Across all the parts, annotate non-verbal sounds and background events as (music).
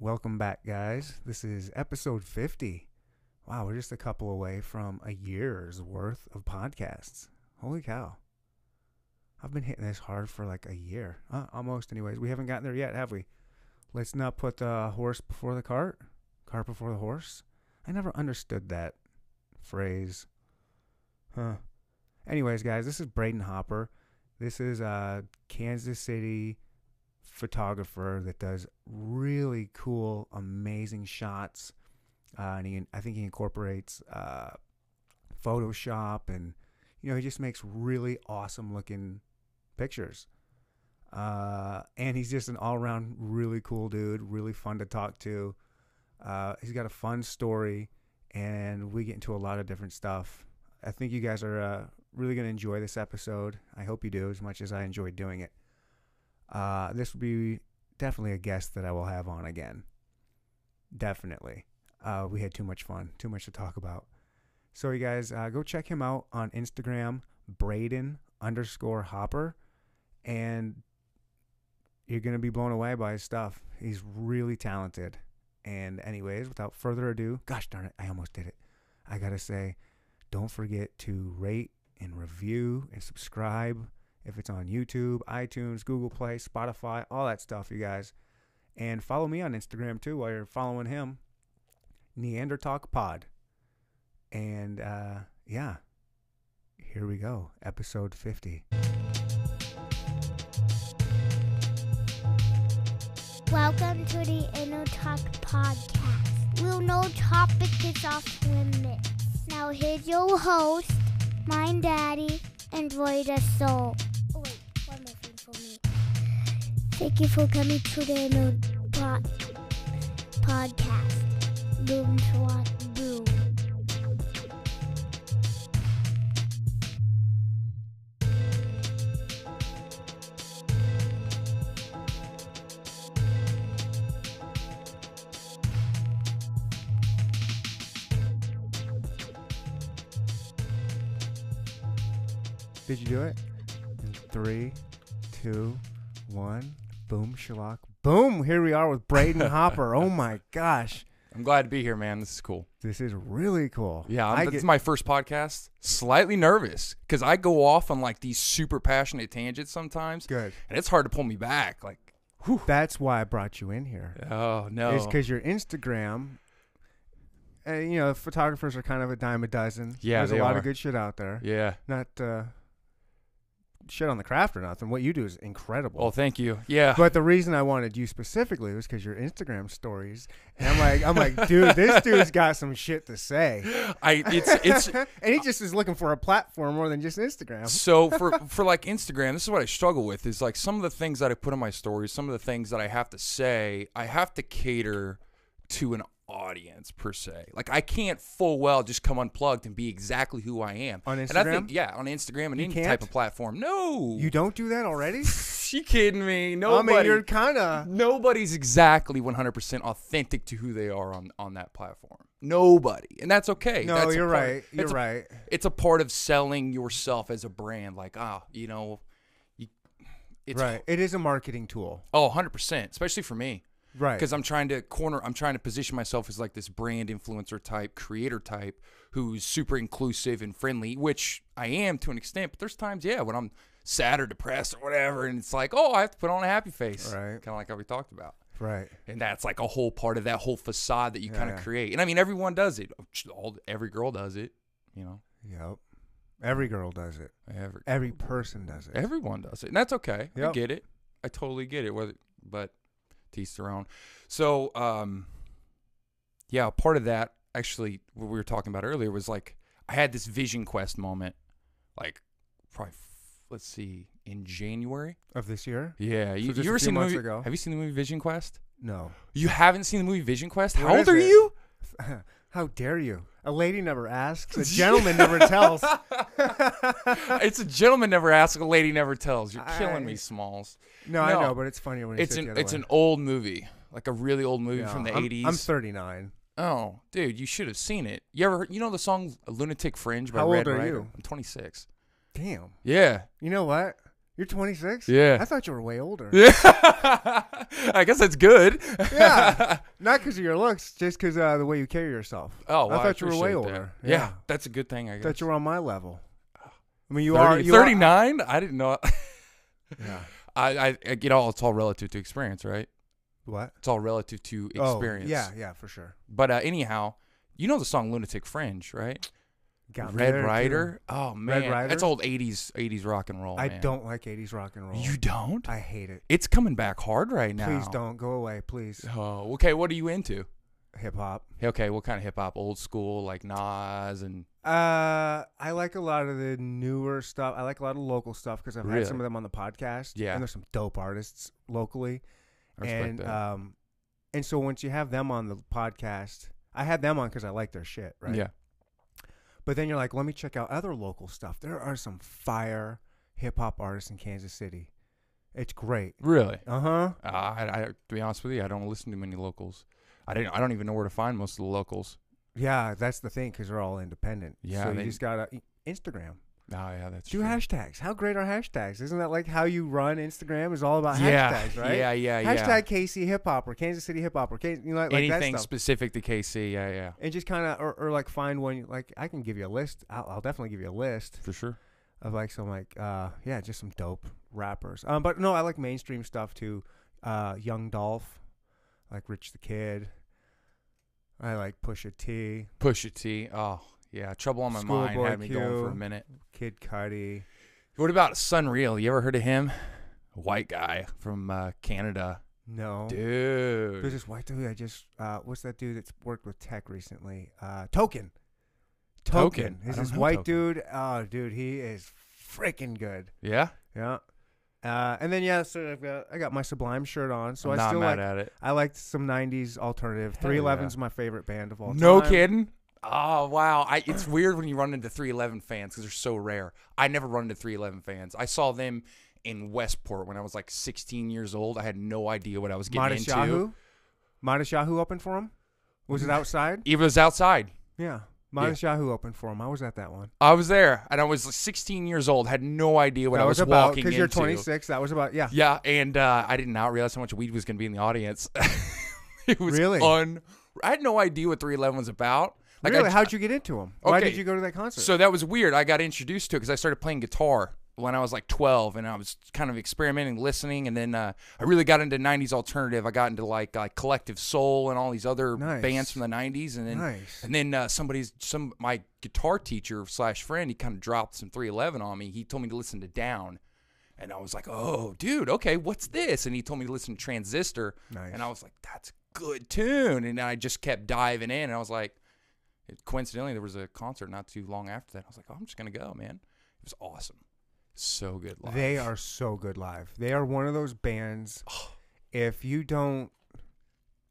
Welcome back, guys. This is episode 50. Wow, we're just a couple away from a year's worth of podcasts. Holy cow. I've been hitting this hard for like a year. Uh, almost, anyways. We haven't gotten there yet, have we? Let's not put the horse before the cart, cart before the horse. I never understood that phrase. Huh. Anyways, guys, this is Braden Hopper. This is a Kansas City photographer that does really cool, amazing shots. Uh, and he, I think he incorporates uh, Photoshop and, you know, he just makes really awesome looking pictures. Uh, and he's just an all around really cool dude, really fun to talk to. Uh, he's got a fun story, and we get into a lot of different stuff. I think you guys are uh, really going to enjoy this episode. I hope you do as much as I enjoyed doing it. Uh, this will be definitely a guest that I will have on again. Definitely. Uh, we had too much fun, too much to talk about. So, you guys, uh, go check him out on Instagram, Braden underscore Hopper, and you're going to be blown away by his stuff. He's really talented. And, anyways, without further ado, gosh darn it, I almost did it. I got to say, don't forget to rate and review and subscribe if it's on YouTube, iTunes, Google Play, Spotify, all that stuff, you guys. And follow me on Instagram too while you're following him, Neandertalk Pod. And uh, yeah, here we go, episode 50. Welcome to the Inno Talk podcast. Will no topic is off limits. Now here's your host, Mind Daddy, and Roy the Soul. Oh wait, one more thing for me. Thank you for coming to the Inno Talk podcast. Boom, swat, boom. Did you do it? In three, two, one, boom, shalak, boom. Here we are with (laughs) Braden Hopper. Oh my gosh. I'm glad to be here, man. This is cool. This is really cool. Yeah, I I'm, this get, is my first podcast. Slightly nervous because I go off on like these super passionate tangents sometimes, good. and it's hard to pull me back. Like, That's why I brought you in here. oh no, It's because your Instagram, uh, you know, photographers are kind of a dime a dozen. Yeah, there's a they lot are. of good shit out there. yeah. Not uh, shit on the craft or nothing. What you do is incredible. Well, (laughs) thank you. Yeah, but the reason I wanted you specifically was because your Instagram stories, and I'm like, I'm like, dude, (laughs) this dude's got some shit to say, I it's it's (laughs) and he just is looking for a platform more than just Instagram. so for for like Instagram. This is what I struggle with is like some of the things that I put in my stories, some of the things that I have to say. I have to cater to an audience per se. Like I can't full well just come unplugged and be exactly who I am On And I think Instagram? yeah, on Instagram and any can't? type of platform. No, You don't do that (laughs) already? She kidding me? I Nobody. mean, you're kind of nobody's exactly 100% authentic to who they are on on that platform. Nobody, and that's okay. no, That's a you're part- right, you're it's a- right. It's a part of selling yourself as a brand. Like ah, you know, you, it's right, it is a marketing tool, Oh, 100 percent, especially for me right? because I'm trying to corner. I'm trying to position myself as like this brand influencer type, creator type, who's super inclusive and friendly, which I am to an extent. But there's times, yeah, when I'm sad or depressed or whatever, and it's like, oh, I have to put on a happy face, Right. Kind of like how we talked about. right. And that's like a whole part of that whole facade that you kind Yeah. of create. And I mean, everyone does it. All, every girl does it. You know, Yep. Every girl does it. every Every person does it. Everyone does it, and that's okay. I Yep. get it. I totally get it. Whether, but tease their own. So, um, yeah, part of that actually what we were talking about earlier was like I had this vision quest moment, like probably f- let's see in January. Of this year? Yeah, you, just you a few ever seen the months movie? ago. Have you seen the movie Vision Quest? No. You haven't seen the movie Vision Quest? What How is old are it? (laughs) you? How dare you? A lady never asks. A (laughs) gentleman never tells. it's a gentleman never asks, a lady never tells. You're I- killing me, Smalls. No, I No. know, but it's funnier when you It's say it an the it's other an old movie, like a really old movie way. from No, the I'm- 80s. I'm 39. Oh, dude, you should have seen it. You ever heard, you know the song "Lunatic Fringe" by How old Red are Rider? you? I'm 26. Damn. Yeah, (laughs) You know what? You're 26? Yeah. I thought you were way (laughs) older. Yeah. I guess that's good. Yeah. Not because of your looks, just because uh, the way you carry yourself. (laughs) oh, well, I thought you were way appreciate that. older. Yeah. that's a good thing. I guess. thought you were on my level. I mean, you 30 are. You are- 39? I didn't know. Yeah. I, I, I you know, it's all relative to experience, right? What? It's all relative to Oh, experience. yeah, yeah, for sure. But uh, anyhow, you know the song "Lunatic Fringe," right? Got me Red there, Rider. Oh man, Rider? that's old '80s '80s rock and roll. too. I Oh, man. don't like 80s rock and roll. You don't? I hate it. It's coming back hard right now. Please don't go away, please. Oh, okay. What are you into? Hip hop. Okay, what kind of hip hop? Old school, like Nas and Uh, I like a lot of the newer stuff. I like a lot of local stuff because I've Really? had some of them on the podcast. Yeah. and there's some dope artists locally. I respect and that. um, and so once you have them on the podcast, I had them on because I like their shit, right? yeah. But then you're like, let me check out other local stuff. There are some fire hip hop artists in Kansas City. It's great. Really? Uh huh. Uh, I, I, to be honest with you, I don't listen to many locals. I didn't. I don't even know where to find most of the locals. Yeah, that's the thing because they're all independent. Yeah, so you they- just gotta e, Instagram. Oh yeah, that's Do true. hashtags. How great are hashtags? Isn't that like how you run Instagram is all about yeah, hashtags, right? Yeah, yeah, yeah. Hashtag KC hip hop or Kansas City hip hop or K- you know, like that Anything stuff. specific to KC? Yeah, yeah, and just kind of or, or like find one like I can give you a list. I'll, I'll definitely give you a list for sure. of like some like uh yeah just some dope rappers. Um, but no, I like mainstream stuff too. Uh, Young Dolph, like Rich the Kid. I like Pusha T, Pusha T. Oh yeah, Trouble on My Mind Schoolboy had me going for a Q. minute. Kid Cudi. What about Sunreal? You ever heard of him? White guy from uh, Canada, No, dude. there's Oh. this white dude I just uh what's that dude that's worked with Tech recently? Uh, Token. Token. Token. I He's don't this know white Token. dude. Oh, dude, he is freaking good. yeah, Yeah. Uh, and then yeah, so I've got I got my Sublime shirt on, so I'm I not still mad like at it. I liked some '90s alternative. Hell Three Eleven's yeah. my favorite band of all time. No kidding. Oh wow, I, it's weird when you run into 311 fans because they're so rare. I never run into 311 fans. I saw them in Westport when I was like 16 years old. I had no idea what I was getting Modest into. Mm-hmm. Yahoo. Modest Yahoo opened for him. Was it outside? (laughs) It was outside. Yeah. Modest Yahoo opened for him. I was at that one. I was there, and I was 16 years old. Had no idea what that I was, about walking into. you're 26. That was about yeah. Yeah, and uh, I did not realize how much weed was going to be in the audience. (laughs) it was Really? un. I had no idea what 311 was about. Like I, really? How'd you get into him? Why Okay. did you go to that concert? So that was weird. I got introduced to it because I started playing guitar when I was like 12, and I was kind of experimenting, listening, and then uh, I really got into 90s alternative. I got into like like Collective Soul and all these other Nice. bands from the 90s, and then Nice. and then uh, somebody's some my guitar teacher slash friend he kind of dropped some 311 on me. He told me to listen to Down. And I was like, "Oh, dude, okay, what's this?" And he told me to listen to Transistor, Nice. and I was like, "That's a good tune." And I just kept diving in, and I was like, it- coincidentally, there was a concert not too long after that. I was like, oh, I'm just gonna go, man. It was awesome, so good live. They are so good live. They are one of those bands. if you don't,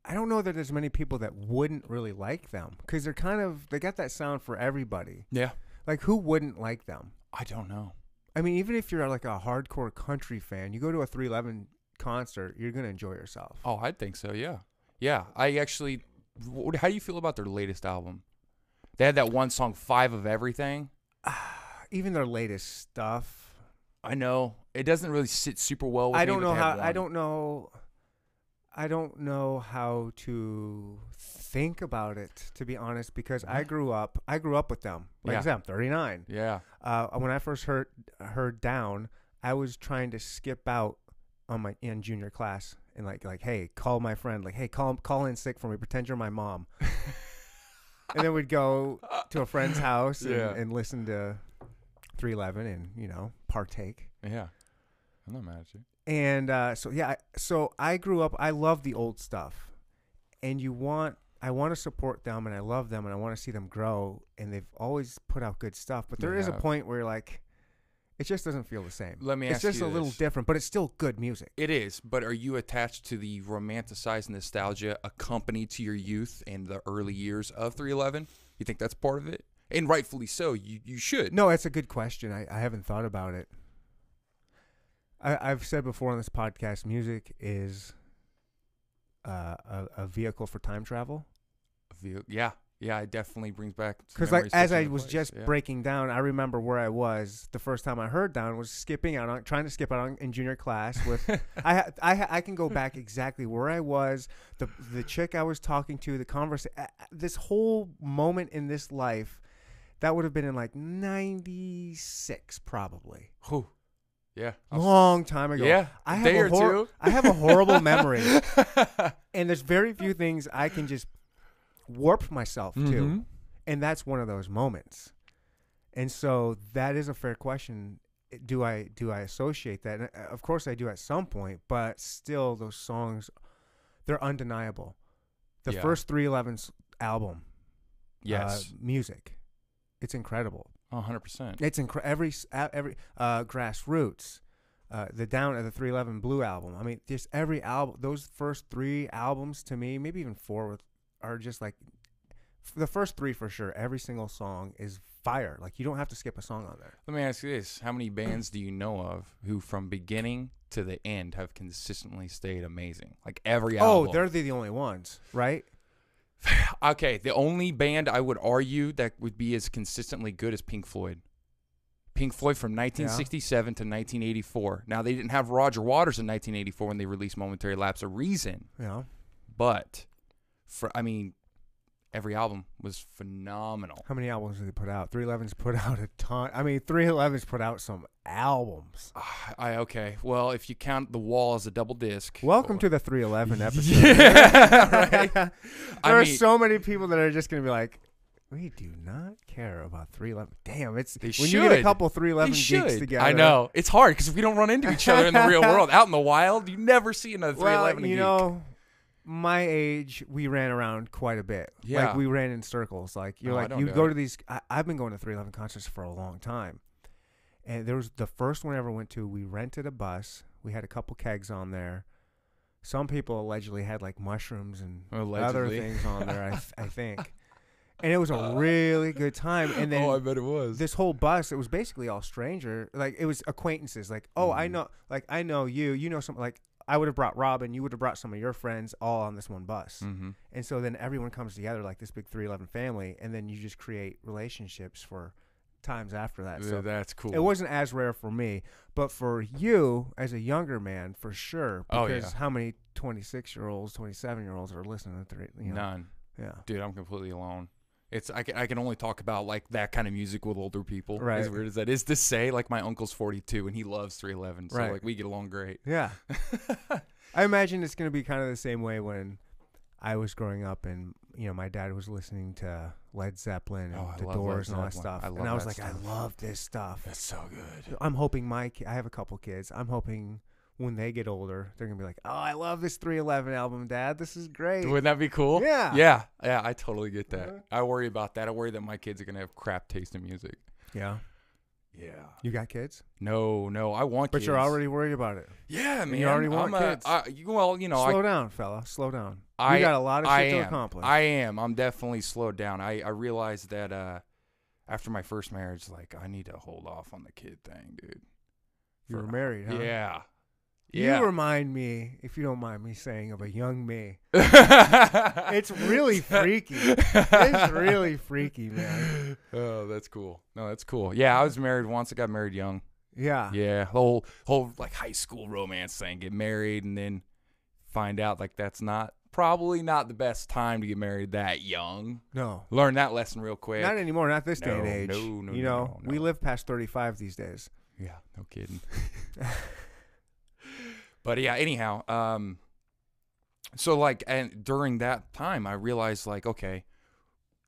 I don't know that there's many people that wouldn't really like them because they're kind of they got that sound for everybody. (sighs) yeah. Like who wouldn't like them? I don't know. I mean, even if you're like a hardcore country fan, you go to a 311 concert, you're gonna enjoy yourself. Oh, I think so. Yeah, yeah. I actually, wh- how do you feel about their latest album? They had that one song, Five of Everything. Even their latest stuff, I know it doesn't really sit super well. with I me, don't but know they had how. I one. don't know. I don't know how to think about it, to be honest, because I grew up. I grew up with them. Like Mm. Yeah. I said, I'm 39. Yeah. Uh, when I first heard heard down, I was trying to skip out on my in junior class and like like hey, call my friend, like hey, call call in sick for me, pretend you're my mom. and then we'd go to a friend's house and, (laughs) Yeah. and listen to 311 and you know partake. Yeah. I'm not mad at you. And uh, so yeah, I- so I grew up. I love the old stuff, and you want. I want to support them, and I love them, and I want to see them grow. And they've always put out good stuff, but there is Yeah. a point where like, it just doesn't feel the same. Let me It's ask just you a little this. different, but it's still good music. It is, but are you attached to the romanticized nostalgia accompanied to your youth and the early years of 311? You think that's part of it? And rightfully so. You you should. No, that's a good question. I, I haven't thought about it. I, I've said before on this podcast, music is uh, a, a vehicle for time travel. Ve- Yeah, yeah, it definitely brings back some Because like memories as switching I the was place, just yeah. breaking down, I remember where I was the first time I heard down was skipping out on trying to skip out on in junior class (laughs) with I ha- I ha- I can go back exactly where I was the the chick I was talking to the converse uh, this whole moment in this life that would have been in like ninety six probably Whew. yeah, I (laughs) was- long time ago Oh, yeah, I a have day a or hor- two. I have a horrible (laughs) memory and there's very few things I can just warp myself to Mhm. and that's one of those moments and so that is a fair question do i do i associate that and uh, of course i do at some point but still those songs they're undeniable the Yeah. first 311's album Yes, uh, music it's incredible a hundred percent. it's incre- every s- a- every uh, grassroots uh, the down of the 311 blue album i mean just every album those first three albums to me maybe even four with are just like f- the first three for sure every single song is fire like you don't have to skip a song on there Let me ask you this: How many bands do you know of who, from beginning to the end, have consistently stayed amazing? Like every oh album. they're the, the only ones right (sighs) okay. The only band I would argue that would be as consistently good as Pink Floyd. Pink Floyd from 1967 to 1984. Now they didn't have Roger Waters in 1984 when they released "Momentary Lapse of Reason," you know but for I mean, every album was phenomenal. (sighs) how many albums did they put out 311's put (laughs) out a ton i mean 311's put out some albums Ah, I okay. Well, if you count the wall as a double disc. welcome or- to the 311 episode (laughs) (laughs) Yeah, right. there I are mean- so many people that are just going to be like, we do not care about 311. Damn, it's They when you get a should. couple 311 They geeks should. together. I know it's hard because we don't run into each other in the (laughs) real world. Out in the wild, you never see another three Well, eleven. you know, my age, we ran around quite a bit. Like Yeah. we ran in circles. Like you're No, I like don't you do go it. to these. I, I've been going to 311 concerts for a long time, and there was the first one I ever went to. We rented a bus. We had a couple kegs on there. Some people allegedly had like mushrooms and other Allegedly. things on there. I, th- (laughs) I think, and it was a really good time. (laughs) And then Oh, bet it was. this whole bus it was basically all stranger like it was acquaintances like oh Mm-hmm. i know like i know you you know some like i would have brought robin you would have brought some of your friends all on this one bus mm-hmm. and so then everyone comes together like this big 311 family and then you just create relationships for times after that so that's cool. it wasn't as rare for me but for you as a younger man for sure Oh, because yeah. how many 26 year olds 27 year olds are listening to three you know? none, yeah dude. I'm completely alone. It's I can, I can only talk about like that kind of music with older people. Right. As weird as that is to say, like my uncle's 42 and he loves 311, so Right. like we get along great. (laughs) yeah I imagine it's going to be kind of the same way when I was growing up and you know my dad was listening to Led Zeppelin and Oh, I the love Led Doors and all that Zeppelin. stuff, I and love I was that like, stuff. I love this stuff. that's so good. I'm hoping my ki- I have a couple kids. I'm hoping when they get older, they're gonna be like, Oh, I love this 311 album, Dad. This is great. Wouldn't that be cool? Yeah. Uh-huh. Yeah. Yeah. I totally get that. I worry about that. I worry that my kids are gonna have crap taste in music. Yeah, Yeah. you got kids, No, no. I want but you're kids. already worried about it. Yeah, man. you already want I'm a- kids. I- you- well, you know, slow I, down, fella. Slow down. I you got a lot of shit I to am. accomplish. I am. I'm definitely slowed down. I I realized that uh, after my first marriage, like I need to hold off on the kid thing, dude. you For- were married, huh? Yeah. You (laughs) Yeah. remind me, if you don't mind me saying, of a young (laughs) me. it's It's really freaky. it's really freaky, man. (laughs) Oh, that's cool. No, that's cool. Yeah, I was married once. I got married young. Yeah. Yeah, the whole whole like high school romance thing. Get married and then find out like that's not probably not the best time to get married that young. No. Learn that lesson real quick. Not anymore. Not this day and No, age. no, no, you no, know, no, we no. live past 35 these days. yeah, no kidding. (laughs) but yeah, anyhow, um so like and during that time I realized like okay,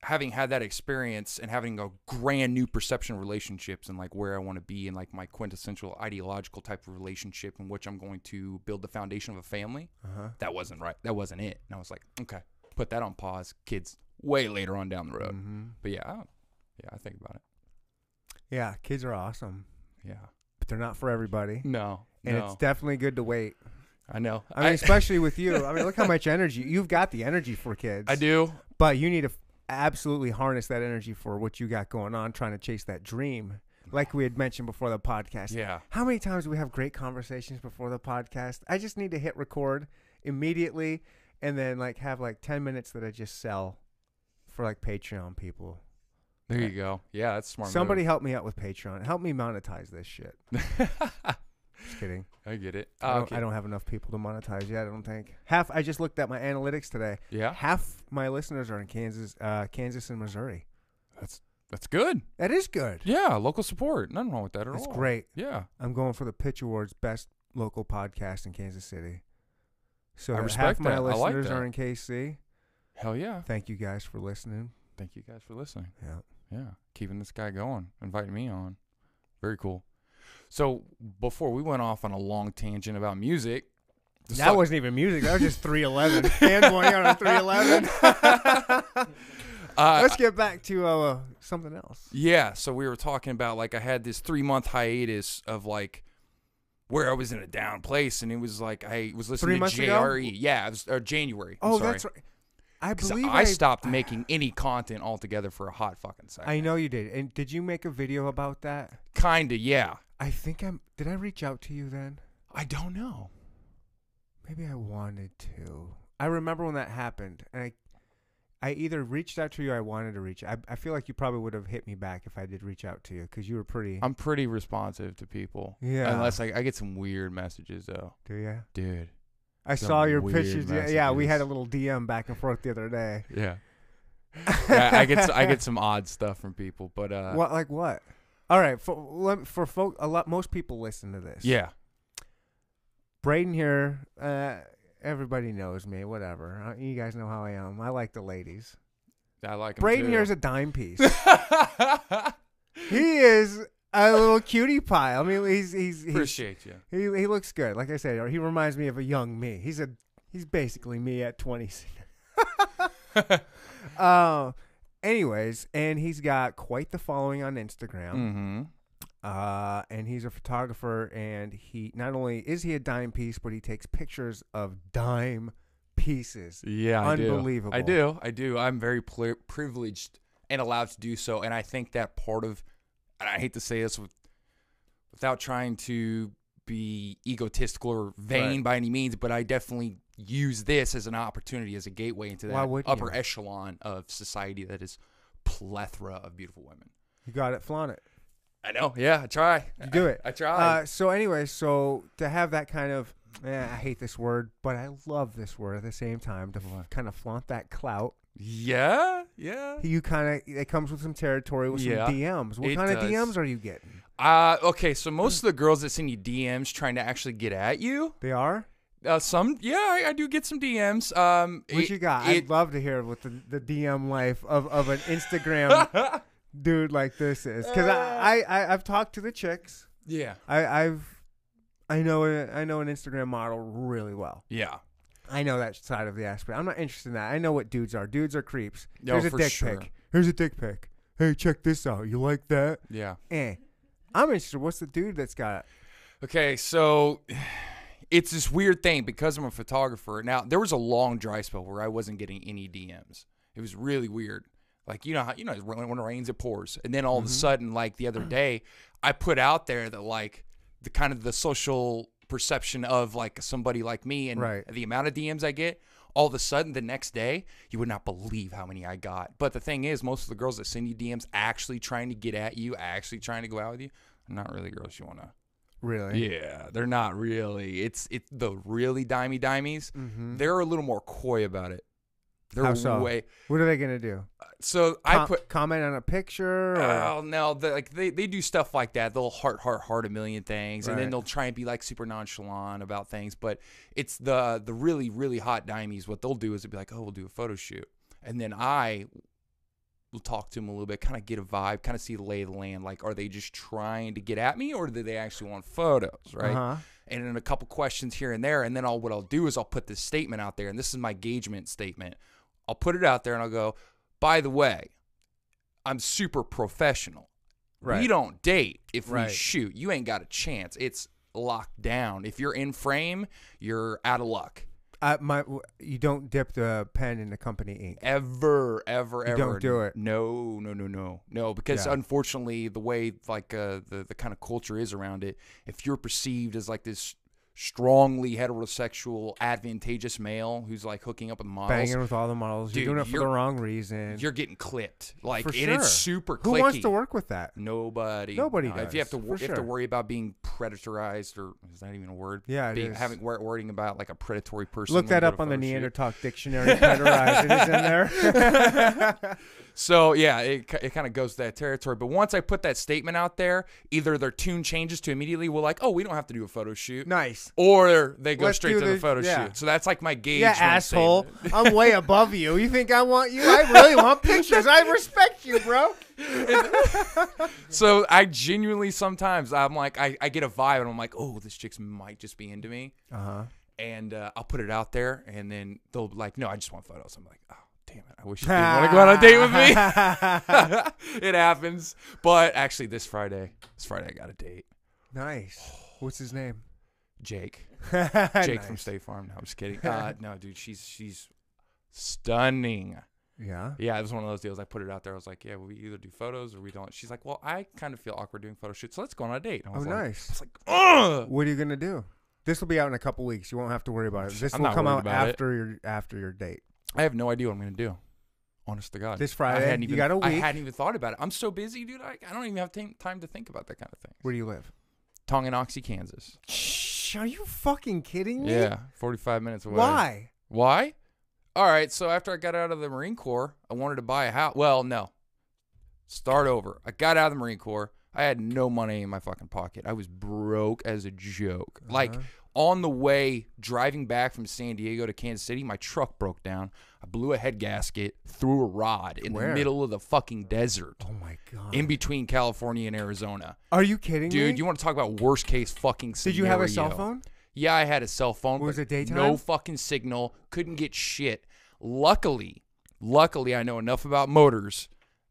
having had that experience and having a grand new perception of relationships and like where I want to be and like my quintessential ideological type of relationship in which I'm going to build the foundation of a family, Uh-huh. that wasn't right. That wasn't it. And I was like, okay, put that on pause. Kids way later on down the road. hmm But yeah, I don't, yeah, I think about it. Yeah, kids are awesome, Yeah. but they're not for everybody. No. And no. it's definitely good to wait. I know. I mean, (laughs) especially with you. I mean, look how much energy you've got the energy for kids. I do. But you need to f- absolutely harness that energy for what you got going on, trying to chase that dream. Like we had mentioned before the podcast. Yeah. How many times do we have great conversations before the podcast? I just need to hit record immediately and then like have like 10 minutes that I just sell for like Patreon people. There you go. Yeah, that's a smart. move. Somebody help me out with Patreon. Help me monetize this shit. Just kidding. (laughs) I get it. I, don't, okay. I don't have enough people to monetize yet. I don't think half. I just looked at my analytics today. Yeah. Half my listeners are in Kansas, uh, Kansas and Missouri. That's that's good. That is good. Yeah, local support. Nothing wrong with that at That's all. great. Yeah, I'm going for the Pitch Awards Best Local Podcast in Kansas City. So I that half respect my that. I like listeners that. are in KC. hell yeah. Thank you guys for listening. Thank you guys for listening. Yeah. Yeah, keeping this guy going, inviting me on. Very cool. So before we went off on a long tangent about music, the That song- wasn't even music. That was just 311. (laughs) Fanboy on a 311. uh, Let's get back to uh, something else. Yeah, so we were talking about like I had this three month hiatus of like where I was in a down place, and it was like I was Three listening months to ago? JRE. Yeah, it was or January. I'm Oh, sorry. that's right. I 'Cause believe (sighs) I, stopped making any content altogether for a hot fucking second. I know you did. And did you make a video about that? Kinda, yeah. I think I'm. Did I reach out to you then? I don't know. Maybe I wanted to. I remember when that happened, and I, I either reached out to you, or I wanted to reach. I, I feel like you probably would have hit me back if I did reach out to you because you were pretty. I'm pretty responsive to people. Yeah. Um, Unless I, I get some weird messages though, do you? dude. I Some saw your weird pictures. Yeah, yeah, we had a messages. little DM back and forth the other day. Yeah. (laughs) (laughs) yeah I get s- I get some odd stuff from people, but uh, what like what? All right, for let, for folk, a lot most people listen to this. yeah, Braden here. Uh, everybody knows me. Whatever. Uh, You guys know how I am. I like the ladies. I like 'em Braden too. (laughs) here is a dime piece. he is a little cutie pie. I mean, he's he's, he's Appreciate you. he he looks good. Like I said, or he reminds me of a young me. He's a he's basically me at twenty. (laughs) uh, anyways, and he's got quite the following on Instagram. Mm-hmm. Uh, and he's a photographer, and he not only is he a dime piece, but he takes pictures of dime pieces. Yeah, I Unbelievable. Do. I do. I do. I'm very pl- privileged and allowed to do so, and I think that part of, and I hate to say this with, without trying to be egotistical or vain Right. by any means, but I definitely use this as an opportunity, as a gateway into Why that wouldn't upper you? echelon of society that is plethora of beautiful women. You got it, flaunt it. I know. Yeah, I try. You do it. I, try. Uh, so anyway, so to have that kind of, eh, I hate this word, but I love this word at the same time to f- kind of flaunt that clout. yeah, yeah. You kind of it comes with some territory with Yeah, some DMs. What it kind of does. DMs are you getting? Uh, okay, so most of the girls that send you DMs trying to actually get at you, They are. uh, some, yeah, I, I do get some DMs. Um, What it- you got? it- I'd love to hear what the, the DM life of, of an Instagram (laughs) dude like this is, because Uh. I, I, I I've talked to the chicks. yeah, I, I've I know a- I know an Instagram model really well. yeah, I know that side of the aspect. I'm not interested in that. I know what dudes are. Dudes are creeps. No, Here's a for dick sure. pic. Here's a dick pic. Hey, check this out. You like that? yeah. Eh. I'm interested. What's the dude that's got? Okay, so (sighs) it's this weird thing because I'm a photographer. Now there was a long dry spell where I wasn't getting any DMs. It was really weird. Like you know how you know when when it rains it pours, and then all of a sudden, like the other day, I put out there that like the kind of the social perception of like somebody like me and Right. the amount of DMs I get. All of a sudden, the next day, you would not believe how many I got. But the thing is, most of the girls that send you DMs actually trying to get at you, actually trying to go out with you, are not really girls you want to Really? yeah, they're not really. It's it the really dimey dimies. Mm-hmm. They're a little more coy about it. They're How so? way What are they gonna do? so I Com- put comment on a picture. Or, Oh no! They, like they, they do stuff like that. They'll heart, heart, heart a million things, and Right. then they'll try and be like super nonchalant about things. But it's the the really really hot dimies. What they'll do is they'll be like, "Oh, we'll do a photo shoot," and then I will talk to them a little bit, kind of get a vibe, kind of see the lay of the land. Like, are they just trying to get at me, or do they actually want photos? Right? Uh-huh. And then a couple questions here and there, and then I'll what I'll do is I'll put this statement out there, and this is my engagement statement. I'll put it out there, and I'll go. By the way, I'm super professional. Right. We don't date if Right. we shoot. You ain't got a chance. It's locked down. If you're in frame, you're out of luck. I, my, w- you don't dip the pen in the company ink. Ever, ever, You ever. don't do it. No, no, no, no, no. Because Yeah. unfortunately, the way like uh, the the kind of culture is around it, if you're perceived as like this strongly heterosexual, advantageous male who's like hooking up with models. Banging with all the models. Dude, you're doing it for the you're- wrong reason. You're getting clipped. Like for and sure. it's super Who wants to clicky. work with that? Nobody. Nobody If you does, have for to, wor- you have to sure. worry about being predatorized, or is that even a word? Yeah, it being, is. having wor- worrying about like a predatory person. Look when that you go up to on the photo shoot. Neanderthal (laughs) dictionary. Preterized. it is in there. So yeah, it, ki- it kind of goes to that territory. But once I put that statement out there, either their tune changes to immediately we're like, oh, we don't have to do a photo shoot, nice. or they go Let's straight do to the, the- photo yeah. shoot. So that's like my gauge. (laughs) Yeah, when I'm saying asshole. it. I'm (laughs) way above you. You think I want you? I really want pictures. I respect you, bro. So I genuinely sometimes I'm like I, I get a vibe and I'm like, oh, this chick's might just be into me, Uh (laughs) huh. and uh, I'll put it out there, and then they'll be like, no, I just want photos. I'm like, oh, damn it, I wish you didn't want to go on a date (laughs) with me. (laughs) it happens. But actually, this Friday, this Friday, I got a date. nice. (sighs) What's his name? (laughs) Jake, Jake Jake from State Farm. No, I'm (laughs) just kidding. Uh, no, dude, she's she's stunning. Yeah. Yeah, it was one of those deals. I put it out there. I was like, yeah, we either do photos or we don't. She's like, well, I kind of feel awkward doing photo shoots, so let's go on a date. And I Oh, was like, I nice. was like, ugh. What are you gonna do? This will be out in a couple weeks. You won't have to worry about it. This I'm will not come worried out about it. after your after your date. I have no idea what I'm gonna do. Honest to God, This I Friday? hadn't You even, got a I week? hadn't even thought about it. I'm so busy, dude. I, I don't even have t- time to think about that kind of thing. Where do you live? Tonganoxie, Kansas. Shh, are you fucking kidding me? Yeah, 45 minutes away. Why? Why? All right. So after I got out of the Marine Corps, I wanted to buy a house. Well, no. Start over. I got out of the Marine Corps. I had no money in my fucking pocket. I was broke as a joke. Like Uh-huh. on the way driving back from San Diego to Kansas City, my truck broke down. I blew a head gasket through a rod in Where? the middle of the fucking desert Oh my god. in between California and Arizona. are you kidding me? Dude, you want to talk about worst case fucking Did scenario? you have a cell phone? Yeah, I had a cell phone. Was but it daytime? No fucking signal. Couldn't get shit. Luckily, luckily, I know enough about motors.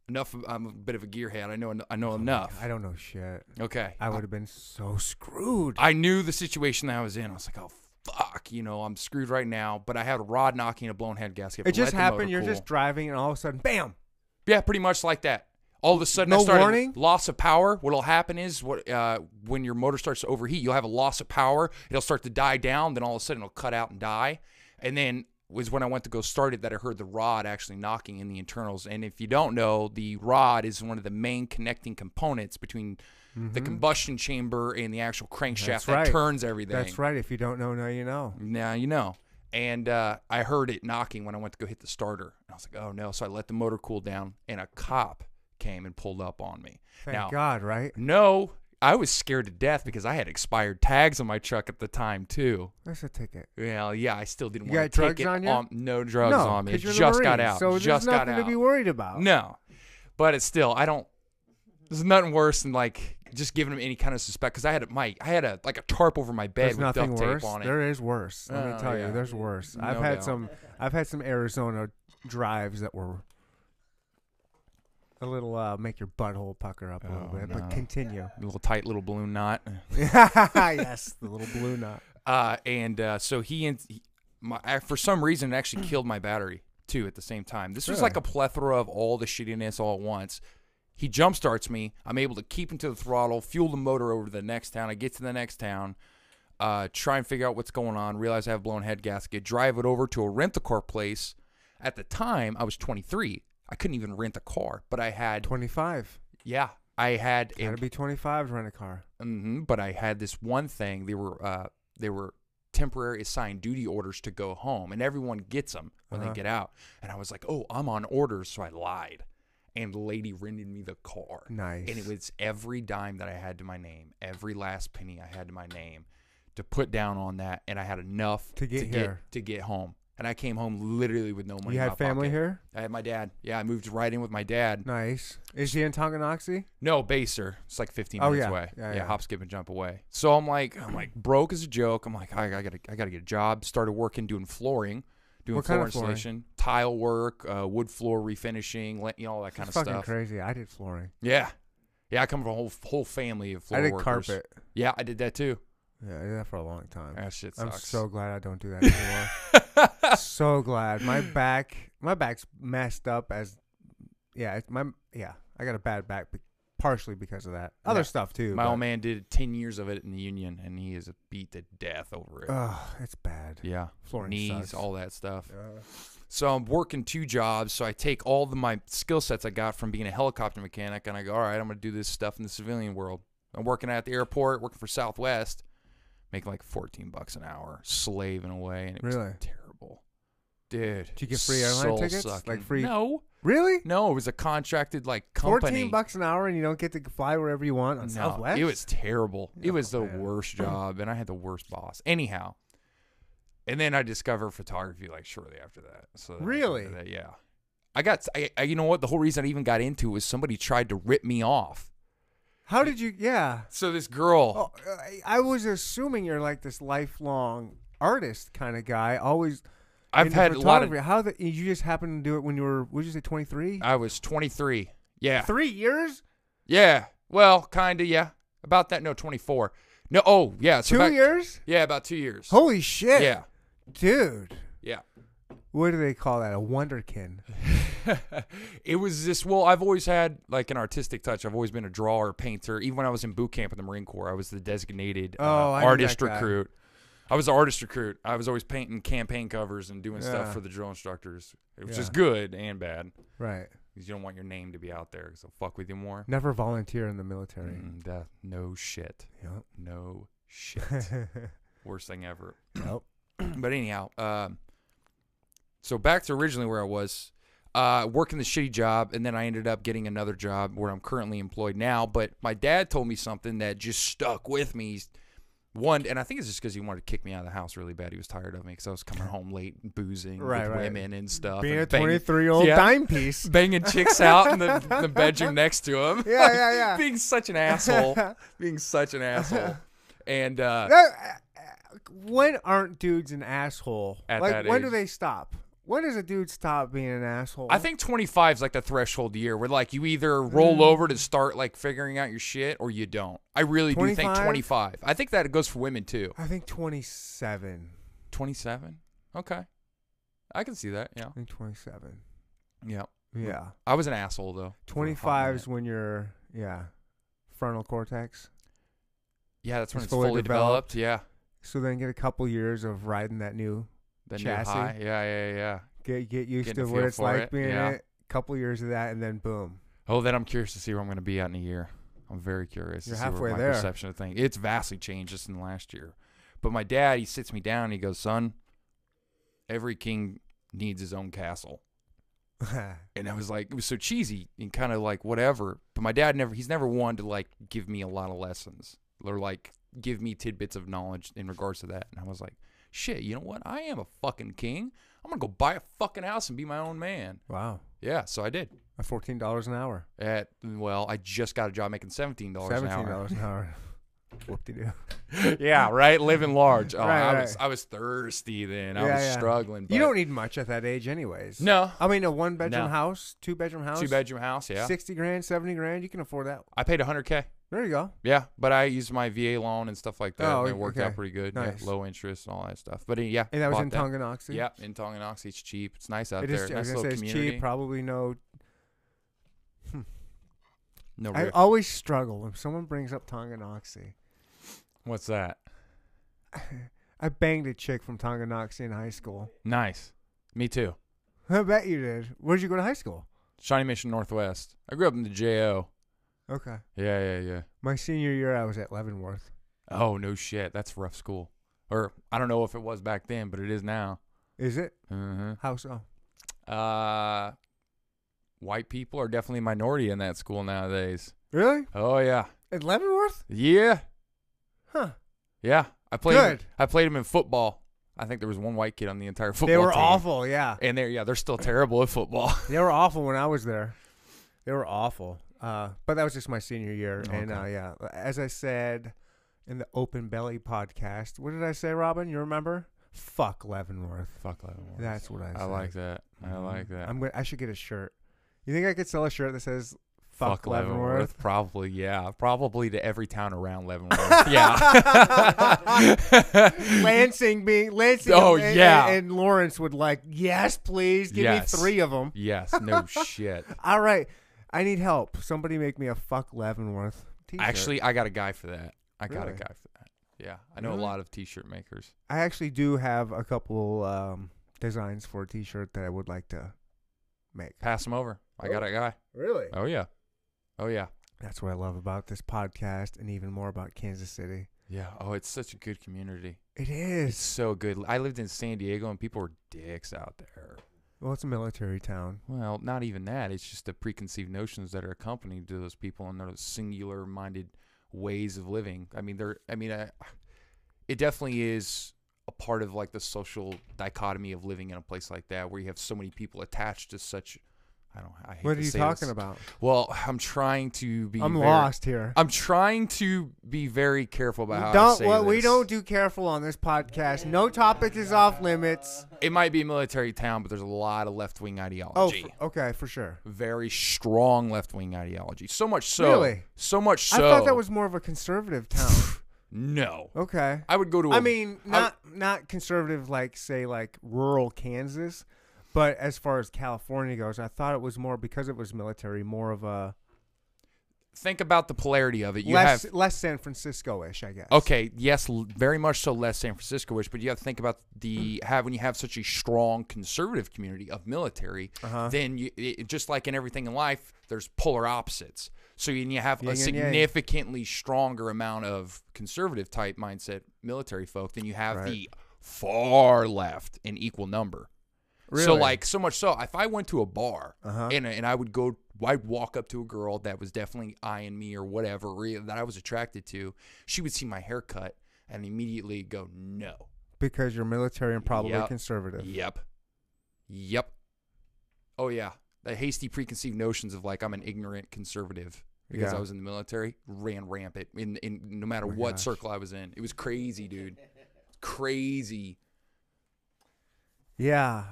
Enough. I'm a bit of a gearhead. I know. en- I know enough. Oh I don't know shit. okay. I would have been so screwed. I knew the situation that I was in. I was like, oh fuck, you know, I'm screwed right now. But I had a rod knocking, a blown head gasket. it just Let the motor happened. You're cool. just driving, and all of a sudden, bam! Yeah, pretty much like that. All of a sudden, I No started warning? loss of power. What'll happen is what uh, when your motor starts to overheat, you'll have a loss of power. It'll start to die down. Then all of a sudden, it'll cut out and die. And then was when I went to go start it that I heard the rod actually knocking in the internals. And if you don't know, the rod is one of the main connecting components between the combustion chamber and the actual crankshaft Mm-hmm. That's that right. turns everything. That's right. If you don't know, now you know. Now you know. And uh, I heard it knocking when I went to go hit the starter. And I was like, oh no. So I let the motor cool down, and a cop came and pulled up on me. Thank now, God, right? no, I was scared to death because I had expired tags on my truck at the time, too. That's a ticket. Well, yeah, I still didn't You want got to take drugs it on you? No drugs no, on me. 'cause It you're the just got Marines, out. So there's just got nothing out. to be worried about. No, but it's still I don't. There's nothing worse than like just giving him any kind of suspect because I had a my I had a like a tarp over my bed There's with nothing duct worse. tape on it. There is worse. Let Oh, me tell yeah. you, there's worse. I've No had doubt. some. I've had some Arizona drives that were a little uh, make your butthole pucker up a little Oh, bit. no. But (laughs) continue. A little tight little balloon knot. yes, the little blue knot. Uh, and uh, so he and he, my, I, for some reason it actually killed my battery too at the same time. This was like a plethora of all the shittiness all at once. He jump starts me. I'm able to keep into the throttle, fuel the motor over to the next town. I get to the next town, uh, try and figure out what's going on. Realize I have blown head gasket. Drive it over to a rent a car place. At the time, I was 23. I couldn't even rent a car, but I had Twenty-five. yeah, I had a Gotta be twenty-five to rent a car. hmm but I had this one thing. They were uh, they were temporary assigned duty orders to go home, and everyone gets them when Uh-huh. they get out. And I was like, "Oh, I'm on orders," so I lied, and the lady rented me the car. Nice. And it was every dime that I had to my name, every last penny I had to my name, to put down on that, and I had enough To get here. to get home. And I came home literally with no money. you had in my family pocket. here. I had my dad. Yeah, I moved right in with my dad. Nice. Is he in Tonganoxie? No, Baser. It's like 15 Oh, minutes yeah. away. Yeah, Yeah, yeah. hop, skip, and jump away. So I'm like, I'm like broke as a joke. I'm like, I, I gotta, I gotta get a job. Started working doing flooring, doing What floor kind of flooring? installation, tile work, uh, wood floor refinishing, la- you know all that kind That's of fucking stuff. crazy. I did flooring. Yeah, yeah. I come from a whole whole family of floor I did workers. carpet. Yeah, I did that too. Yeah, I did that for a long time. That shit I'm sucks. so glad I don't do that anymore. (laughs) so glad. My back, my back's messed up as, yeah, it's my yeah. I got a bad back be- partially because of that. Other Yeah. stuff too. My but- old man did 10 years of it in the union, and he is beat to death over it. Ugh, it's (laughs) bad. yeah. Uh, Flooring Knees, sucks. all that stuff. Uh, So I'm working two jobs. So I take all the, my skill sets I got from being a helicopter mechanic, and I go, all right, I'm going to do this stuff in the civilian world. I'm working at the airport, working for Southwest, making like 14 bucks an hour, slaving away, and it Really? was terrible. Dude, Did you get free airline tickets? Like soul-sucking. free- No, really? no, it was a contracted like company. Fourteen bucks an hour, and you don't get to fly wherever you want on No, Southwest. It was terrible. It was Oh, the man. (clears throat) worst job, and I had the worst boss. Anyhow, and then I discovered photography like shortly after that. So that- Really? that- yeah. I got. I, I. You know what? The whole reason I even got into it was somebody tried to rip me off. How did you? Yeah. So this girl. Oh, I- I was assuming you're like this lifelong artist kind of guy. Always. I've into had a lot of. photography. How the, you just happened to do it when you were? Would you say 23? I was 23. Yeah. Three years? Yeah. Well, kinda. Yeah. About that. No, 24. No. Oh, yeah. So Two about- years? Yeah, about two years. Holy shit! Yeah. dude. Yeah. What do they call that? A wonderkin. (laughs) it was this well i've always had like an artistic touch i've always been a drawer painter even when i was in boot camp in the marine corps i was the designated uh, Oh, I knew artist that guy. recruit i was an artist recruit i was always painting campaign covers and doing Yeah. stuff for the drill instructors which is Yeah. good and bad Right. because you don't want your name to be out there because they'll fuck with you more Never volunteer in the military. Mm, that- no shit (laughs) no shit Yep. worst thing ever nope. (clears throat) but anyhow, um, so back to originally where I was, uh, working the shitty job, and then I ended up getting another job where I'm currently employed now. But my dad told me something that just stuck with me. He's- One, and I think it's just because he wanted to kick me out of the house really bad. He was tired of me because I was coming home late, and boozing Right, with right. women and stuff, Being and a banging- 23 year old Yeah. timepiece. (laughs) banging chicks out in the, the (laughs) bedroom next to him. Yeah, (laughs) yeah, yeah. being such (laughs) an asshole, being such an asshole, and uh, That- uh, when aren't dudes an asshole? At like, that when do age. they stop? When does a dude stop being an asshole? I think 25 is like the threshold year where like you either roll over to start like figuring out your shit or you don't. I really do think 25? 25. I think that it goes for women too. I think 27. 27. Okay. I can see that. Yeah. I think 27. Yeah. Yeah. I was an asshole though. for a hot 25 is minute. when you're, yeah, frontal cortex. Yeah, that's when it's it's fully fully developed. Yeah. So then get a couple years of riding that new, The Chassis. new high. Yeah, yeah, yeah. get get used Getting a to what feel it's for like it, being yeah. in it. Couple years of that, and then boom. (laughs) Oh, then I'm curious to see where I'm going to be at in a year. I'm very curious You're to see halfway where my there. perception of things. It's vastly changed just in the last year. But my dad, he sits me down and he goes, "Son, every king needs his own castle." and I was like, it was so cheesy and kind of like whatever. But my dad never, he's never one to like give me a lot of lessons or like give me tidbits of knowledge in regards to that. And I was like, shit, you know what? I am a fucking king. I'm gonna go buy a fucking house and be my own man. wow. Yeah, so I did. At fourteen dollars an hour, At well, I just got a job making seventeen dollars an seventeen hour. dollars an hour. Whoop de doo. (laughs) yeah, right. Living large. Oh, Right, I right. was I was thirsty then. I Yeah, was yeah. struggling. You but- don't need much at that age, anyways. No. I mean a one bedroom No. house, two bedroom house, Two bedroom house. Yeah, sixty grand, seventy grand. You can afford that. I paid hundred k. There you go. Yeah, but I used my VA loan and stuff like that. Oh, and it worked okay. out pretty good. Yeah, Nice. low interest and all that stuff. But uh, yeah, And that was bought in Tonganoxie. Yeah, in Tonganoxie, it's cheap. It's nice out It there. is. I was gonna nice say little it's community. cheap. Probably no. no, I real- always struggle when someone brings up Tonganoxie. (laughs) what's that? I banged a chick from Tonganoxie in high school. (laughs) Nice. Me too. I bet you did. Where'd you go to high school? Shawnee Mission Northwest. I grew up in the JO. Okay. Yeah, yeah, yeah. My senior year, I was at Leavenworth. Oh no shit, that's a rough school. Or I don't know if it was back then, but it is now. Is it? Uh-huh. How so? Uh, white people are definitely a minority in that school nowadays. Really? Oh yeah, At Leavenworth? yeah. Huh. Yeah, I played. Good. I played him in football. I think there was one white kid on the entire football. they were team. awful, yeah. and they're yeah, they're still terrible (laughs) at football. They were awful when I was there. They were awful. Uh, but that was just my senior year. And uh, Oh, Okay. yeah, as I said in the Open Belly podcast, what did I say, Robin? You remember? Fuck Leavenworth. Fuck Leavenworth. That's what I said. I like that. I like that. Mm-hmm. I'm gonna, I should get a shirt. You think I could sell a shirt that says Fuck, Leavenworth? Probably yeah. Probably to every town (laughs) around Leavenworth. yeah. (laughs) Lansing being Lansing. Oh, and, yeah. and, and Lawrence would like yes, please give (laughs) Yes. me three of them. yes. No shit. All right, I- I need help. Somebody make me a fuck Leavenworth t-shirt. Actually, I got a guy for that. I got a Really? guy for that. Yeah, I know Really? a lot of T-shirt makers. I actually do have a couple um, designs for a t-shirt that I would like to make. Pass them over. I got a guy. Really? Oh yeah, oh yeah, That's what I love about this podcast and even more about Kansas City. yeah. Oh, it's such a good community. It is. It's so good. I lived in San Diego, and people were dicks out there. Well, it's a military town. Well, not even that. It's just the preconceived notions that are accompanied to those people and their singular-minded ways of living. I mean, they're. I mean, I, it definitely is a part of like the social dichotomy of living in a place like that, where you have so many people attached to such. I don't. I hate What to are you say this. talking about? Well, I'm trying to be. I'm very- lost here. I'm trying to be very careful about how I don't say well, we this. don't do careful on this podcast. No topic is off limits. It might be a military town, but there's a lot of left wing Oh, ideology. for, okay, for sure. very strong left wing ideology. So much so. Really? So much so. I thought that was more of a conservative town. (laughs) no. okay. I would go to. I I mean, not not conservative like say like rural Kansas, but as far as California goes, I thought it was more because it was military, more of a think about the polarity of it. You less have less San Francisco-ish, I guess. okay, yes, l- very much so. Less San Francisco-ish, but you have to think about Mm. the have when you have such a strong conservative community of military. Uh-huh. Then you it, just like in everything in life, there's polar opposites. So you, you have Yin a and yang. significantly stronger amount of conservative type mindset military folk than you have Right. the far left in equal number. So Really? like so much so, if I went to a bar Uh-huh. and and I would go, I'd walk up to a girl that was definitely eyeing me or whatever re- that I was attracted to. She would see my haircut and immediately go, no, because you're military and probably Yep. conservative. yep, yep, oh yeah. The hasty preconceived notions of like I'm an ignorant conservative because Yeah. Oh I was in the military ran rampant in in no matter my what gosh. circle I was in. It was crazy, dude. Crazy. Yeah.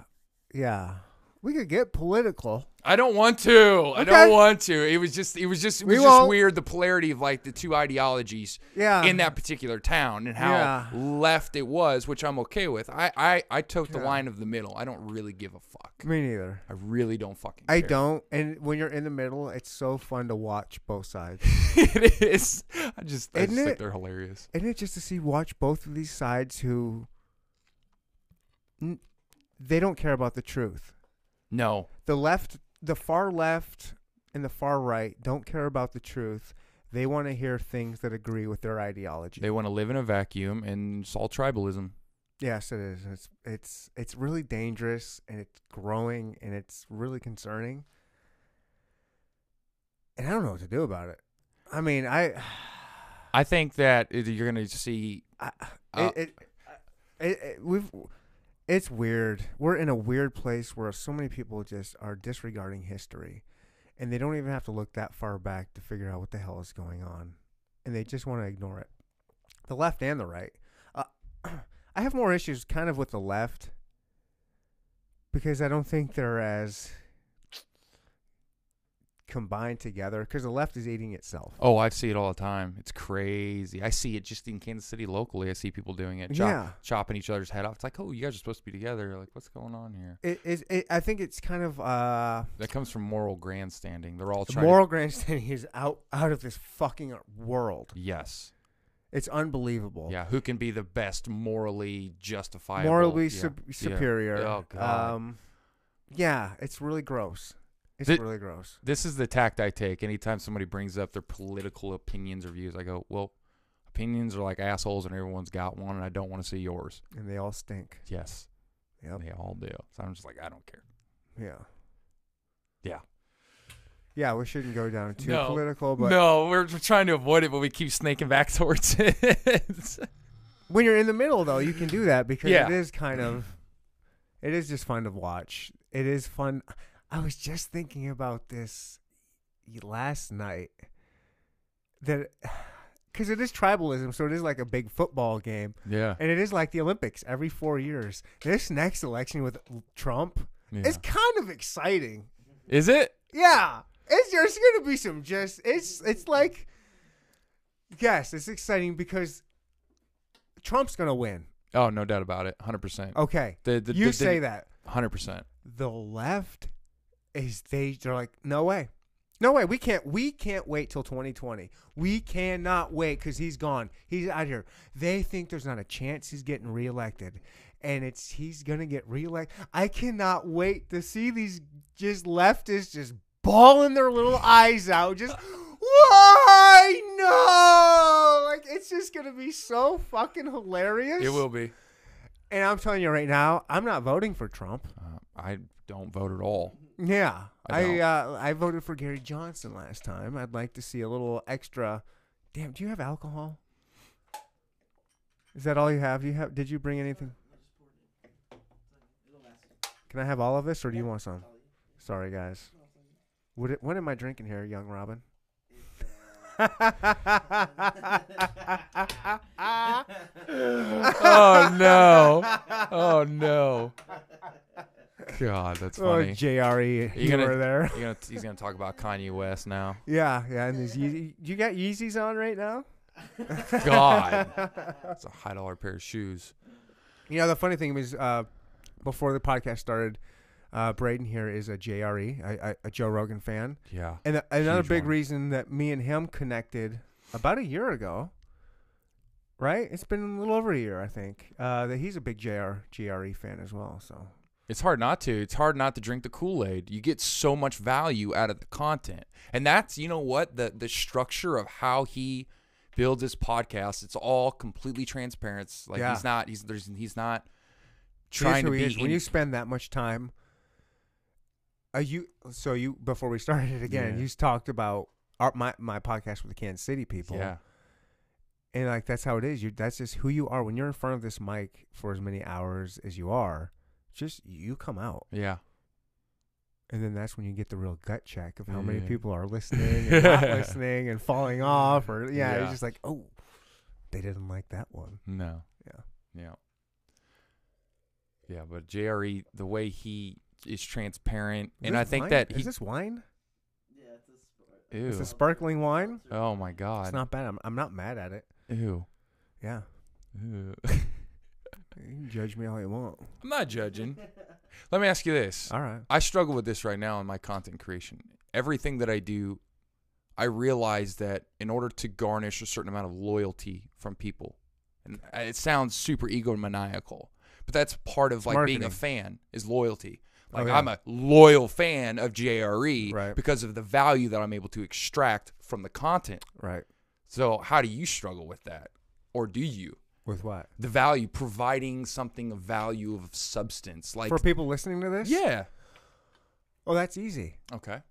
Yeah. We could get political. I don't want to. I Okay. don't want to. It was just it was just it We was won't. just weird the polarity of like the two ideologies Yeah. in that particular town and how Yeah. left it was, which I'm okay with. I I, I took the Yeah. line of the middle. I don't really give a fuck. Me neither. I really don't fucking I care. don't. And when you're in the middle, it's so fun to watch both sides. (laughs) (laughs) it is I just, I Isn't it? just think they're hilarious. Isn't it just to see watch both of these sides who n- they don't care about the truth. No. The left, the far left, and the far right don't care about the truth. They want to hear things that agree with their ideology. They want to live in a vacuum and it's all tribalism. yes, it is. It's it's it's really dangerous and it's growing and it's really concerning. And I don't know what to do about it. I mean, I I think that it- you're gonna see I, Uh, it, it, it, it- we've it's weird. We're in a weird place where so many people just are disregarding history, and they don't even have to look that far back to figure out what the hell is going on, and they just want to ignore it. The left and the right. Uh, (clears throat) I have more issues kind of with the left because I don't think they're as combined together because the left is eating itself. Oh, I see it all the time. It's crazy. I see it just in Kansas City locally. I see people doing it, chop, Yeah. chopping each other's head off. It's like, oh, you guys are supposed to be together. Like, what's going on here? It is. It, I think it's kind of uh, That comes from moral grandstanding. They're all The trying. to- moral grandstanding is out out of this fucking world. yes. It's unbelievable. Yeah. Who can be the best morally justifiable? morally Yeah. sup- Yeah. superior. Oh God. Um, yeah, it's really gross. It's Th- really gross. this is the tact I take. Anytime somebody brings up their political opinions or views, I go, well, opinions are like assholes, and everyone's got one, and I don't want to see yours. And they all stink. Yes. Yep. They all do. So I'm just like, I don't care. Yeah. Yeah. Yeah, we shouldn't go down too No. political, but no, we're, we're trying to avoid it, but we keep snaking back (laughs) towards it. when you're in the middle though, you can do that because Yeah. it is kind of it is just fun to watch. It is fun. I was just thinking about this last night that (sighs) cuz it is tribalism, so it is like a big football game yeah. and it is like the Olympics every 4 years. This next election with Trump is kind of exciting. Is it? Yeah, it's there's gonna be some just it's it's like yes, it's exciting because Trump's gonna win. Oh, no doubt about it. 100%. Okay, The- the- you the- the- say that 100%. the left is they they're like no way, No way, we can't. We can't wait till 2020. We cannot wait because he's gone. He's out here. They think there's not a chance he's getting reelected, and it's he's gonna get reelected. I cannot wait to see these just leftists just bawling their (laughs) little eyes out. Just why no? Like it's just gonna be so fucking hilarious. It will be. And I'm telling you right now, I'm not voting for Trump. Uh, I don't vote at all. Yeah, I I don't. uh, I voted for Gary Johnson last time. I'd like to see a little extra. Damn, do you have alcohol? Is that all you have? You have? Did you bring anything? Can I have all of this, or do you want some? Sorry, guys. What it, what am I drinking here, young Robin? (laughs) oh no! Oh no! God, (laughs) that's Oh, funny. JRE, You you gonna- were (laughs) there. You're gonna, he's gonna talk about Kanye West (laughs) now. Yeah, yeah. And these Yeezy, you got Yeezys on right now? God, that's a high dollar pair of shoes. You know, the funny thing was uh, before the podcast started, uh, Braden here is a JRE, a, a- a Joe Rogan fan. Yeah. And a, another Huge big one. reason that me and him connected about a year ago, right? It's been a little over a year, I think, uh, that he's a big JR, JRE E fan as well. So, It's hard not to. It's hard not to drink the Kool Aid. You get so much value out of the content, and that's you know what the the structure of how he builds his podcast. It's all completely transparent. It's Like Yeah. he's not. He's there's he's not Here's trying who to he be. is. when in- you spend that much time. Uh, you so you before we started again, Yeah. you talked about our, my my podcast with the Kansas City people. yeah. and like that's how it is. You that's just who you are when you're in front of this mic for as many hours as you are. Just you come out, Yeah. and then that's when you get the real gut check of how many Yeah. people are listening, and (laughs) not Yeah. listening, and falling off, or yeah, Yeah. it's just like oh, they didn't like that one. No. Yeah. Yeah. Yeah, but JRE, the way he is transparent, Is and this I think wine? that is he. this wine? ew. Is this sparkling wine? (laughs) oh my God. It's not bad. I'm I'm not mad at it. ew. Yeah, (laughs) Ew. you can judge me all you want. I'm not judging. Let me ask (laughs) you this. All right. I struggle with this right now in my content creation. Everything that I do, I realize that in order to garnish a certain amount of loyalty from people, and it sounds super egomaniacal, but that's part of like being a fan is loyalty. Oh, Like yeah. I'm a loyal fan of JRE Right. E because of the value that I'm able to extract from the content. Right. So how do you struggle with that, or do you? With what? The value providing something of value of substance, like For people listening to this? yeah, Oh, that's easy. okay,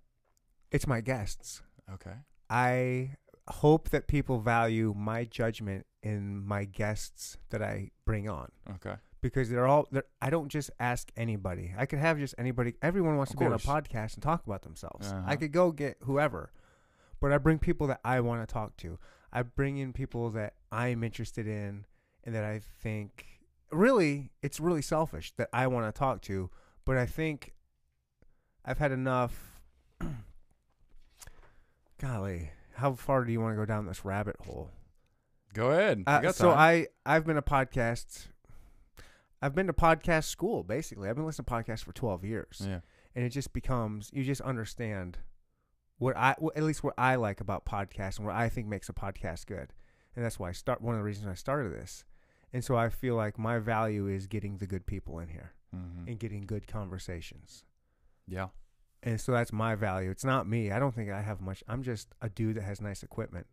It's my guests. okay, I hope that people value my judgment in my guests that I bring on okay. because they're all they're, I don't just ask anybody. I could have just anybody. Everyone wants Of to be on a course. podcast and talk about themselves. Uh-huh. I could go get whoever, but I bring people that I want to talk to. I bring in people that I'm interested in and that I think really it's really selfish that I want to talk to, but I think I've had enough. (clears throat) Golly, how far do you want to go down this rabbit hole? Go ahead. We Uh, got so time. I I've been a podcast. I've been to podcast school basically. I've been listening to podcasts for twelve years, yeah. and it just becomes you just understand what I well, at least what I like about podcasts and what I think makes a podcast good, and that's why I start one of the reasons I started this, and so I feel like my value is getting the good people in here Mm-hmm. and getting good conversations, Yeah. and so that's my value. It's not me. I don't think I have much. I'm just a dude that has nice equipment.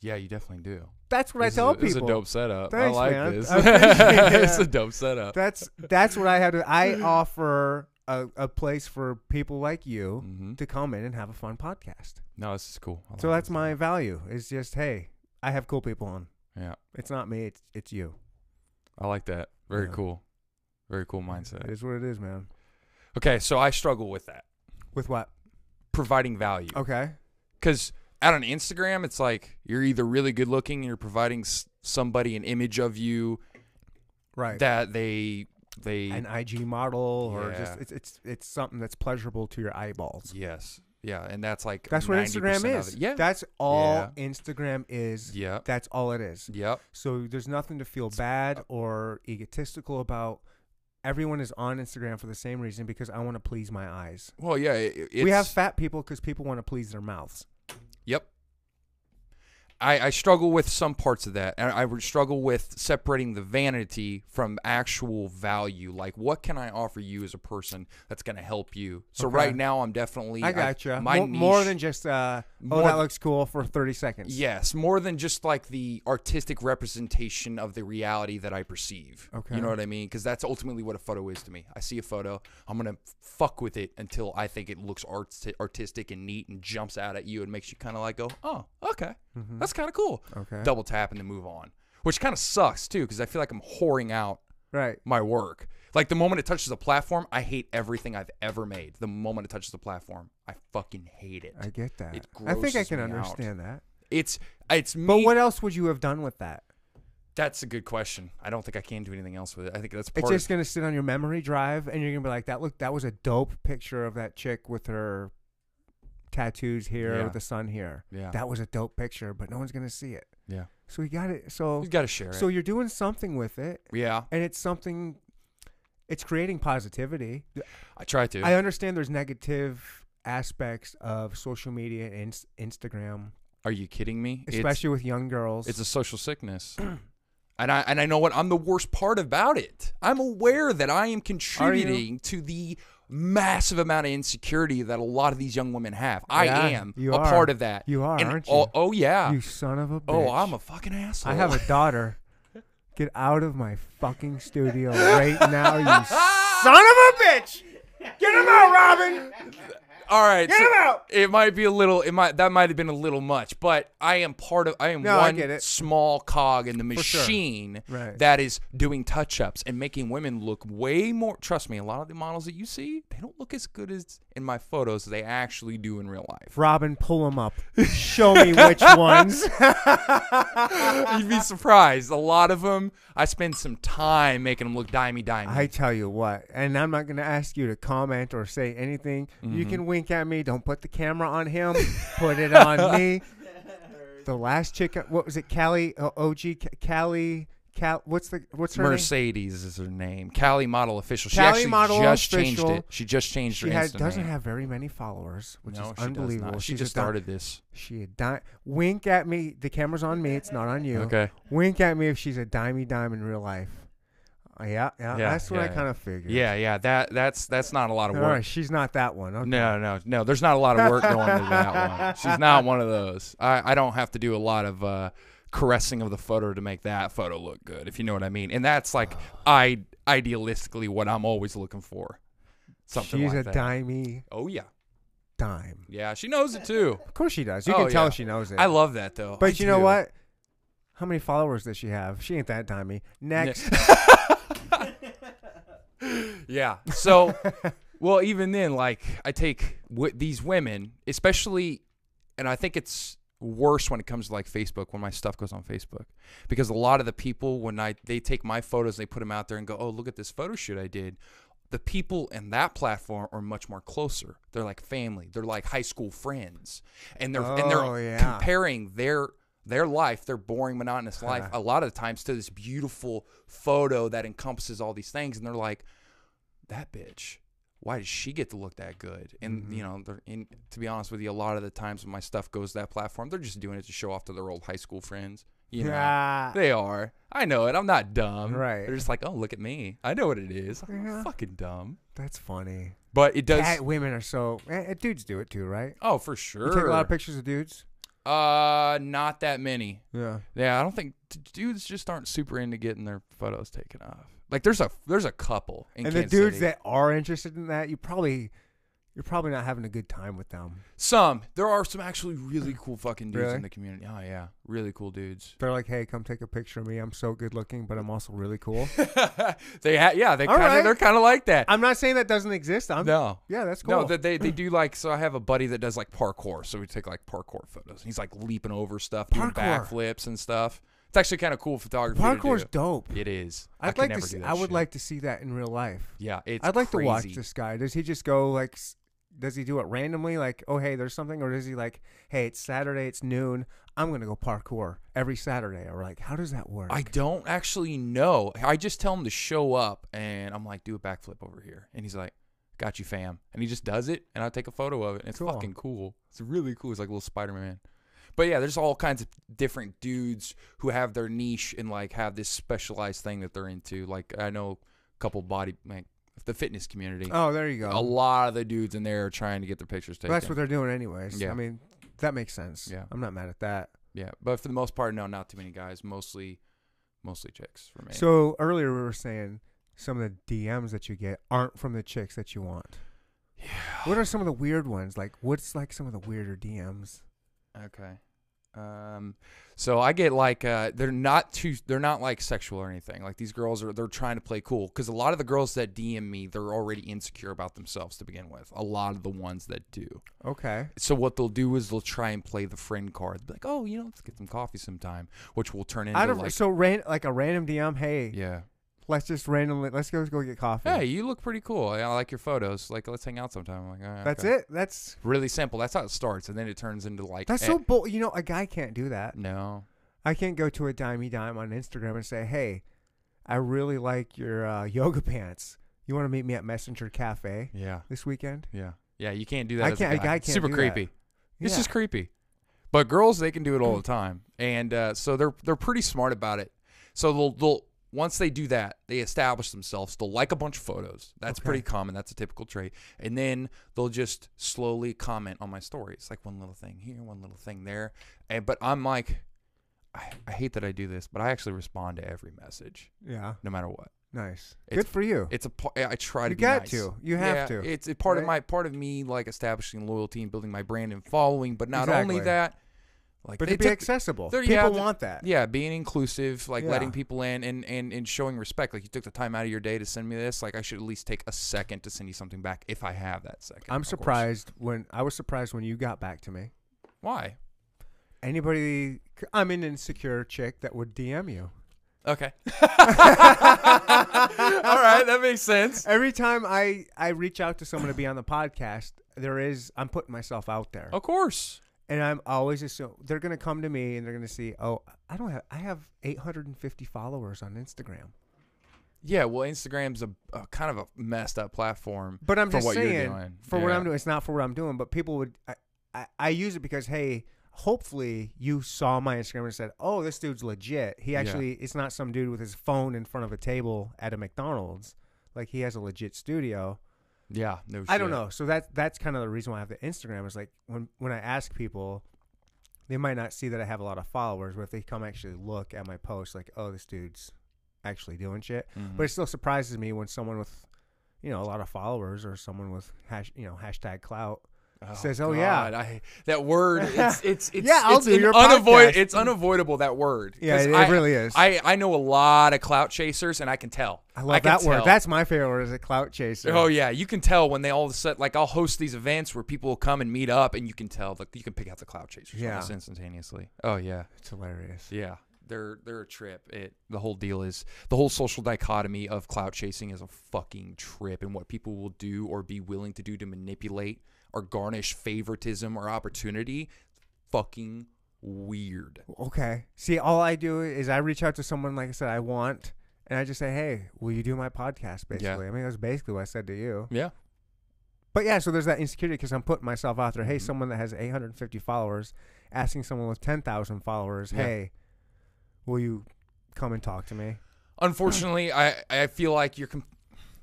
Yeah, you definitely do. That's what This I is tell a- people. This is a dope setup. Thanks, I like man. this. I (laughs) appreciate it. it's a dope setup. that's that's what I had. To, I offer a, a place for people like you hmm to come in and have a fun podcast. No, this is Oh, cool. I So like that's this. my value. It's just hey, I have cool people on. Yeah, It's not me. It's it's you. I like that. Very Yeah. cool. Very cool It mindset. is what it is, man. Okay, so I struggle with that With what? providing value Okay. because out on Instagram, it's like you're either really good looking and you're providing s- somebody an image of you Right. that they they An IG model or Yeah. just it's it's it's something that's pleasurable to your eyeballs. yes yeah, and that's like That's what 90% Instagram of is. it. Yeah. That's all Yeah. Instagram is. yeah. That's all it is. Yep. So there's nothing to feel bad or egotistical about. everyone is on Instagram for the same reason because I want to please my eyes. Well, yeah, it, it's, we have fat people because people want to please their mouths. Yep. I, I struggle with some parts of that. And I would struggle with separating the vanity from actual value. Like, what can I offer you as a person that's going to help you? So, Okay. right now, I'm definitely. I gotcha. my Mo- more niche- than just uh, oh, More that th- looks cool for thirty seconds. Yes, more than just like the artistic representation of the reality that I perceive. Okay. You know what I mean? Because that's ultimately what a photo is to me. I see a photo, I'm going to fuck with it until I think it looks arts- artistic and neat and jumps out at you and makes you kind of like go, oh, okay. That's kind of cool. Mm-hmm. Okay. Double tap and then move on, which kind of sucks too, because I feel like I'm whoring out Right. my work. Like the moment it touches a platform, I hate everything I've ever made. The moment it touches a platform, I fucking hate it. I get that. It I think I grosses can me out. understand that. It's it's me. But what else would you have done with that? That's a good question. I don't think I can do anything else with it. I think that's part It's just of gonna sit on your memory drive, and you're gonna be like, "That look, that was a dope picture of that chick with her tattoos here, Yeah. with the sun here. Yeah. That was a dope picture, but no one's gonna see it. yeah. So you got it. So You got to share it. so you're doing something with it, yeah, and it's something. It's creating positivity. I try to. I I, understand there's negative aspects of social media and ins- Instagram, Are you kidding me? It's- especially with young girls. it's, a social sickness. (clears throat) And I, and I know what I'm the worst part about it. I'm aware that I am contributing to the massive amount of insecurity that a lot of these young women have. I Yeah, am you a are. part of that. You are, And aren't all- you? Oh, yeah. you son of a bitch. oh, I'm a fucking asshole. I have a (laughs) daughter. Get out of my fucking studio right now, (laughs) you son of a bitch! Get him out, (laughs) Robin! All right. Get so him out! It might be a little. It might that might have been a little much, but I am part of. I am No, I get one it. small cog in the sure. machine Right. that is doing touch ups and making women look way more. Trust me, a lot of the models that you see, they don't look as good as in my photos as they actually do in real life. Robin, pull him up. Show me (laughs) which ones. You'd be surprised. A lot of them, I spend some time making them look dimey dimey. I tell you what, and I'm not gonna ask you to comment or say anything. You Mm-hmm. can wink at me. Don't put the camera on (laughs) him. put it on me. The last chick, what was it? Callie, uh, OG, Ca- Callie, Cal. What's the what's her name? Mercedes is her name. Cali model official. She Cali actually model just official. changed it. She just changed She her has, Insta doesn't name. have very many followers, which no, is she Does unbelievable. not. She She's just a di- started this. She a di- wink at me. The camera's on me. It's not on you. Okay. Wink at me if she's a dimey dime in real life. Uh, yeah, yeah, Yeah, That's what yeah, I yeah. kind of figured. Yeah, yeah, that that's that's not a lot of All work. right, she's not that one. Okay. No, no, no. There's not a lot of work going (laughs) into that one. She's not one of those. I, I don't have to do a lot of uh, caressing of the photo to make that photo look good, if you know what I mean. And that's like Ah. I idealistically what I'm always looking for. Something she's a like that. dimey oh yeah, dime. yeah. She knows (laughs) it too. Of course she does. You Oh, can tell yeah. she knows it. I love that though. But I you know do. what? How many followers does she have? She ain't that dimey. Next. (laughs) Yeah. (laughs) So, well, even then, like I take w- these women, especially, and I think it's worse when it comes to like Facebook when my stuff goes on Facebook because a lot of the people when I they take my photos they put them out there and go, oh look at this photo shoot I did. The people in that platform are much more closer. They're like family. They're like high school friends, and they're and Oh, they're yeah. comparing their their life, their boring, monotonous life, a lot of the times to this beautiful photo that encompasses all these things, and they're like, that bitch. Why does she get to look that good? And Mm-hmm. you know, they're in, to be honest with you, a lot of the times when my stuff goes to that platform, they're just doing it to show off to their old high school friends. You know, Yeah. they are. I know it. I'm not dumb. Right. They're just like, oh, look at me. I know what it is. I'm not Yeah. fucking dumb. That's funny. But it does. Cat women are so. eh, dudes do it too, right? oh, for sure. You take a lot of pictures of dudes. uh, not that many. Yeah. Yeah, I don't think d- dudes just aren't super into getting their photos taken off. Like there's a there's a couple in and the Kansas dudes City. that are interested in that, you probably, you're probably not having a good time with them. some there are some actually really cool fucking dudes Really? in the community. Oh yeah, really (laughs) cool dudes. They're like, hey, come take a picture of me. I'm so good looking, but I'm also really (laughs) cool. they ha- yeah they All kind of right. they're kind of like that. I'm not saying that doesn't exist. I'm. no. Yeah, that's cool. No, that (clears throat) they, they do like so. I have a buddy that does like parkour, so we take like parkour photos. And he's like leaping over stuff, doing Parkour. backflips and stuff. It's actually kind of cool photography. to Parkour's do. dope. It is. I I'd could like never to. See, do that I would shit. like to see that in real life. Yeah, it's. I'd like to watch crazy. this guy. Does he just go like s- does he do it randomly? Like, oh hey, there's something, or is he like, hey, it's Saturday, it's noon, I'm gonna go parkour every Saturday, or like, how does that work? I don't actually know. I just tell him to show up, and I'm like, do a backflip over here, and he's like, "Got you, fam," and he just does it, and I take a photo of it, and it's Cool. fucking cool. It's really cool. It's like a little Spider Man. But yeah, there's all kinds of different dudes who have their niche and like have this specialized thing that they're into. Like I know a couple body, like the fitness community. oh, there you go. A lot of the dudes in there are trying to get their pictures taken. Well, that's what they're doing, anyways. Yeah. I mean, that makes sense. Yeah. I'm not mad at that. yeah, but for the most part, no, not too many guys. Mostly, mostly chicks for me. So earlier we were saying some of the DMs that you get aren't from the chicks that you want. yeah. What are some of the weird ones? Like, what's like some of the weirder DMs? Okay. Um, so I get like uh, they're not too they're not like sexual or anything. Like these girls are they're trying to play cool because a lot of the girls that DM me they're already insecure about themselves to begin with. A lot of the ones that do. Okay. So what they'll do is they'll try and play the friend card. Be like, oh, you know, let's get some coffee sometime, which will turn into Out of like so ran like a random DM. Hey, yeah. let's just randomly let's go go get coffee. Hey, you look pretty cool. I I like your photos. Like, let's hang out sometime. I'm like, all right, that's okay. it. That's Really simple. That's how it starts, and then it turns into like that's eh, so bull. You know, a guy can't do that. no. I can't go to a dimey dime on Instagram and say, hey, I really like your uh, yoga pants. You want to meet me at Messenger Cafe Yeah. this weekend? Yeah. Yeah, you can't do that. I as a can't- a guy. guy can't Super do that. creepy. It's Yeah. just creepy. But girls, they can do it all the time, and uh, so they're they're pretty smart about it. So they'll they'll once they do that, they establish themselves. They'll like a bunch of photos. That's Okay. pretty common. That's a typical trait. And then they'll just slowly comment on my stories, like one little thing here, one little thing there. And but I'm like, I, I hate that I do this, but I actually respond to every message, yeah. no matter what. Nice. It's- Good for you. It's a par- I try to. You be got nice. to. You have Yeah, to, It's a part of right? my part of me like establishing loyalty and building my brand and following. But not only Exactly. that, like but they to be took- accessible. there- People yeah, the- want that. Yeah, being inclusive, like Yeah. letting people in and, and and showing respect. Like you took the time out of your day to send me this. Like I should at least take a second to send you something back if I have that second. I'm of course. surprised when I was surprised when you got back to me. Why? Anybody, I'm an insecure chick that would DM you. (laughs) Okay. All right, that makes sense. Every time I I reach out to someone to be on the podcast, there is I'm putting myself out there, Of course. and I'm always assume they're gonna come to me and they're gonna see, oh, I don't have I have 850 followers on Instagram, Yeah, well, Instagram's a, a kind of a messed up platform. but I'm for just what saying you're doing. for what Yeah. I'm doing, it's not for what I'm doing, but people would I, I I use it because hey. Hopefully you saw my Instagram and said, "Oh, this dude's legit. He Yeah. actually it's not some dude with his phone in front of a table at a McDonald's. Like he has a legit studio." Yeah, no. I don't shit. know. So that that's kind of the reason why I have the Instagram is like when when I ask people, they might not see that I have a lot of followers, but if they come actually look at my post, like, oh, this dude's actually doing shit. Mhm. But it still surprises me when someone with you know a lot of followers or someone with hash you know hashtag clout. says, "Oh, yeah." God, I, that word. (laughs) It's it's it's, Yeah, I'll it's do an your unavoid- podcast. It's unavoidable that word. Yeah, 'Cause it- it I- really is. I I know a lot of clout chasers, and I can tell. I love can that word. tell. That's my favorite word is a clout chaser. Oh yeah, you can tell when they all of a sudden like I'll host these events where people will come and meet up, and you can tell like you can pick out the clout chasers Yeah. almost instantaneously. Oh yeah, It's hilarious. yeah. They're they're a trip. It the whole deal is the whole social dichotomy of clout chasing is a fucking trip, and what people will do or be willing to do to manipulate or garnish favoritism or opportunity, fucking weird. Okay. See, all I do is I reach out to someone like I said I want, and I just say, hey, will you do my podcast? Basically, I mean that's basically what I said to you. Yeah, But yeah, so there's that insecurity because I'm putting myself out there. Hey, Mhm. someone that has 850 followers, asking someone with 10,000 followers, Yeah. hey, will you come and talk to me? unfortunately, I I feel like you're. Com-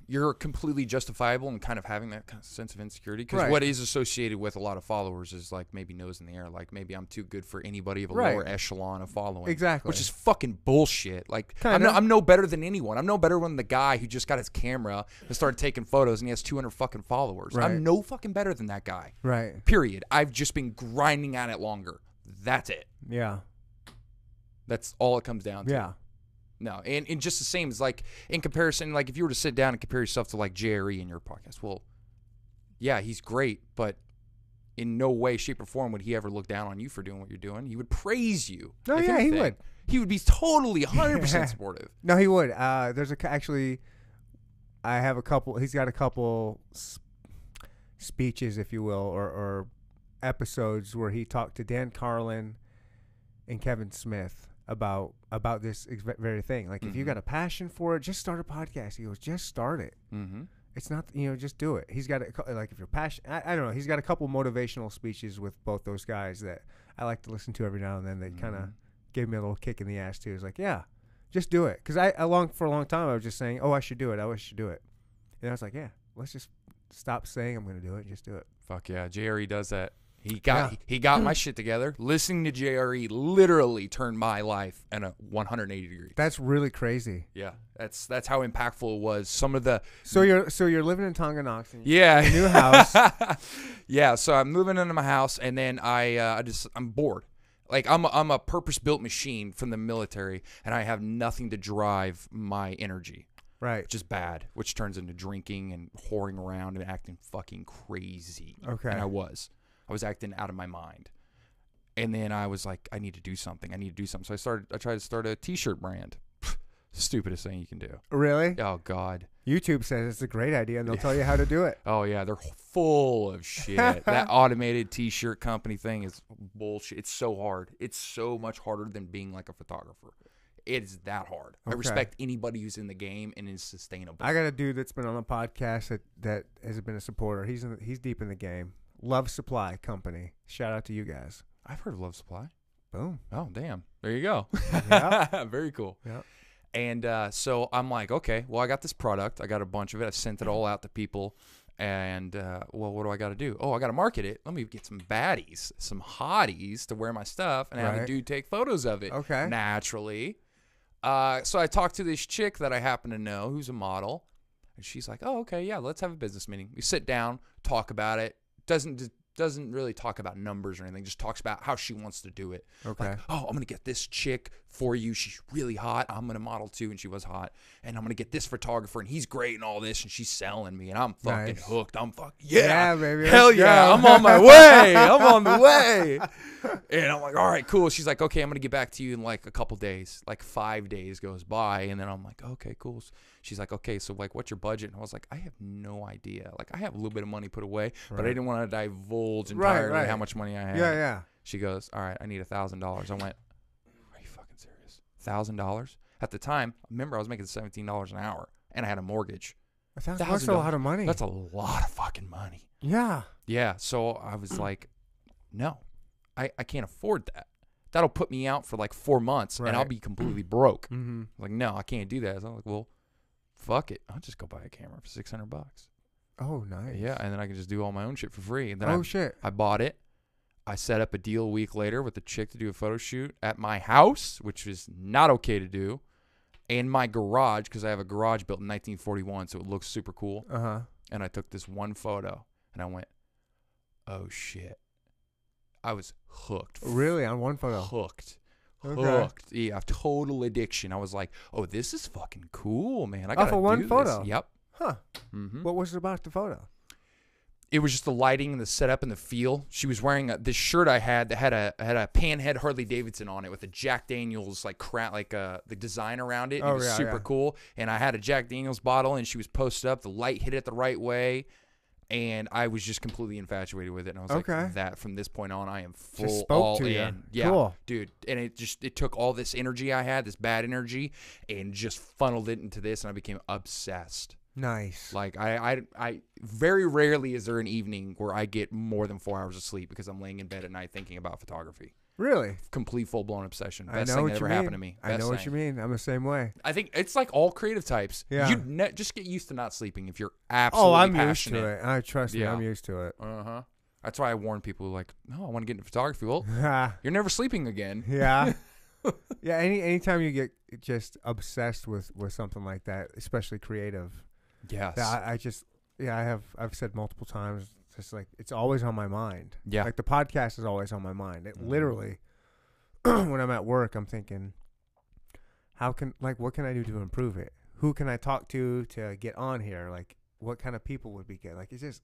you're completely justifiable in kind of having that kind of sense of insecurity because Right. what is associated with a lot of followers is like maybe nose in the air, like maybe I'm too good for anybody of a Right. lower echelon of following. Exactly. which is fucking bullshit. Like I'm Kinda. no, I'm no better than anyone. I'm no better than the guy who just got his camera and started taking photos and he has 200 fucking followers. Right. I'm no fucking better than that guy. right. Period. I've just been grinding at it longer. That's it. Yeah. That's all it comes down to. Yeah. No, and, and just the same as like in comparison, like if you were to sit down and compare yourself to like Jerry in your podcast, well, yeah, he's great, but in no way, shape, or form would he ever look down on you for doing what you're doing. He would praise you. Oh, If yeah, he anything, would. He would be totally (laughs) 100% Yeah. supportive. No, he would. Uh, there's a c- actually, I have a couple. He's got a couple. s- speeches, if you will, or, or episodes where he talked to Dan Carlin and Kevin Smith about about this ex- very thing. Like, if you Mhm. got a passion for it, just start a podcast. He goes, just start it. Mm-hmm. It's not you know, just do it. He's got a, cou- like if you're passionate. I, I don't know. He's got a couple motivational speeches with both those guys that I like to listen to every now and then. That kind of Mhm. gave me a little kick in the ass too. It's like, yeah, just do it. Because I, I long for a long time. I was just saying, oh, I should do it. I wish I should do it. And I was like, yeah, let's just stop saying I'm going to do it. and Just do it. Fuck yeah, Jerry does that. He got Yeah. he got my shit together. Listening to Jerry literally turned my life in a 180 degree. That's really crazy. Yeah, that's that's how impactful it was. Some of the So you're so you're living in Tonganox and yeah new (laughs) house. yeah, so I'm moving into my house, and then I uh, I just I'm bored. Like I'm a, I'm a purpose built machine from the military, and I have nothing to drive my energy, right. which is bad. Which turns into drinking and whoring around and acting fucking crazy. Okay. and I was I was acting out of my mind. And then I was like, I need to do something. I need to do something. So I started. I tried to start a T-shirt brand. (laughs) Stupidest thing you can do. Really? Oh God. YouTube says it's a great idea and they'll tell you how to do it. Oh yeah, they're full of shit. (laughs) that automated t-shirt company thing is bullshit. It's so hard. It's so much harder than being like a photographer. It's that hard. I Okay. respect anybody who's in the game and is sustainable. I got a dude that's been on the podcast that, that has been a supporter. He's in, he's deep in the game. Love Supply Company. Shout out to you guys. I've heard of Love Supply. Boom. Oh damn. There you (laughs) go. Very cool. Yeah. And uh, so I'm like, okay, well, I got this product. I got a bunch of it. I've sent it all out to people. And uh, well, what do I got to do? Oh, I got to market it. Let me get some baddies, some hotties to wear my stuff, and have Right. a dude take photos of it. Okay. Naturally. Uh, so I talked to this chick that I happen to know who's a model. And she's like, "Oh, okay, yeah, let's have a business meeting." We sit down, talk about it. Doesn't doesn't really talk about numbers or anything. Just talks about how she wants to do it. Okay. Like, oh, I'm gonna get this chick for you. She's really hot. I'm gonna model too, and she was hot. And I'm gonna get this photographer, and he's great, and all this, and she's selling me, and I'm fucking Nice. hooked. I'm fuck yeah, Yeah, baby, hell let's yeah, go. I'm on (laughs) my way. (laughs) I'm on the way. And I'm like, all right, cool. She's like, okay, I'm gonna get back to you in like a couple days. Like five days goes by, and then I'm like, okay, cool. She's like, okay, so like, what's your budget? And I was like, I have no idea. Like, I have a little bit of money put away, but I Right. didn't want to divulge Right, entirely right. how much money I had. Yeah, yeah. She goes, "All right, I need a thousand dollars." I went, "Are you fucking serious? Thousand dollars?" At the time, remember I was making seventeen dollars an hour, and I had a mortgage. A thousand bucks Thousand is a dollars. lot of money. That's a lot of fucking money. yeah. Yeah. So (clears throat) I was like, "No, I I can't afford that. That'll put me out for like four months, and I'll Right. be completely broke." Mm-hmm. Like, no, I can't do that. So I'm like, "Well, fuck it. I'll just go buy a camera for six hundred bucks. Oh, nice. Yeah, and then I can just do all my own shit for free." And then oh I shit. I bought it. I set up a deal a week later with a chick to do a photo shoot at my house, which is not okay to do, and my garage because I have a garage built in 1941, so it looks super cool. Uh huh. And I took this one photo, and I went, "Oh shit!" I was hooked. Really on one photo. Hooked. Okay. Hooked. Yeah, total addiction. I was like, "Oh, this is fucking cool, man!" I Off got of one photo? Yep. Huh. Mm-hmm What was it about the photo? it was just the lighting and the setup and the feel. She was wearing a, this shirt I had that had a had a panhead Harley Davidson on it with a Jack Daniels like crown like uh the design around it. Oh, it was yeah, super yeah. cool. And I had a Jack Daniels bottle and she was posted up. The light hit it the right way, and I was just completely infatuated with it. And I was Okay. like, that from this point on, I am full Just spoke all to you. in. Yeah, Cool. dude. And it just it took all this energy I had, this bad energy, and just funneled it into this, and I became obsessed. Nice. Like I, I, I very rarely is there an evening where I get more than four hours of sleep because I'm laying in bed at night thinking about photography. really. Complete full blown obsession. I Best know thing what that you ever mean. happened to me. I Best know what thing. you mean. I'm the same way. I think it's like all creative types. Yeah. You ne- just get used to not sleeping if you're absolutely oh, I'm passionate. used to it. I trust me. Yeah. I'm used to it. Uh huh. That's why I warn people like, no, I want to get into photography. (laughs) Well, Ha. you're never sleeping again. (laughs) yeah. yeah. Any anytime you get just obsessed with with something like that, especially creative. Yes. Yeah. I, I just yeah. I have I've said multiple times. Just like it's always on my mind. yeah. Like the podcast is always on my mind. It Mhm. literally, (clears throat) when I'm at work, I'm thinking, how can like what can I do to improve it? Who can I talk to to get on here? Like what kind of people would be good? Like it's just,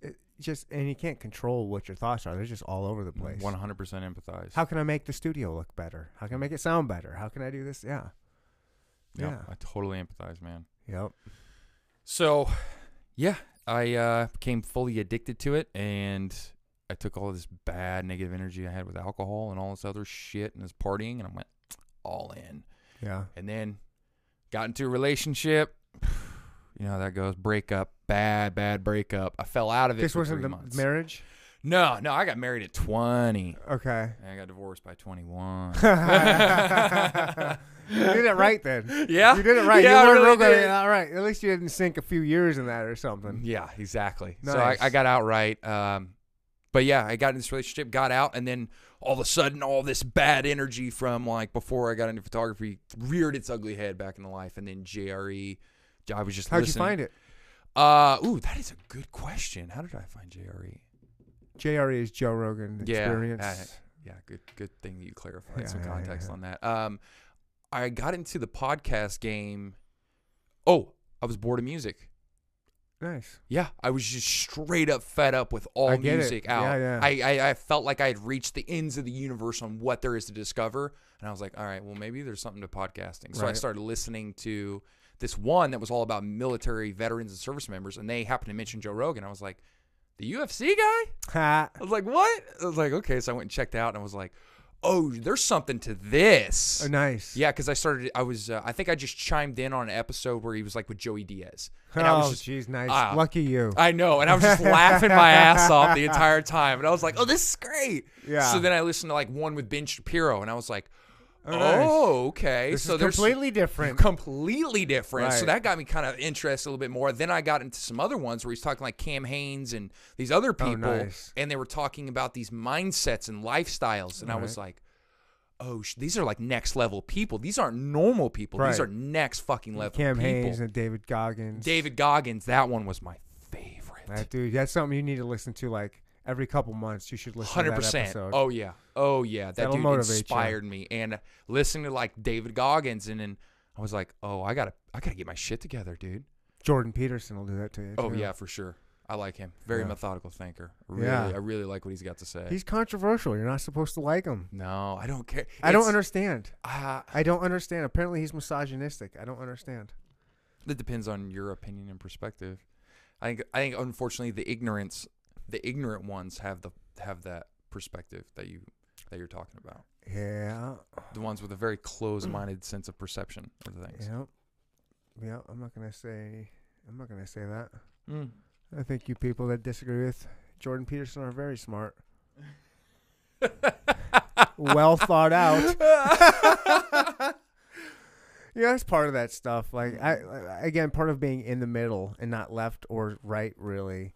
it just and you can't control what your thoughts are. They're just all over the place. 100% empathize. How can I make the studio look better? How can I make it sound better? How can I do this? Yeah. yeah. yeah. I totally empathize, man. Yep. So, yeah, I uh, became fully addicted to it, and I took all this bad negative energy I had with alcohol and all this other shit and this partying, and I went all in. Yeah. And then got into a relationship. (sighs) You know how that goes. Breakup, bad, bad breakup. I fell out of it. This for wasn't three the months. marriage. No, no, I got married (laughs) at 20. (laughs) Okay. And I got divorced by (laughs) 21. you did it right then. Yeah. You did it right. Yeah, you I weren't really real good. did. Mm-hmm. All right. At least you didn't sink a few years in that or something. Yeah, exactly. So I, I Nice. got out right. Um, but yeah, I got in this relationship, got out, and then all of a sudden, all this bad energy from like before I got into photography reared its ugly head back into life, and then JRE. I was just How'd listening. you find it? Uh, ooh, that is a good question. How did I find JRE? JRE E is Joe Rogan experience. Yeah, uh, yeah, good good thing that you clarified Yeah, some yeah, yeah, context yeah. on that. Um, I got into the podcast game. Oh, I was bored of music. nice. Yeah, I was just straight up fed up with all I get it. music out. Yeah, yeah. I, I I felt like I had reached the ends of the universe on what there is to discover, and I was like, all right, well maybe there's something to podcasting. So I Right. started listening to this one that was all about military veterans and service members, and they happened to mention Joe Rogan. I was like, the UFC guy. Ha. I was like, what? I was like, okay. So I went and checked out, and I was like, oh, there's something to this. Oh, nice. Yeah, because I started. I was. Uh, I think I just chimed in on an episode where he was like with Joey Diaz, and I was oh, just. jeez, nice. ah. Lucky you. I know, and I was just laughing my ass off the entire time, and I was like, "Oh, this is great!" Yeah. So then I listened to like one with Ben Shapiro, and I was like, "Oh, nice. okay." this so is there's completely different. (laughs) completely different. So Right. that got me kind of interested a little bit more. Then I got into some other ones where he's talking like Cam Haynes and these other people, Oh, nice. and they were talking about these mindsets and lifestyles, and I was like, "Oh, sh- these are like next level people. These aren't normal people. These Right. are next fucking level Cam people." Haynes and David Goggins. David Goggins, that one was my favorite. That dude. That's something you need to listen to like every couple months. You should listen Hundred to that percent. episode. Oh yeah. Oh yeah. That That'll dude motivate you. inspired me. And listening to like David Goggins, and then I was like, oh, I gotta, I gotta get my shit together, dude. Jordan Peterson will do that to you. Oh too. yeah, for sure. I like him. Very Yeah. methodical thinker. Really, Yeah. I really like what he's got to say. He's controversial. You're not supposed to like him. no, I don't care. I don't It's- understand. ah, I don't understand. Apparently, he's misogynistic. I don't understand. that depends on your opinion and perspective. I think. I think unfortunately, the ignorance, the ignorant ones have the have that perspective that you that you're talking about. Yeah. The ones with a very closed-minded sense of perception of things. Yeah. Yeah. I'm not gonna say. I'm not gonna say that. Mm. I think you people that disagree with Jordan Peterson are very smart. well thought out. yeah, that's part of that stuff. Like I, I- again, part of being in the middle and not left or right really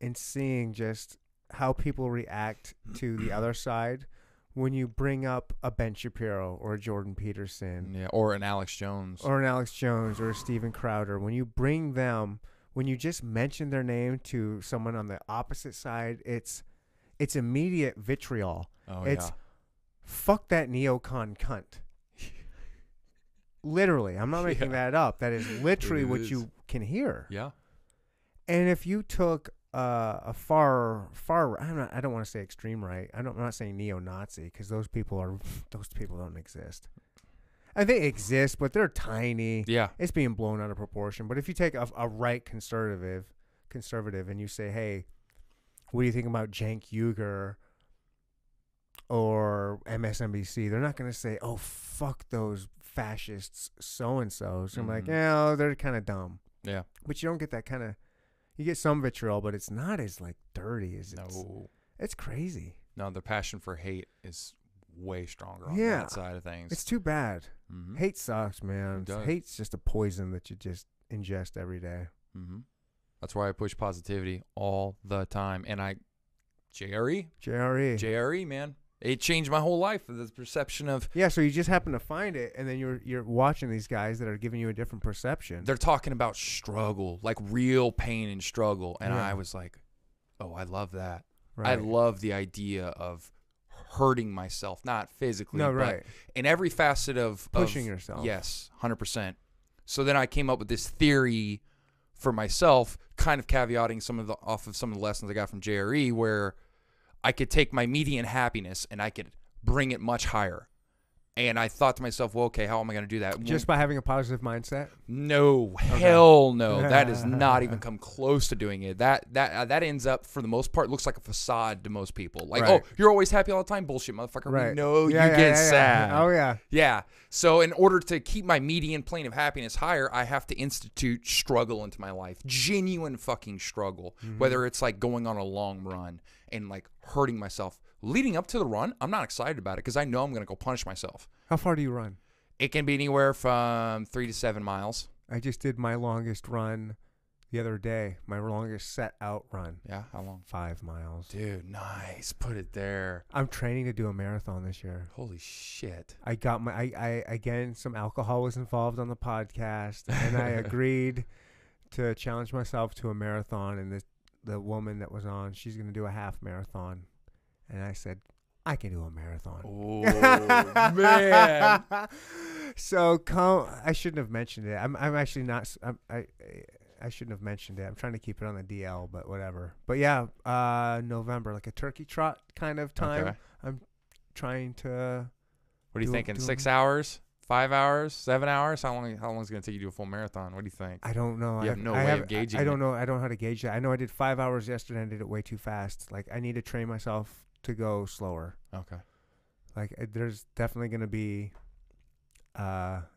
and seeing just how people react to the other side when you bring up a Ben Shapiro or a Jordan Peterson Yeah, or an Alex Jones. or an Alex Jones or a Steven Crowder, when you bring them, when you just mention their name to someone on the opposite side, it's it's immediate vitriol. oh it's Fuck that neocon cunt. Literally, I'm not making Yeah. that up. That is literally It what is. you can hear. yeah. And if you took uh, a far far, I'm not, I don't want to say extreme right. I don't, I'm not saying neo-Nazi because those people are those people don't exist. And they exist, but they're tiny Yeah. Yeah. it's being blown out of proportion. But if you take a, a right conservative, conservative, and you say, "Hey, what do you think about Jank Uger or MSNBC?" They're not going to say, "Oh, fuck those fascists, so and so's." I'm like, Mhm. "Yeah, oh, they're kind of dumb." Yeah. But you don't get that kind of. You get some vitriol, but it's not as like dirty as it's. No. It's crazy. No, the passion for hate is way stronger on Yeah. that side of things. It's too bad. mm-hmm. Hate sucks, man. does. Hate's just a poison that you just ingest every day. Mm-hmm. That's why I push positivity all the time. And I, JRE, JRE. JRE, man, it changed my whole life. The perception of Yeah, so you just happen to find it, and then you're you're watching these guys that are giving you a different perception. they're talking about struggle, like real pain and struggle. And Yeah. I was like, oh, I love that. I Right. love the idea of hurting myself, not physically, No, but right. in every facet of of- Pushing yourself. Yes, hundred percent. So then I came up with this theory for myself, kind of caveating some of the off of some of the lessons I got from E JRE, where I could take my median happiness and I could bring it much higher. And I thought to myself, well, okay, how am I going to do that? Just by having a positive mindset. No, hell no. That (laughs) does not even come close to doing it. That that uh, that ends up for the most part looks like a facade to most people. Like, Right. oh, you're always happy all the time, bullshit, motherfucker. Right. We know Yeah, yeah, you get yeah, yeah. sad. Oh, yeah. yeah. So in order to keep my median plane of happiness higher, I have to institute struggle into my life, genuine fucking struggle. Mm-hmm. Whether it's like going on a long run and like hurting myself. Leading up to the run, I'm not excited about it because I know I'm gonna go punish myself. How far do you run? It can be anywhere from three to seven miles. I just did my longest run the other day. My longest set out run, Yeah, how long? five miles. Dude, nice. Put it there. I'm training to do a marathon this year. Holy shit. I got my I, I again some alcohol was involved on the podcast and (laughs) I agreed to challenge myself to a marathon and the the woman that was on she's going to do a half marathon and I said I can do a marathon. (laughs) (laughs) Oh man. so come I shouldn't have mentioned it. I'm I'm actually not s- I'm, I I shouldn't have mentioned it. I'm trying to keep it on the DL but whatever. But yeah, uh November like a turkey trot kind of time. Okay. I'm trying to What are you Do a- thinking? do a Six hours? Five hours? Seven hours? How long how long is it gonna take you to do a full marathon? What do you think? I don't know. I You have no I way of haven't- I- gauging I don't it. know. I don't know how to gauge that. I know I did five hours yesterday and I did it way too fast. Like I need to train myself to go slower. Okay. Like uh, there's definitely going to be, uh,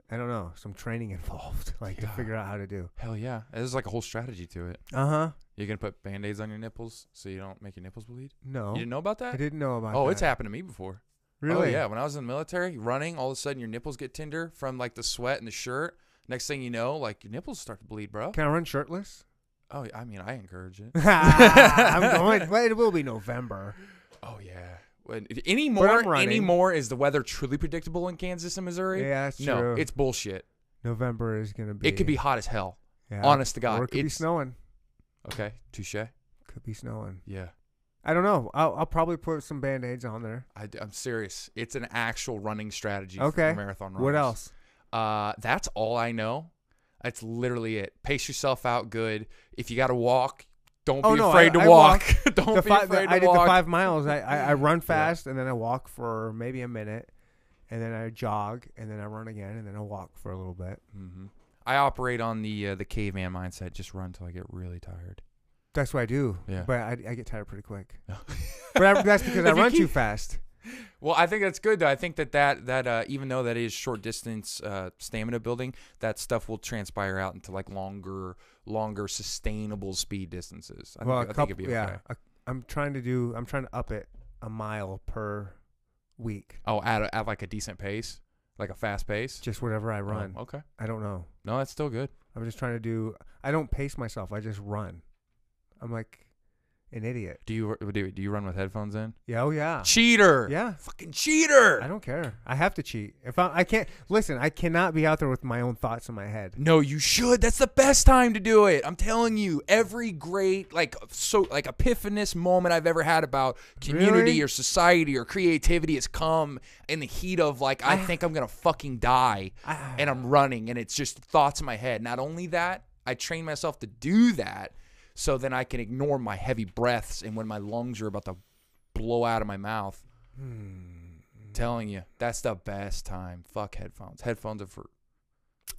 I don't know, some training (laughs) involved. Like to Yeah. figure out how to do. Hell yeah. There's like a whole strategy to it. Uh huh. You're gonna put band aids on your nipples so you don't make your nipples bleed? No, You didn't know about I that? didn't know about. Oh, that. it's happened to me before. really. Oh yeah. When I was in the military, running, all of a sudden your nipples get tender from like the sweat and the shirt. Next thing you know, like your nipples start to bleed, bro. Can I run (laughs) shirtless? (laughs) Oh, I mean, I encourage it. I'm going. Well, it will be November. Oh yeah. When, any I'm more, running. any more is the weather truly predictable in Kansas and Missouri? Yeah, that's no, true. it's bullshit. November is going to be. It could be hot as hell. yeah. honest to God, Or it could be it's- snowing. Okay, touche. Could be snowing. Yeah, I don't know. I'll, I'll probably put some band aids on there. I, am serious. It's an actual running strategy. Okay. for marathon. Runners. What else? Uh, that's all I know. That's literally it. Pace yourself out good. If you got to walk, don't Oh, be no, afraid I- to I walk. walk. (laughs) don't the be fi- the- afraid I to did the walk. five miles. I, I, I (laughs) run fast and then I walk for maybe a minute and then I jog and then I run again and then I walk for a little bit. hmm I operate on the uh, the caveman mindset. Just run till I get really tired. (laughs) That's what I do. Yeah. But I, I get tired pretty quick. but I, that's because I If you run too keep- fast. Well, I think that's good though. I think that that that uh, even though that is short distance uh, stamina building, that stuff will transpire out into like longer, longer sustainable speed distances. I well, think, a I think couple. it'd be yeah. okay. i I'm trying to do. I'm trying to up it a mile per week. Oh, at a, at like a decent pace, like a fast pace. Just whatever I Oh, run. okay. I don't know. No, that's still good. I'm just trying to do. I don't pace myself. I just run. I'm like an idiot. Do you do, do you run with headphones in? Yeah. Oh yeah. Cheater. Yeah. Fucking cheater. I don't care. I have to cheat. If I, I can't listen, I cannot be out there with my own thoughts in my head. No, you should. That's the best time to do it. I'm telling you, every great like so like epiphanous moment I've ever had about community Really? or society or creativity has come in the heat of like I think I'm gonna fucking die and I'm running and it's just thoughts in my head. Not only that, I train myself to do that so then I can ignore my heavy breaths and when my lungs are about to blow out of my mouth. Telling you, that's the best time. Fuck headphones. Headphones are for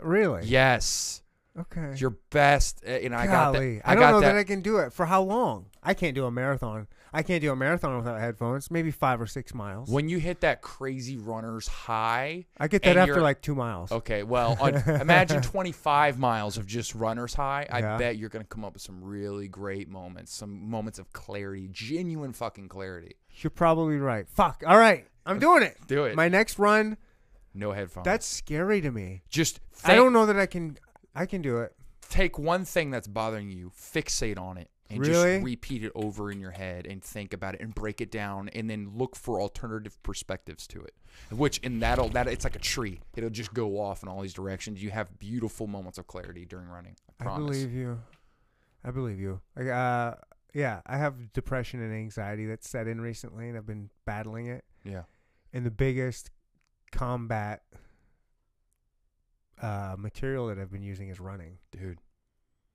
Really? yes. Okay. Your best, uh, you know. I got that. Golly. I, don't got know that. that. I can do it. For how long? I can't do a marathon. I can't do a marathon without headphones. Maybe five or six miles. when you hit that crazy runner's high, I get that and after you're- like two miles. (laughs) Okay, well, on, imagine 25 miles of just runner's high. I Yeah. bet you're going to come up with some really great moments, some moments of clarity, genuine fucking clarity. You're probably right. Fuck. All right. I'm doing it. Do it. My next run. no headphones. That's scary to me. just. I don't think- know that I can. I can do it. Take one thing that's bothering you, fixate on it, and Really? just repeat it over in your head, and think about it, and break it down, and then look for alternative perspectives to it. Which, and that'll that it's like a tree; it'll just go off in all these directions. You have beautiful moments of clarity during running. I I promise. believe you. I believe you. Like, uh, yeah, I have depression and anxiety that's set in recently, and I've been battling it. Yeah. And the biggest combat uh, material that I've been using is running. dude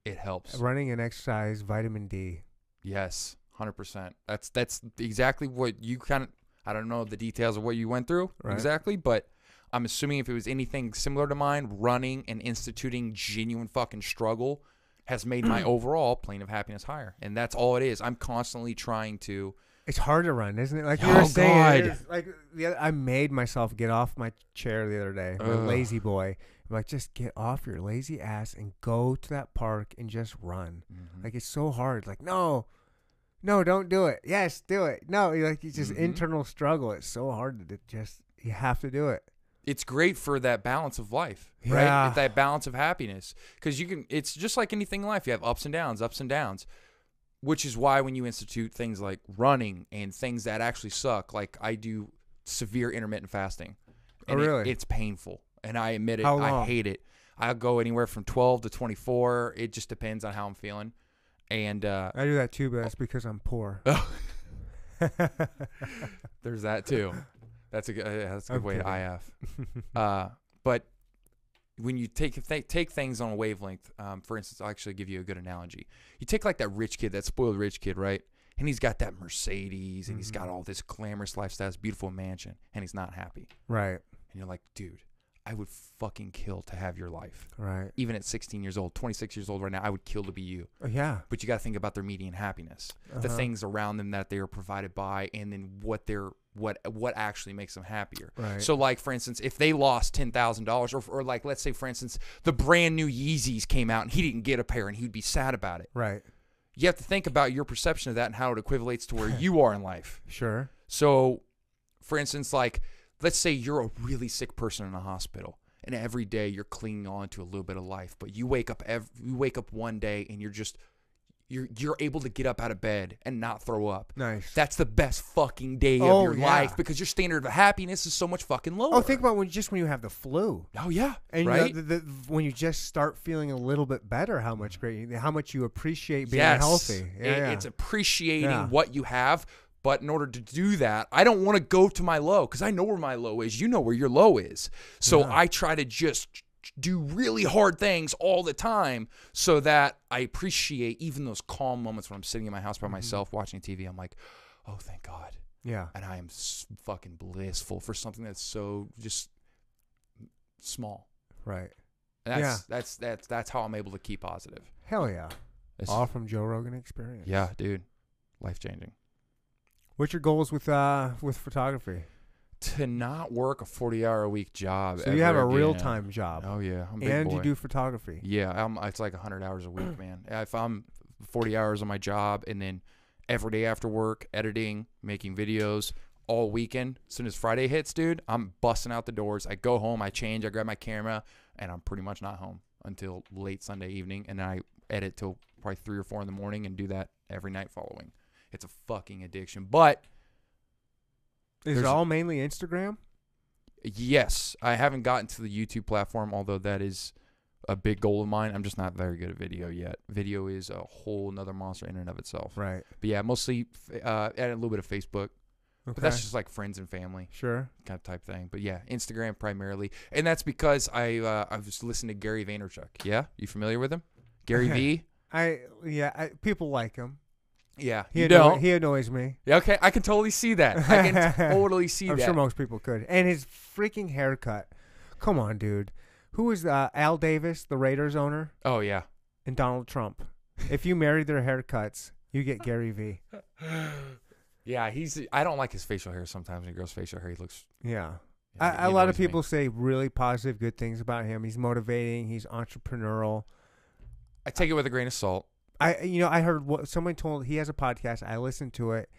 it helps Running and exercise, vitamin D. yes 100% that's that's exactly what you kind of i don't know the details of what you went through Right. exactly but I'm assuming if it was anything similar to mine, running and instituting genuine fucking struggle has made my overall plane of happiness higher. And that's all it is. I'm constantly trying to. It's hard to run, isn't it? Like you Oh, were saying, God. it's like the other, I made myself get off my chair the other day, my Ugh. lazy boy. I'm like, just get off your lazy ass and go to that park and just run. Mm-hmm. Like it's so hard. Like no, no, don't do it. Yes, do it. No, you're like it's just Mhm. internal struggle. It's so hard to just you have to do it. It's great for that balance of life, Yeah. right? It's That balance of happiness. Because you can, it's just like anything in life. You have ups and downs, ups and downs, which is why when you institute things like running and things that actually suck, like I do severe intermittent fasting. Oh, And it- really? it's painful. And I admit it. How I long? hate it. I'll go anywhere from 12 to 24. It just depends on how I'm feeling. And uh, I do that too, but that's because I'm poor. Oh. (laughs) There's that too. That's a good, uh, that's a good I'm way kidding. to IF. uh, but when you take if they take things on a wavelength, um, for instance, I'll actually give you a good analogy. You take like that rich kid, that spoiled rich kid, right? And he's got that Mercedes, and he's got all this glamorous lifestyle, this beautiful mansion, and he's not happy. (laughs) right, And you're like, dude, I would fucking kill to have your life. right. Even at 16 years old, 26 years old right now, I would kill to be you Oh, yeah. but you got to think about their median happiness, the Uh-huh. things around them that they are provided by, and then what they're what what actually makes them happier. Right. So, like for instance, if they lost ten thousand dollars, or or like let's say for instance, the brand new Yeezys came out and he didn't get a pair, and he'd be sad about it. Right. You have to think about your perception of that and how it (laughs) equivalates to where you are in life. Sure. So, for instance, like let's say you're a really sick person in a hospital, and every day you're clinging on to a little bit of life, but you wake up ev you wake up one day and you're just you're you're able to get up out of bed and not throw up. Nice. That's the best fucking day Oh, of your yeah. life because your standard of happiness is so much fucking lower. oh, think about when just when you have the flu. Oh yeah, And you know, right. the, the, when you just start feeling a little bit better, how much great, how much you appreciate being Mm. Yes. healthy. Yeah, It- yeah. It's appreciating Yeah. what you have. But in order to do that, I don't want to go to my low because I know where my low is. You know where your low is. So I try to just do really hard things all the time so that I appreciate even those calm moments when I'm sitting in my house by Mm-hmm. myself watching TV. I'm like, oh, thank God. yeah, And I am s- fucking blissful for something that's so just small. right. That's, Yeah. that's, that's, that's how I'm able to keep positive. Hell yeah. It's- All from Joe Rogan Experience. yeah, dude. Life changing. What's your goals with uh with photography? to not work a 40 hour a week job. So you have a ever again. real time job, Oh yeah, I'm a big and you boy. do photography. Yeah, I'm, it's like 100 hours (clears throat) a week, man. If I'm 40 hours on my job and then every day after work, editing, making videos all weekend. As soon as Friday hits, dude, I'm busting out the doors. I go home, I change, I grab my camera, and I'm pretty much not home until late Sunday evening, and I edit till probably three or four in the morning, and do that every night following. It's a fucking addiction, but Is There's- it all mainly Instagram? Yes, I haven't gotten to the YouTube platform, although that is a big goal of mine. I'm just not very good at video yet. Video is a whole nother monster in and of itself. Right. But yeah, mostly f- uh, and a little bit of Facebook, Okay. but that's just like friends and family sure. kind of type thing. But yeah, Instagram primarily, and that's because I uh, I've just listened to Gary Vaynerchuk. Yeah, you familiar with him? Gary (laughs) V. I yeah. I, people like him. Yeah, He you anno- don't. he annoys me. Yeah, okay, I can totally see that. I (laughs) can totally see I'm that. sure most people could. And his freaking haircut. Come on, dude. Who is uh, Al Davis, the Raiders owner, oh yeah. and Donald Trump? If you marry their haircuts, you get Gary V. Yeah, he's. I don't like his facial hair. Sometimes when he grows facial hair, he looks. Yeah. yeah, I, he a lot of annoys me. people say really positive, good things about him. He's motivating. He's entrepreneurial. I take it with a grain of salt. I, you know, I heard what someone told. He has a podcast. I listened to it,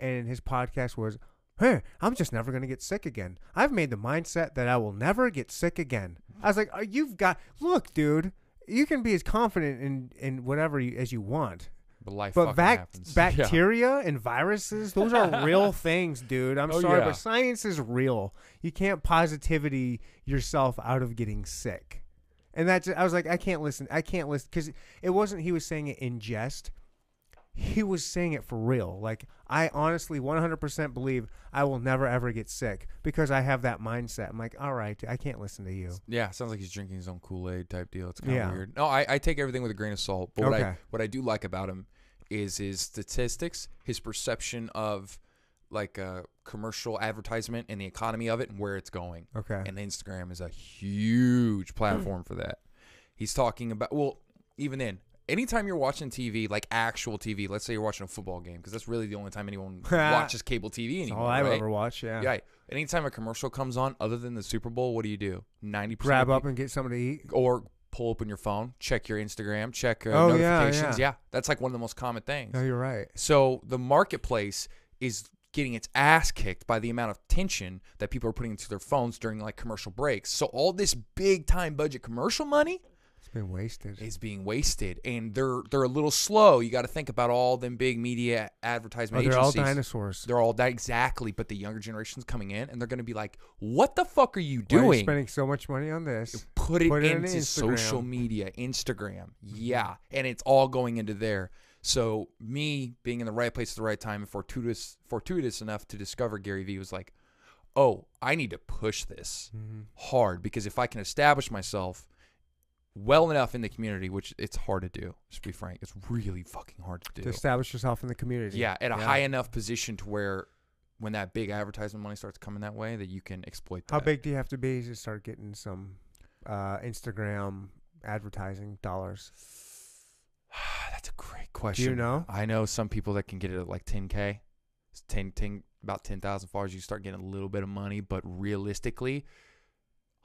and his podcast was, "Hey, I'm just never gonna get sick again. I've made the mindset that I will never get sick again." I was like, oh, "You've got look, dude. You can be as confident in in whatever you, as you want, But life but fucking vac- happens. (laughs) bacteria and viruses, those are real things, dude. I'm Oh, sorry, yeah. but science is real. You can't positivity yourself out of getting sick. And that's I was like, I can't listen. I can't listen because it wasn't he was saying it in jest. He was saying it for real. Like I honestly 100% believe I will never ever get sick because I have that mindset. I'm like, all right, I can't listen to you. Yeah. yeah, sounds like he's drinking his own Kool Aid type deal. It's kind of Yeah. weird. No, I, I take everything with a grain of salt. But what I Okay. what I do like about him is his statistics, his perception of like uh, commercial advertisement and the economy of it and where it's going. Okay. And Instagram is a huge platform for that. He's talking about well, even then, anytime you're watching TV, like actual TV, let's say you're watching a football game, because that's really the only (laughs) time anyone watches cable TV That's anymore. all I've right? ever watched. Yeah. Yeah. Anytime a commercial comes on, other than the Super Bowl, what do you do? Ninety percent Grab up and get something to eat. or pull open your phone, check your Instagram, check uh, Oh, yeah, notifications. yeah. Yeah. that's like one of the most common things. No, you're right. So the marketplace is getting its ass kicked by the amount of tension that people are putting into their phones during like commercial breaks. So all this big time budget commercial money It's been wasted. Oh, is being wasted and they're they're a little slow. You got to think about all them big media Oh, advertisement they're all agencies. dinosaurs. They're all that exactly, but the younger generation's coming in and they're going to be like, "What the fuck are you Why are you doing?" spending so much money on this. put it Put it in into social Instagram. Mm-hmm. media, Instagram. Yeah. And it's all going into there. So me being in the right place at the right time and fortuitous fortuitous enough to discover Gary Vee was like, Oh, I need to push this Mm-hmm. hard because if I can establish myself well enough in the community, which it's hard to do, just to be frank, it's really fucking hard to do. To establish yourself in the community. yeah, at a high enough position to where when that big advertisement money starts coming that way, that you can exploit that. How big do you have to be to start getting some uh, Instagram advertising dollars? (sighs) That's a great question. know? I know some people that can get it at like 10K. It's 10, 10 about 10,000 followers. You start getting a little bit of money, but realistically,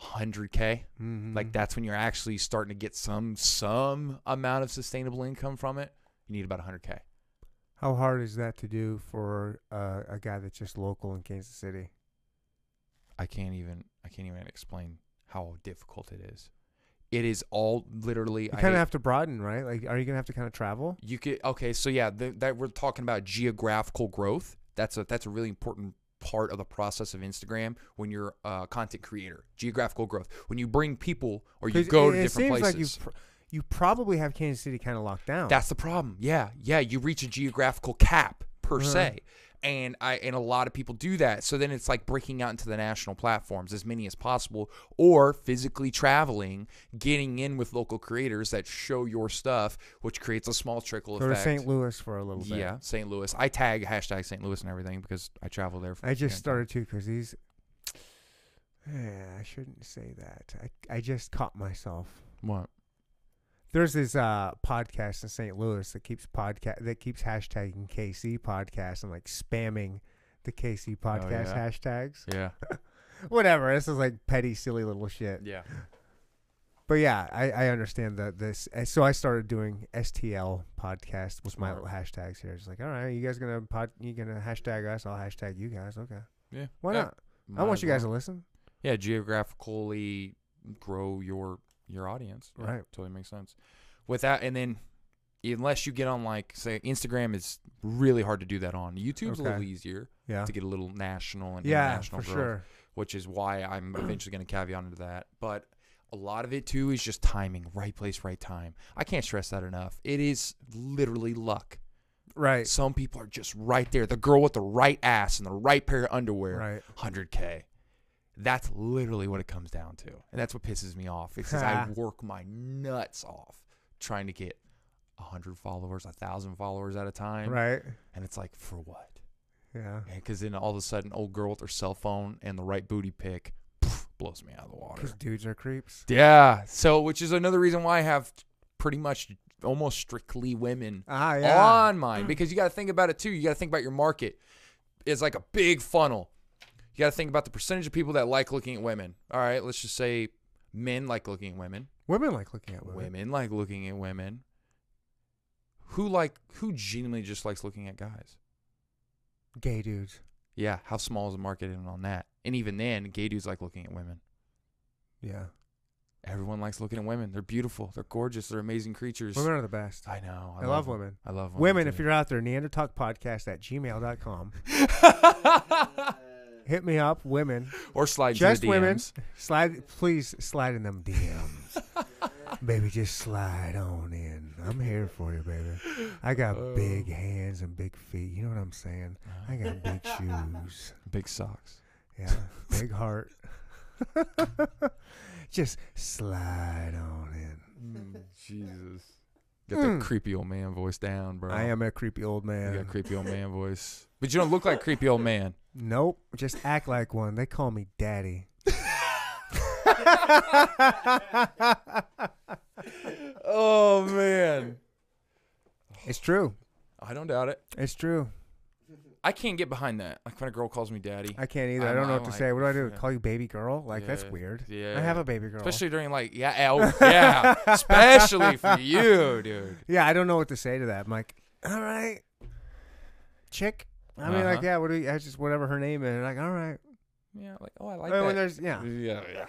100K. Mm-hmm. Like that's when you're actually starting to get some some amount of sustainable income from it. You need about 100K. How hard is that to do for uh, a guy that's just local in Kansas City? I can't even I can't even explain how difficult it is. It is all literally You I kind hate- of have to broaden, right? Like, are you gonna have to kind of travel? You could okay, so yeah, the, that we're talking about geographical growth. That's a that's a really important part of the process of Instagram when you're a content creator. Geographical growth when you bring people or you 'Cause go it, to it different seems places. Like you, pr- oh. you probably have Kansas City kind of locked down. That's the problem. Yeah, yeah. You reach a geographical cap per Uh-huh. se, and I and a lot of people do that. So then it's like breaking out into the national platforms as many as possible, or physically traveling, getting in with local creators that show your stuff, which creates a small trickle go to effect. St. Louis for a little bit. Yeah, St. Louis. I tag hashtag St. Louis and everything because I travel there. For I just yeah. started to because these. (sighs) Yeah, I shouldn't say that. I I just caught myself. What? There's this uh, podcast in St. Louis that keeps podcast that keeps hashtagging KC podcast and like spamming the KC podcast Oh, yeah. hashtags. Yeah. Whatever. This is like petty, silly little shit. Yeah. But yeah, I, I understand that this. and So I started doing STL podcast with my Smart. little hashtags here. Just like, all right, you guys gonna pod, you gonna hashtag us? I'll hashtag you guys. Okay, Yeah. why Yeah, not? I might want as you guys well. to listen. Yeah, geographically grow your your audience. Yeah, Right. Totally makes sense. With that, and then unless you get on like say Instagram is really hard to do that on. YouTube's a little Okay. easier Yeah, to get a little national and yeah, for international growth. sure. which is (clears throat) why I'm eventually going to caveat into that. But a lot of it too is just timing, right place, right time. I can't stress that enough. It is literally luck. Right, Some people are just right there. The girl with the right ass and the right pair of underwear, right. 100K. That's literally what it comes down to. And that's what pisses me off. It's just (laughs) I work my nuts off trying to get 100 followers, 1,000 followers at a time. Right. And it's like, for what? Yeah. Because then all of a sudden, old girl with her cell phone and the right booty pick pff, blows me out of the water. Because dudes are creeps. Yeah. So, which is another reason why I have pretty much almost strictly women Ah, yeah. on mine because you got to think about it too. You got to think about your market. It's like a big funnel. You got to think about the percentage of people that like looking at women. All right, let's just say men like looking at women. Women like looking at women. Women like looking at women. Who like who genuinely just likes looking at guys? Gay dudes. Yeah, how small is the market in on that? And even then, gay dudes like looking at women. Yeah. Everyone likes looking at women. They're beautiful. They're gorgeous. They're amazing creatures. Women are the best. I know. I love them. women. I love women. Women, too. if you're out there, neandertalkpodcast at (laughs) gmail.com. Hit me up, women. or slide into just the women. DMs. Slide, please slide in them DMs, baby. Just slide on in. I'm here for you, baby. I got Oh. big hands and big feet. You know what I'm saying? I got (laughs) big shoes. Big socks. Yeah, big heart. (laughs) just slide on in. Jesus. Get Hmm. that creepy old man voice down, bro. I am a creepy old You man. got creepy (laughs) old man voice, but you don't look like creepy old man. nope, just act like one. They call me daddy. Oh man, it's true. I don't doubt it. It's true. I can't get behind that. Like when a girl calls me daddy, I can't either. I'm, I I'm- do not know I'm what to like, say. What do I do? yeah. Call you baby girl? Like that's Yeah. weird. Yeah. I have a baby girl. especially during like yeah, ow, (laughs) yeah, especially for you, dude. yeah, I don't know what to say to that. I'm like, all right, chick. I mean, like, Uh-huh. yeah. What do you? That's just whatever her name is. And like, all right. Yeah, like oh, I like And when that. there's- yeah. Yeah, yeah,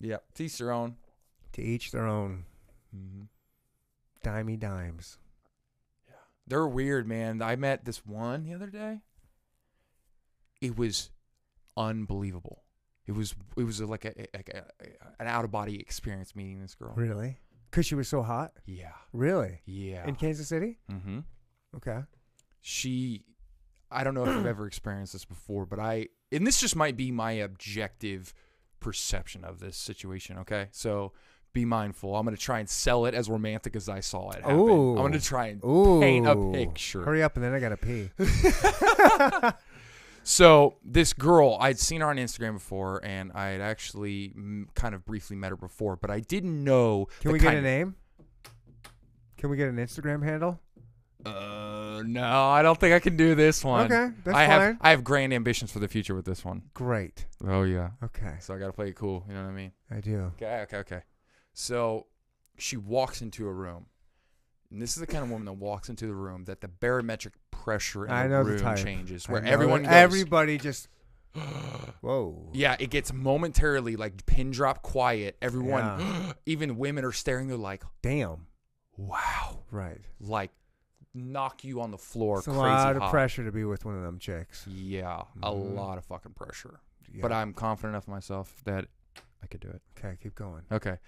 yeah. Teach your own. To each their own. Mm-hmm. Dimey dimes. They're weird, man. I met this one the other day. It was unbelievable. It was it was like a like a, an out of body experience meeting this girl. Really? Because she was so hot. Yeah, Really? yeah. In Kansas City? mm-hmm. Okay. she i don't (clears throat) know if i've ever experienced this before but i and this just might be my objective perception of this situation okay so be mindful i'm going to try and sell it as romantic as i saw it happen Ooh. i'm going to try and Ooh. paint a picture Hurry up, and then I gotta (laughs) pee. so this girl i'd seen her on instagram before and i had actually mm, kind of briefly met her before but i didn't know Can the we get kind a of- name? Can we get an Instagram handle? uh no i don't think i can do this one Okay, that's i have fine. i have grand ambitions for the future with this one. Great. Oh yeah Okay, so i gotta play it cool you know what i mean I do. Okay, okay, okay. So she walks into a room. And this is the kind of woman that walks into the room that the barometric pressure in I the know the room type. changes. I Where know it. everyone goes, everybody (gasps) just. Whoa. Yeah, it gets momentarily like pin drop quiet. Everyone, Yeah. (gasps) even women are staring. They're like, Damn. wow. Right. Like, knock you on the floor. It's a crazy lot of hot. pressure to be with one of them chicks. Yeah, a Mhm. lot of fucking pressure. Yeah. But I'm confident enough in myself that I could do it. okay, keep going. Okay.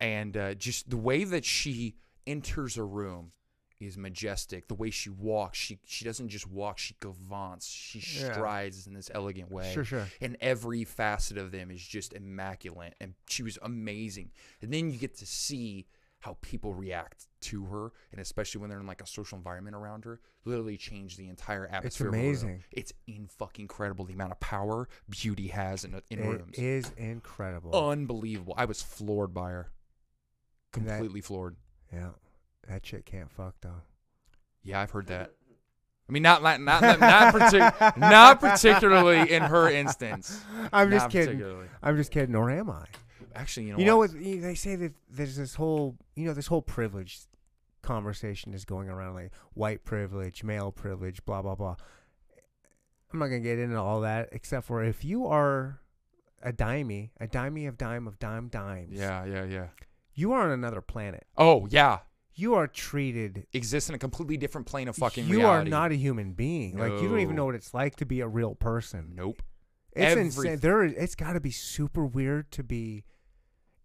And uh, just the way that she enters a room is majestic. The way she walks, she she doesn't just walk, she gavants. She Yeah. strides in this elegant way. Sure, sure. And every facet of them is just immaculate. And she was amazing. And then you get to see how people react to her, and especially when they're in like a social environment around her, literally change the entire atmosphere. of a room. amazing. It's in fucking incredible the amount of power beauty has in, in It rooms Oh, is incredible. unbelievable. I was floored by her. And that- Completely floored. yeah, that chick can't fuck though. Yeah, I've heard that. (laughs) I mean, not not not not, (laughs) not, partic- not particularly in her instance. I'm Not just kidding. particularly. I'm just kidding. Or am I? Actually, you know, You know what? what you- they say that there's this whole you know this whole privilege conversation is going around like white privilege, male privilege, blah blah blah. I'm not gonna get into all that except for if you are a dimey, a dimey of dime of dime dimes. Yeah, yeah, yeah. You are on another planet. Oh yeah, You are treated. exists in a completely different plane of fucking you reality. are not a human being. Like you don't even No. know what it's like to be a real person. Nope. It's Every- insane. There, is- it's got to be super weird to be,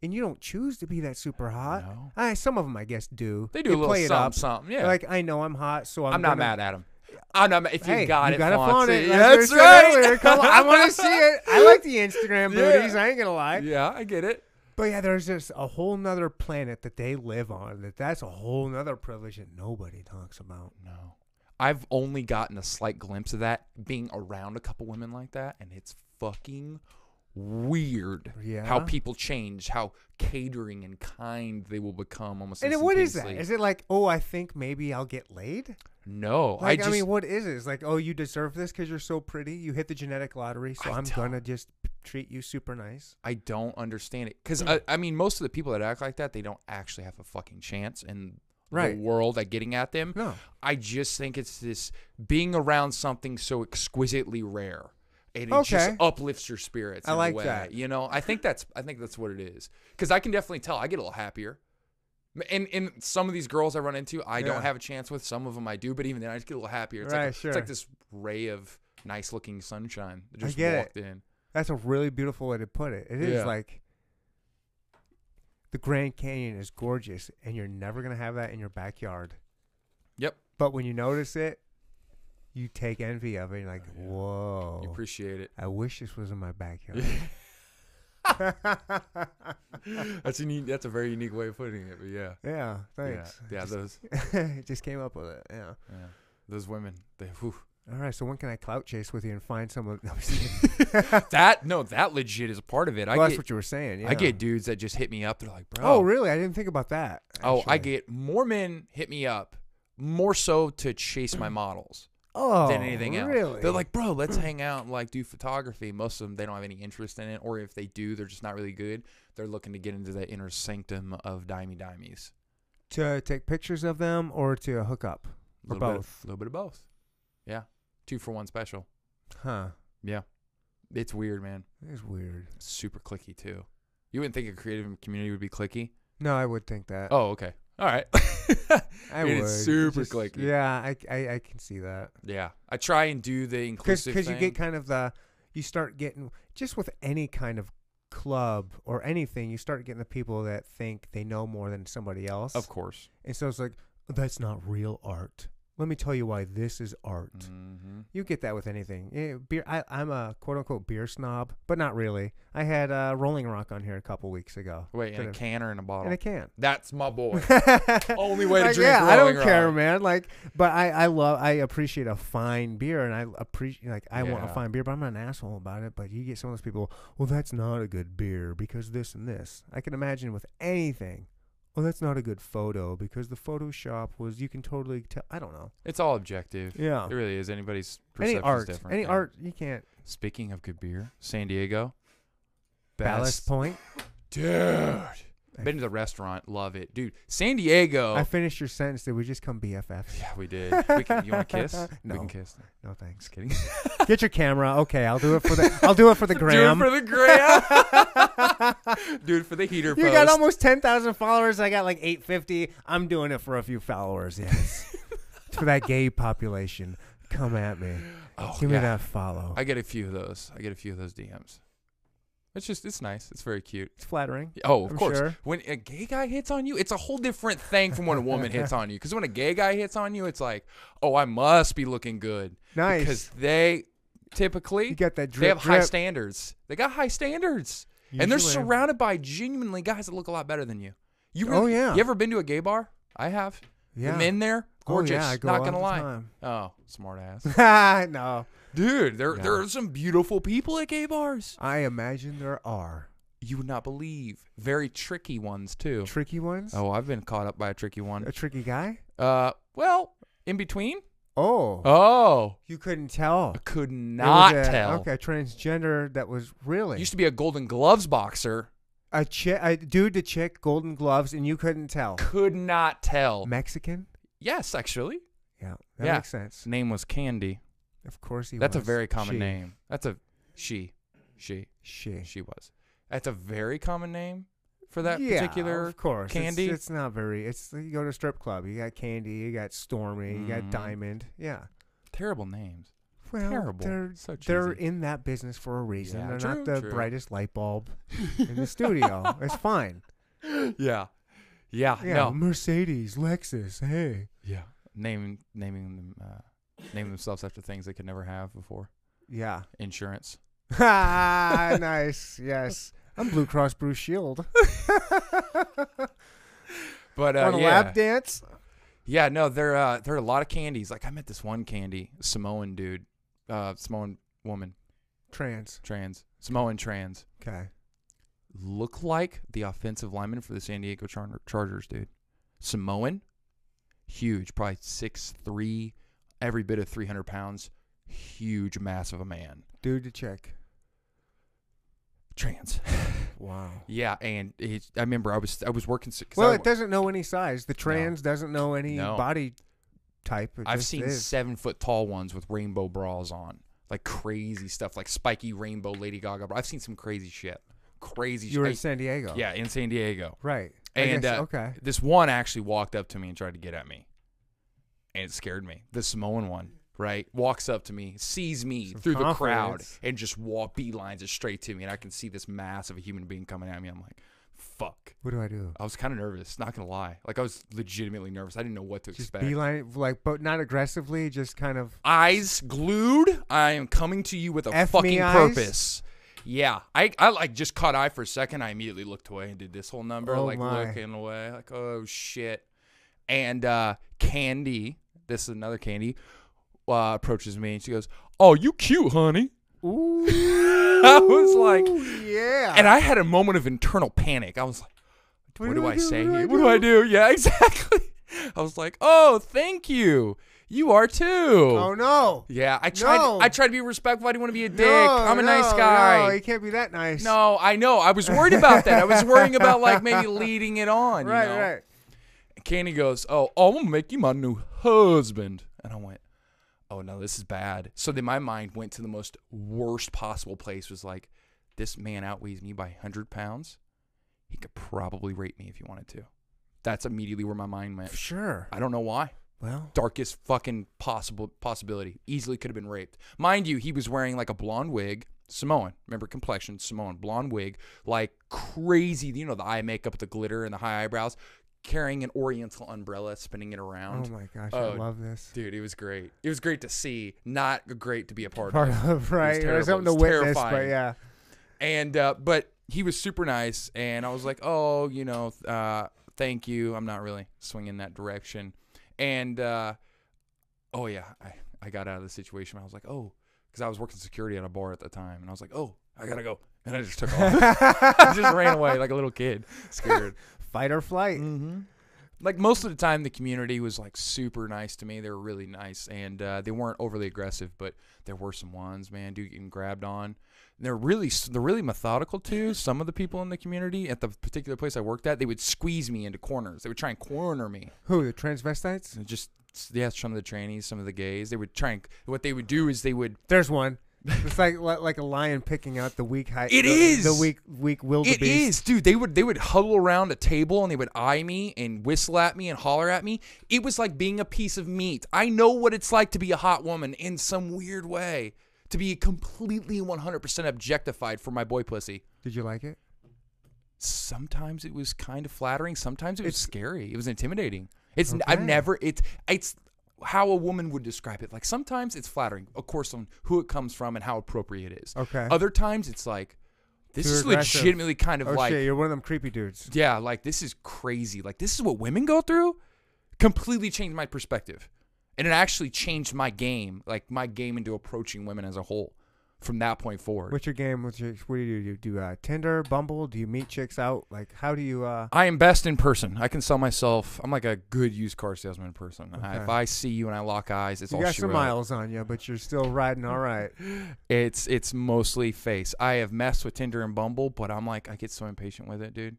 and you don't choose to be that super hot. No. I, some of them, I guess, do. They do They a little play it something, up. something. Yeah. They're Like I know I'm hot, so I'm, I'm, not gonna- mad at him. I'm not mad. If you Hey, got it, gotta flaunt flaunt Like it. we That's said earlier. right. (laughs) Come on, (laughs) I want to see it. I like the Instagram Yeah. booties. I ain't gonna lie. (laughs) Yeah, I get it. But yeah, there's just a whole nother planet that they live on. That that's a whole nother privilege that nobody talks about. No. I've only gotten a slight glimpse of that being around a couple women like that, and it's fucking weird how Yeah. people change, how catering and kind they will become almost. And then what is that? instantaneously. Is it like, oh, I think maybe I'll get laid? No, Like, I I, just mean, what is it? It's like, oh, you deserve this because you're so pretty. You hit the genetic lottery, so I I'm don't- gonna just p- treat you super nice. I don't understand it Hmm. because I, I mean, most of the people that act like that, they don't actually have a fucking chance in Right. the world at getting at them. No. I just think it's this being around something so exquisitely rare. And it just Okay. uplifts your spirits. I in a like way, that. You know, I think that's I think that's what it is. Because I can definitely tell. I get a little happier. And and some of these girls I run into, I Yeah. don't have a chance with. Some of them I do, but even then, I just get a little happier. It's Right, like it's sure. like this ray of nice looking sunshine that I just get it. walked in. That's a really beautiful way to put it. It is Yeah. like the Grand Canyon is gorgeous, and you're never gonna have that in your backyard. Yep, But when you notice it, you take envy of it. And you're like, Oh, You whoa! appreciate it. (laughs) I wish this was in my backyard. That's a neat, that's a very unique way of putting it. But yeah, (laughs) yeah, thanks. yeah, yeah. Just- Those (laughs) just came up with it. Yeah. yeah, those women, they. Whew. All right. So when can I clout chase with you and find some of? (laughs) no, I'm just (laughs) kidding. that no, that legit is a part of it. Well, I that's get, what you were saying. Yeah. I get dudes that just hit me up. They're like, bro, Oh, really? I didn't think about that. Oh, I actually. get more men hit me up more so to chase my models Oh, than anything else. Really? They're like, (clears throat) bro, let's hang out and like do photography. Most of them they don't have any interest in it, or if they do, they're just not really good. They're looking to get into that inner sanctum of dimey dimies. to take pictures of them or to hook up, or A little bit of- both. A little bit of both. Yeah, two for one special. huh? Yeah, it's weird, man. It's weird. It's super clicky too. You wouldn't think a creative community would be clicky. No, I would think that. Oh, okay. All (laughs) right. I it would. is super Just- clicky. Yeah, I, I, I can see that. yeah, I try and do the Because inclusive you thing. get kind of the you start getting just with any kind of club or anything, you start getting the people that think they know more than somebody else. of course. And so it's like that's not real art. Let me tell you why this is art. Mm-hmm. You get that with anything. Yeah, beer. I, I'm a quote unquote beer snob, but not really. I had uh, Rolling Rock on here a couple weeks ago. Wait, in a Could've- can or in a bottle? in a can. That's (laughs) my (laughs) boy. Only Only way to like, drink Yeah, I don't Rolling care, Rock. man. Like, but I, I love, I appreciate a fine beer, and I appreciate, like, I want a Yeah. fine beer, but I'm not an asshole about it. But you get some of those people, well, that's not a good beer because this and this. I can imagine with anything. Well, that's not a good photo because the Photoshop was. You can totally tell. I don't know. It's all objective. Yeah. It really is. Anybody's Any perception art, different. any yeah. art, you can't. Speaking of good beer, San Diego. Ballast Best. Point. Dude. Been to the restaurant. Love it. Dude, San Diego. I finished your sentence. Did we just come BFFs? Oh. yeah, we did. We can, you want to (laughs) kiss? We No. can kiss. No thanks. Just kidding. (laughs) Get your camera. Okay, I'll do it for the. I'll do it for the gram. Dude, for the (laughs) gram. Dude, for the heater you post. got almost ten thousand followers. I got like eight fifty. I'm doing it for a few followers. Yes, (laughs) for that gay population. Come at me. oh, Give yeah. me that follow. I get a few of those. I get a few of those DMs. It's just, it's nice. It's very cute. it's flattering. Oh, of I'm course. sure. When a gay guy hits on you, it's a whole different thing from when a woman hits on you. Because when a gay guy hits on you, it's like, oh, I must be looking good. Nice. Because they typically You got that they drip, have high drip. standards. They got high standards, and they're Usually. surrounded by genuinely guys that look a lot better than you. You Oh, really- yeah. You ever been to a gay bar? I have. Yeah. The men there, Oh, gorgeous. yeah, I go Not all gonna the lie. time. Oh, smart ass, (laughs) (laughs) no, dude. There Yeah. there are some beautiful people at gay bars. I imagine there are You would not believe. Very tricky ones too. tricky ones. Oh, I've been caught up by a tricky one. A tricky guy. Uh, well, in between. Oh, Oh, you couldn't tell. I could It was not a- tell. Okay, transgender that was really Used to be a Golden Gloves boxer. a chick, a dude to chick, golden gloves, and you couldn't tell. Could not tell. Mexican. yes, actually, Yeah, that Yeah. makes sense. his name was Candy. Of course he. That's a was. very common She. name. That's a she, she, She. she was. That's a very common name for that Yeah, particular of course. It's- candy. It's, not very. It's you go to a strip club. You got candy. You got stormy. You Mhm. got diamond. Yeah. Terrible names. (coughs) Well, Terrible. They're So they're cheesy. in that business for a reason. Yeah, they're true, not the true. brightest light (laughs) bulb in the studio. It's fine. Yeah, yeah, Yeah. no, Mercedes, Lexus. Hey. yeah. Naming naming them uh, naming themselves after things they could never have before. Yeah. (laughs) Insurance. Ah, nice. Yes. I'm Blue Cross Blue Shield. (laughs) But uh, On a yeah, lap dance. yeah, no, there uh, there are a lot of candies. Like I met this one candy Samoan dude, uh, Samoan woman, Trans. trans, Samoan trans, Okay. look like the offensive lineman for the San Diego Char- Chargers, dude. Samoan, huge, probably six three, every bit of three hundred pounds, huge, mass of a man, Dude to check. trans. (laughs) Wow. yeah, and it's I remember I was I was working. s- 'cause Well, I, it doesn't know any size. The trans doesn't know any No. body type. It I've just seen is. seven foot tall ones with rainbow bras on, like crazy stuff, like spiky rainbow Lady Gaga. bra. I've seen some crazy shit, crazy. You were in shit. San Diego. yeah, in San Diego, Right. I and guess- uh, okay. this one actually walked up to me and tried to get at me, and it scared me. The Samoan one, right, walks up to me, sees me Some through the crowd, confidence. and just walk beelines it straight to me, and I can see this mass of a human being coming at me. I'm like, fuck. What do I do? I was kind of nervous, not gonna lie. Like I was legitimately nervous. I didn't know what to Just expect. beeline, like, but not aggressively. Just kind of. eyes glued. I am coming to you with a F me fucking eyes? purpose. Yeah, I, I like just caught eye for a second. I immediately looked away and did this whole number, Oh, like my. looking away, like oh shit. And uh, Candy, this is another Candy, uh, approaches me and she goes, "Oh, you cute, honey." Ooh. (laughs) I was like, yeah. and I had a moment of internal panic. I was like, "What, do, I, say Ah. What do I here? What do I do?" Yeah, (laughs) exactly. I was like, "Oh, thank you. You are too." oh no. Yeah, I tried. No. I tried to be respectful. I didn't want to be a dick. No, I'm a nice no, guy. No, you can't be that nice. No, I know. I was worried about that. I was worrying about like (laughs) maybe leading it on. you Right, know? right. Candy goes, "Oh, I'm gonna make you my new husband," and I went, "Oh no, this is bad." So then my mind went to the most worst possible place. Was like, this man outweighs me by hundred pounds. He could probably rape me if he wanted to. That's immediately where my mind went. Sure. I don't know why Well, darkest fucking possible possibility. Easily could have been raped. Mind you, he was wearing like a blonde wig, Samoan. Remember complexion, Samoan, blonde wig, like crazy. You know the eye makeup, the glitter, and the high eyebrows. Carrying an oriental umbrella, spinning it oh around. my gosh, Oh, I love this. Dude, it was great. It was great to see. Not great to be a part, Part of. of right, terrible. or something to It was witness, but terrifying. yeah. And uh, but he was super nice, and I was like, oh, you know, uh, thank you. I'm not really swinging that direction. And uh, oh yeah, I, I got out of the situation. I was like, oh, because I was working security at a bar at the time, and I was like, oh, I gotta go, and I just took off. (laughs) I just ran away like a little kid, scared. (laughs) Fight or flight. Mm-hmm. Like most of the time, the community was like super nice to me. They were really nice, and uh, they weren't overly aggressive, but there were some ones, man, dude, getting grabbed on. And they're really s- they're really methodical too. Some of the people in the community at the particular place I worked at, they would squeeze me into corners. They would try and corner me. Who the transvestites? And just yeah, some of the trainees, some of the gays, they would try and what they would do is they would There's one. It's like li- like a lion picking out the weak height. It the, is! the weak weak wildebeest. It is, dude. They would they would huddle around a table and they would eye me and whistle at me and holler at me. It was like being a piece of meat. I know what it's like to be a hot woman in some weird way. To be completely 100% objectified for my boy pussy. Did you like it? Sometimes it was kind of flattering. Sometimes it was It's- scary. It was intimidating. It's I've Okay. never it's it's how a woman would describe it. Like sometimes it's flattering, of course, on who it comes from and how appropriate it is. Okay. Other times it's like this Too is aggressive. legitimately kind of oh like shit, you're one of them creepy dudes. yeah, like this is crazy. Like this is what women go through. Completely changed my perspective, and it actually changed my game, like my game into approaching women as a whole, from that point forward. What's your game? What's your, what do you do? Do you do uh, Tinder, Bumble? Do you meet chicks out? Like how do you? uh I am best in person. I can sell myself. I'm like a good used car salesman in person. I- Okay. if I see you and I lock eyes, it's You all got she some wrote. miles on you, but you're still riding all (laughs) right. It's it's mostly face. I have messed with Tinder and Bumble, but I'm like I get so impatient with it, dude.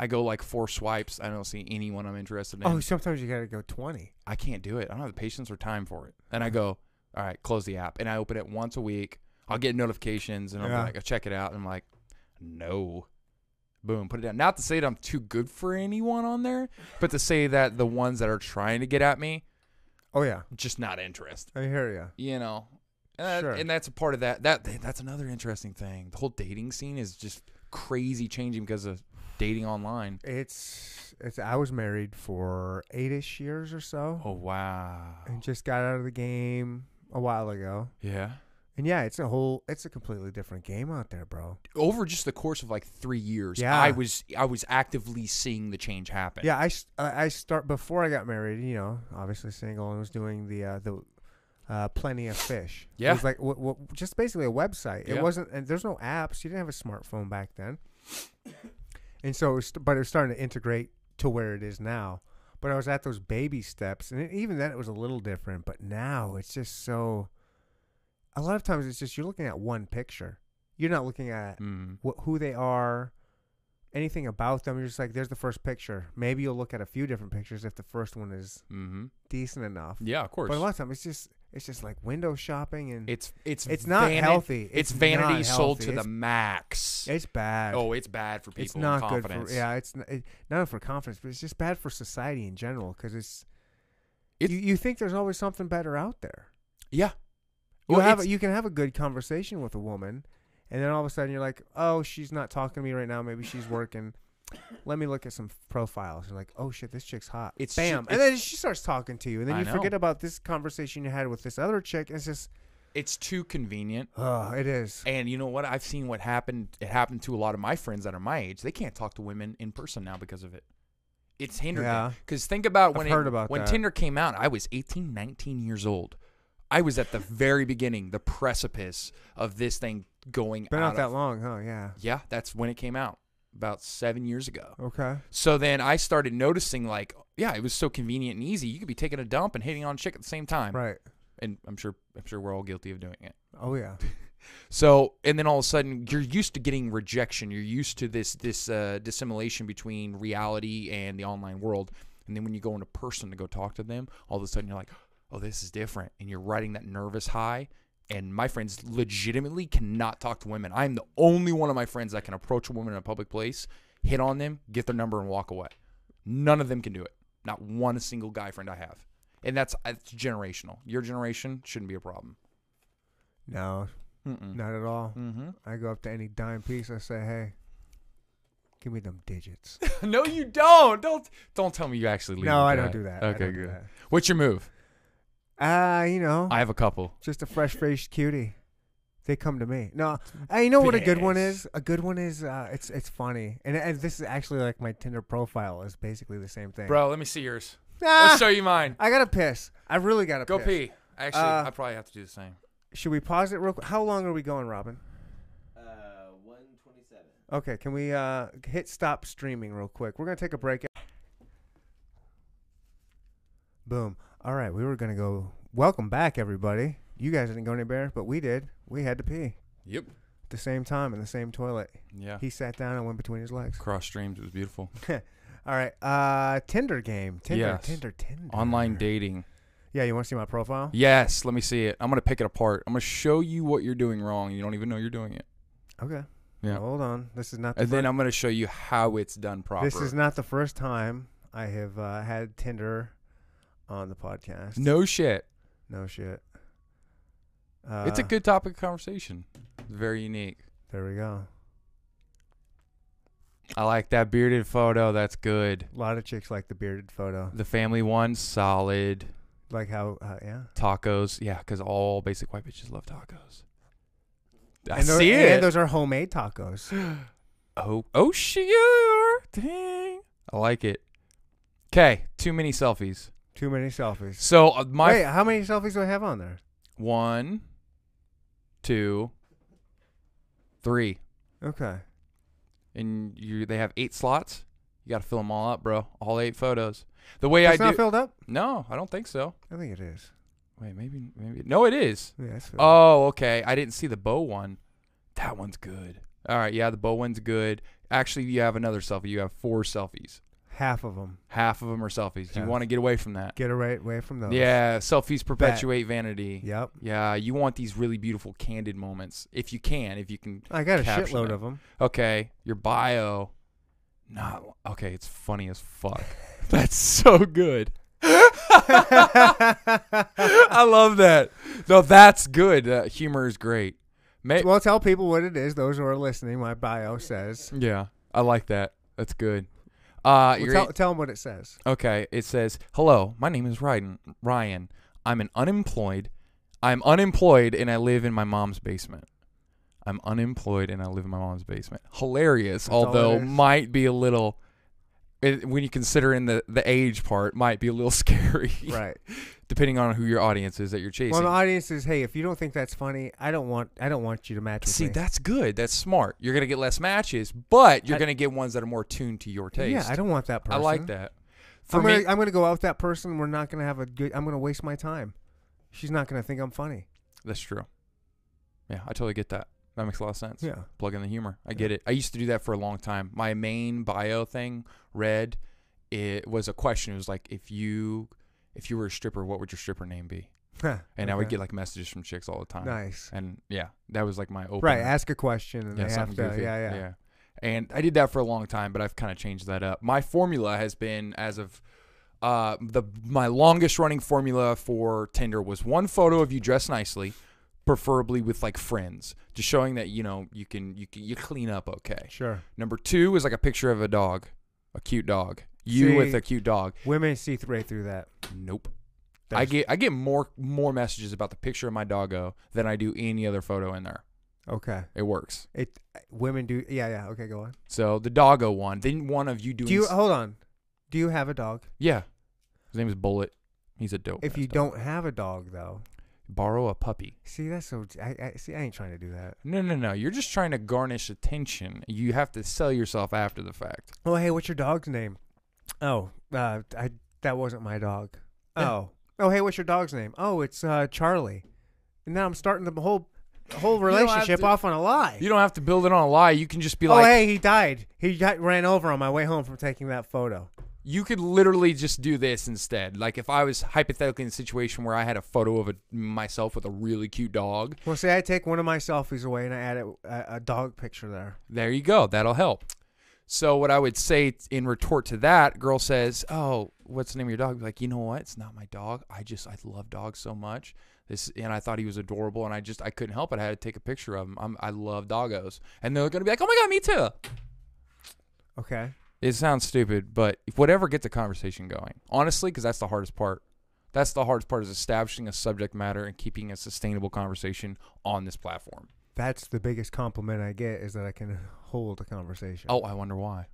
I go like four swipes. I don't see anyone I'm interested in. Oh, sometimes you got to go twenty. I can't do it. I don't have the patience or time for it. And I go, all right, close the app. And I open it once a week. I'll get notifications and I'm Yeah. like, I check it out. And I'm like, no. Boom, put it down. Not to say that I'm too good for anyone on there, but to say that the ones that are trying to get at me, Oh yeah, just not interested. I hear you. You know? And, that- Sure. and that's a part of that. That That's another interesting thing. The whole dating scene is just crazy changing because of dating online. It's it's. I was married for eight ish years or so, Oh, wow. and just got out of the game a while ago. Yeah. And yeah, it's a whole. It's a completely different game out there, bro. over just the course of like three years, Yeah. I was I was actively seeing the change happen. Yeah, I s- I I start before I got married. You know, obviously single and was doing the uh, the uh, plenty of fish. Yeah. it was like w- w- just basically a website. Yeah. It wasn't and there's no apps. You didn't have a smartphone back then, and so it was, st- but it was starting to integrate to where it is now. But I was at those baby steps, and it, even then it was a little different. But now it's just so. A lot of times it's just you're looking at one picture. You're not looking at Mm. what who they are, anything about them. You're just like, there's the first picture. Maybe you'll look at a few different pictures if the first one is hmm decent enough. Yeah, of course. But a lot of times it's just it's just like window shopping and it's it's It's not vani- healthy. It's It's, vanity not sold healthy. to It's- the max. it's bad. oh, it's bad for people. it's not and good confidence. for yeah. It's n- it, not only for confidence, but it's just bad for society in general because it's. It's- you, you think there's always something better out there. Yeah. You Well, have it's- you can have a good conversation with a woman, and then all of a sudden you're like, oh, she's not talking to me right now. Maybe she's working. Let me look at some profiles. You're like, oh shit, this chick's hot. It's bam, ju- and then she starts talking to you, and then I you forget know. about this conversation you had with this other chick. And it's just it's too convenient. Oh, it is. And you know what? I've seen what happened. It happened to a lot of my friends that are my age. They can't talk to women in person now because of it. It's hindered Yeah. Because think about I've when heard it, about when that. Tinder came out, I was 18, 19 years old. I was at the very beginning, the precipice of this thing going Been out out that of- long, huh? Yeah. Yeah, that's when it came out, about seven years ago. Okay. So then I started noticing, like, yeah, it was so convenient and easy. You could be taking a dump and hitting on a chick at the same time, Right. and I'm sure I'm sure we're all guilty of doing it. Oh (laughs) yeah. So, and then all of a sudden, you're used to getting rejection. You're used to this this uh, dissimulation between reality and the online world. And then when you go into person to go talk to them, all of a sudden you're like, "Oh, this is different," and you're riding that nervous high. And my friends legitimately cannot talk to women. I'm the only one of my friends that can approach a woman in a public place, hit on them, get their number, and walk away. None of them can do it. Not one single guy friend I have. And that's, that's generational. Your generation shouldn't be a problem. No, Mm-mm. not at all. Mm-hmm. I go up to any dime piece. I say, hey, give me them digits. (laughs) no, you don't. Don't don't tell me you actually leave. no, with I don't do that. I Okay, don't do good. What's your move? that. Ah, you know, I have a couple. just a fresh faced cutie. They come to me. No, uh, you know what a good one Yes. is. A good one is. Uh, it's it's funny, and, and this is actually like my Tinder profile is basically the same thing. Bro, let me see yours. (laughs) Ah, Let's show you mine. I gotta piss. I really gotta Go piss. pee. Actually, Uh, I probably have to do the same. Should we pause it real quick? How long are we going, Robin? Uh, 127. Okay, can we uh, hit stop streaming real quick? We're gonna take a break. Boom. All right, we were gonna go. Welcome back, everybody. You guys didn't go anywhere, but we did. We had to pee Yep. at the same time in the same toilet. Yeah. He sat down and went between his legs. Cross streams. It was beautiful. All right, uh, Tinder game. Tinder, Yes. Tinder, Tinder. (laughs) Online dating. Yeah, you want to see my profile? Yes. Let me see it. I'm gonna pick it apart. I'm gonna show you what you're doing wrong. You don't even know you're doing it. Okay. Yeah. Hold on. This is not. The And then fir- I'm gonna show you how it's done proper. this is not the first time I have uh, had Tinder on the podcast. no shit. No shit. Uh, it's a good topic of conversation. Very unique. There we go. I like that bearded photo. That's good. A lot of chicks like the bearded photo, The family one, solid. like how uh, yeah. Tacos, yeah, because all basic white bitches love tacos. I and tho- see and it. those are homemade tacos. (gasps) oh, oh, she are. Dang, I like it. Okay, too many selfies. Too many selfies. So uh, my Wait, how many selfies do I have on there? one, two, three, Okay. and you they have eight slots. You got to fill them all up, bro. All eight photos. The way it's I not do. filled up. no, I don't think so. I think it is. Wait, maybe, maybe. No, it is. Yeah, it's filled. Oh, okay. I didn't see the bow one. That one's good. All right, yeah, the bow one's good. Actually, you have another selfie. You have four selfies. half of them. Half of them are selfies. Yeah. You want to get away from that. Get right away from those. Yeah, selfies perpetuate vanity. Yep. Yeah, you want these really beautiful candid moments if you can, if you can. I got a Caption shitload it. of (laughs) them. Okay, your bio. Not okay, it's funny as fuck. That's so good. I love that. No, that's good. Uh, humor is great. May- (laughs) well, tell people what it is. Those who are listening, my bio says. Yeah, I like that. That's good. Uh, Well, you're tell, tell them what it says. (laughs) okay. It says, "Hello, my name is Ryan. Ryan, I'm an unemployed. I'm unemployed, and I live in my mom's basement. I'm unemployed, and I live in my mom's basement. Hilarious, That's all it although is. might be a little." It, when you consider in the, the age part, might be a little (laughs) scary, Right. depending on who your audience is that you're chasing. Well, the audience is, hey, if you don't think that's funny, I don't want, I don't want you to match with See, me. that's good. That's smart. You're gonna get less matches, but you're I- gonna get ones that are more tuned to your taste. Yeah, I don't want that I person. like that. For I'm me, gonna, I'm gonna go out with that person. We're not gonna have a good. I'm gonna waste my time. She's not gonna think I'm funny. That's true. Yeah, I totally get that. That makes a lot of sense. Yeah. Plug in the humor. I get it. I used to do that for a long time. My main bio thing read it was a question. It was like if you if you were a stripper, what would your stripper name be? Huh, (laughs) And I would okay. get like messages from chicks all the time. nice. And yeah, that was like my open Right. Ask a question and yeah, they have something to. goofy. Yeah, yeah. And I did that for a long time, but I've kind of changed that up. My formula has been as of uh, the my longest running formula for Tinder was one photo of you dressed nicely, preferably with like friends, just showing that you know you can you can you clean up okay. Sure. Number two is like a picture of a dog, a cute dog. You See- with a cute dog. Women see right through that. Nope. I There's- get I get more more messages about the picture of my doggo than I do any other photo in there. Okay. It works. It women do. Yeah, yeah. Okay, go on. So the doggo one, then one of you Oh, doing. Do you s- hold on? Do you have a dog? yeah, his name is Bullet. He's a dope. If ass you dog. don't have a dog, though, borrow a puppy. see that's so. I, I see. I ain't trying to do that. No, no, no. You're just trying to garnish attention. You have to sell yourself after the fact. Oh, hey, what's your dog's name? Oh, uh, I that wasn't my dog. Yeah. Oh, oh, hey, what's your dog's name? Oh, it's uh, Charlie. And now I'm starting the whole (laughs) whole don't have relationship to- off on a lie. You don't have to build it on a lie. You can just be oh, like, hey, he died. He got ran over on my way home from taking that photo. you could literally just do this instead. Like if I was hypothetically in a situation where I had a photo of a, myself with a really cute dog, Well, say I take one of my selfies away and I add a, a, a dog picture there. There you go. That'll help. So what I would say t- in retort to that, girl says, "Oh, what's the name of your dog?" Be like, you know what? It's not my dog. I just I love dogs so much. This and I thought he was adorable, and I just I couldn't help it. I had to take a picture of him. I'm, I love doggos, and they're gonna be like, "Oh my god, me too." Okay. It sounds stupid, but if whatever gets a conversation going, honestly, because that's the hardest part. That's the hardest part is establishing a subject matter and keeping a sustainable conversation on this platform. That's the biggest compliment I get is that I can hold a conversation. Oh, I wonder why.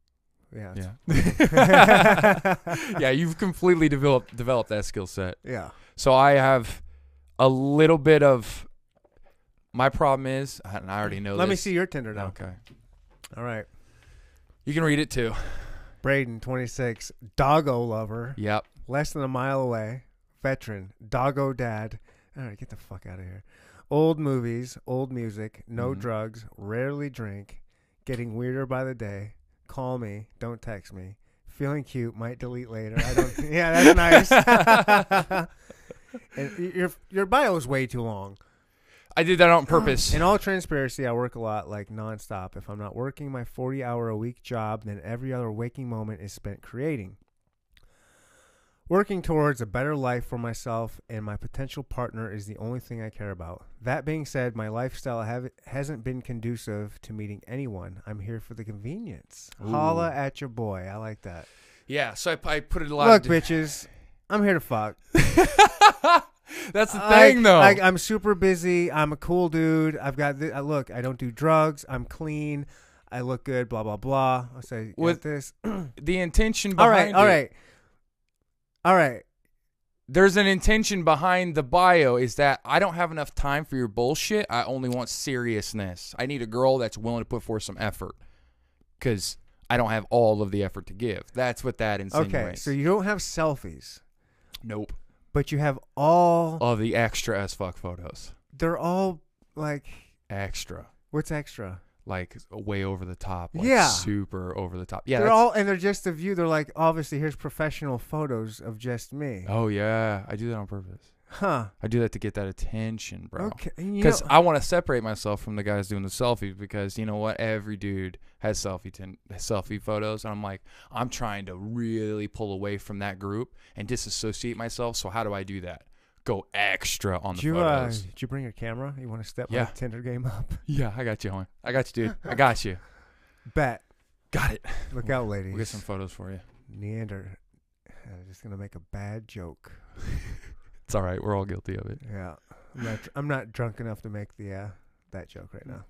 (laughs) yeah. it's- (laughs) Yeah. yeah, you've completely developed developed that skill set. Yeah. So I have a little bit of my problem is, and I already know. Let me this. see your Tinder now. Okay, All right. you can read it too. Braden, 26, doggo lover, Yep. less than a mile away, veteran, doggo dad. All right, get the fuck out of here. Old movies, old music, no Mhm. drugs, rarely drink, getting weirder by the day. Call me, don't text me. Feeling cute, might delete later. I don't. (laughs) yeah, that's nice. (laughs) and y- your your bio is way too long. I did that (gasps) on purpose. In all transparency, I work a lot, like nonstop. If I'm not working my 40 hour a week job, then every other waking moment is spent creating. Working towards a better life for myself and my potential partner is the only thing I care about. That being said, my lifestyle have, hasn't been conducive to meeting anyone. I'm here for the convenience. Holla Ooh. at your boy. I like that. yeah. So I, I put it a lot. Look, of bitches, I'm here to fuck. (laughs) That's the I- thing, though. I, I'm super busy. I'm a cool dude. I've got th- I look. I don't do drugs. I'm clean. I look good. Blah blah blah. I say with With- (clears throat) this. the intention. All right. Behind All it- right. All right. There's an intention behind the bio. Is that I don't have enough time for your bullshit. I only want seriousness. I need a girl that's willing to put forth some effort. Because. I don't have all of the effort to give. That's what that insinuates. Okay. So you don't have selfies, Nope. but you have all. Of Oh, the extra as fuck photos. They're all like Extra. what's extra. Like way over the top. Like Yeah. Super over the top. Yeah. they're that's- all and they're just the view. They're like obviously here's professional photos of just me. oh, yeah. I do that on purpose. Huh. I do that to get that attention, bro. Okay. and you Because know- I want to separate myself from the guys doing the selfies because you know what? Every dude has selfie ten- selfie photos, and I'm like, I'm trying to really pull away from that group and disassociate myself. So how do I do that? Go extra on the did you, uh, photos. did you bring your camera? You want to step Yeah. my Tinder game up? yeah, I got you, Owen. I got you, dude. I got you. Bet. Got it. Look out, ladies. We'll get some photos for you. Neander. I'm just gonna make a bad joke. It's all right. We're all guilty of it. Yeah, I'm not, dr- I'm not drunk enough to make the uh, that joke right (laughs) now.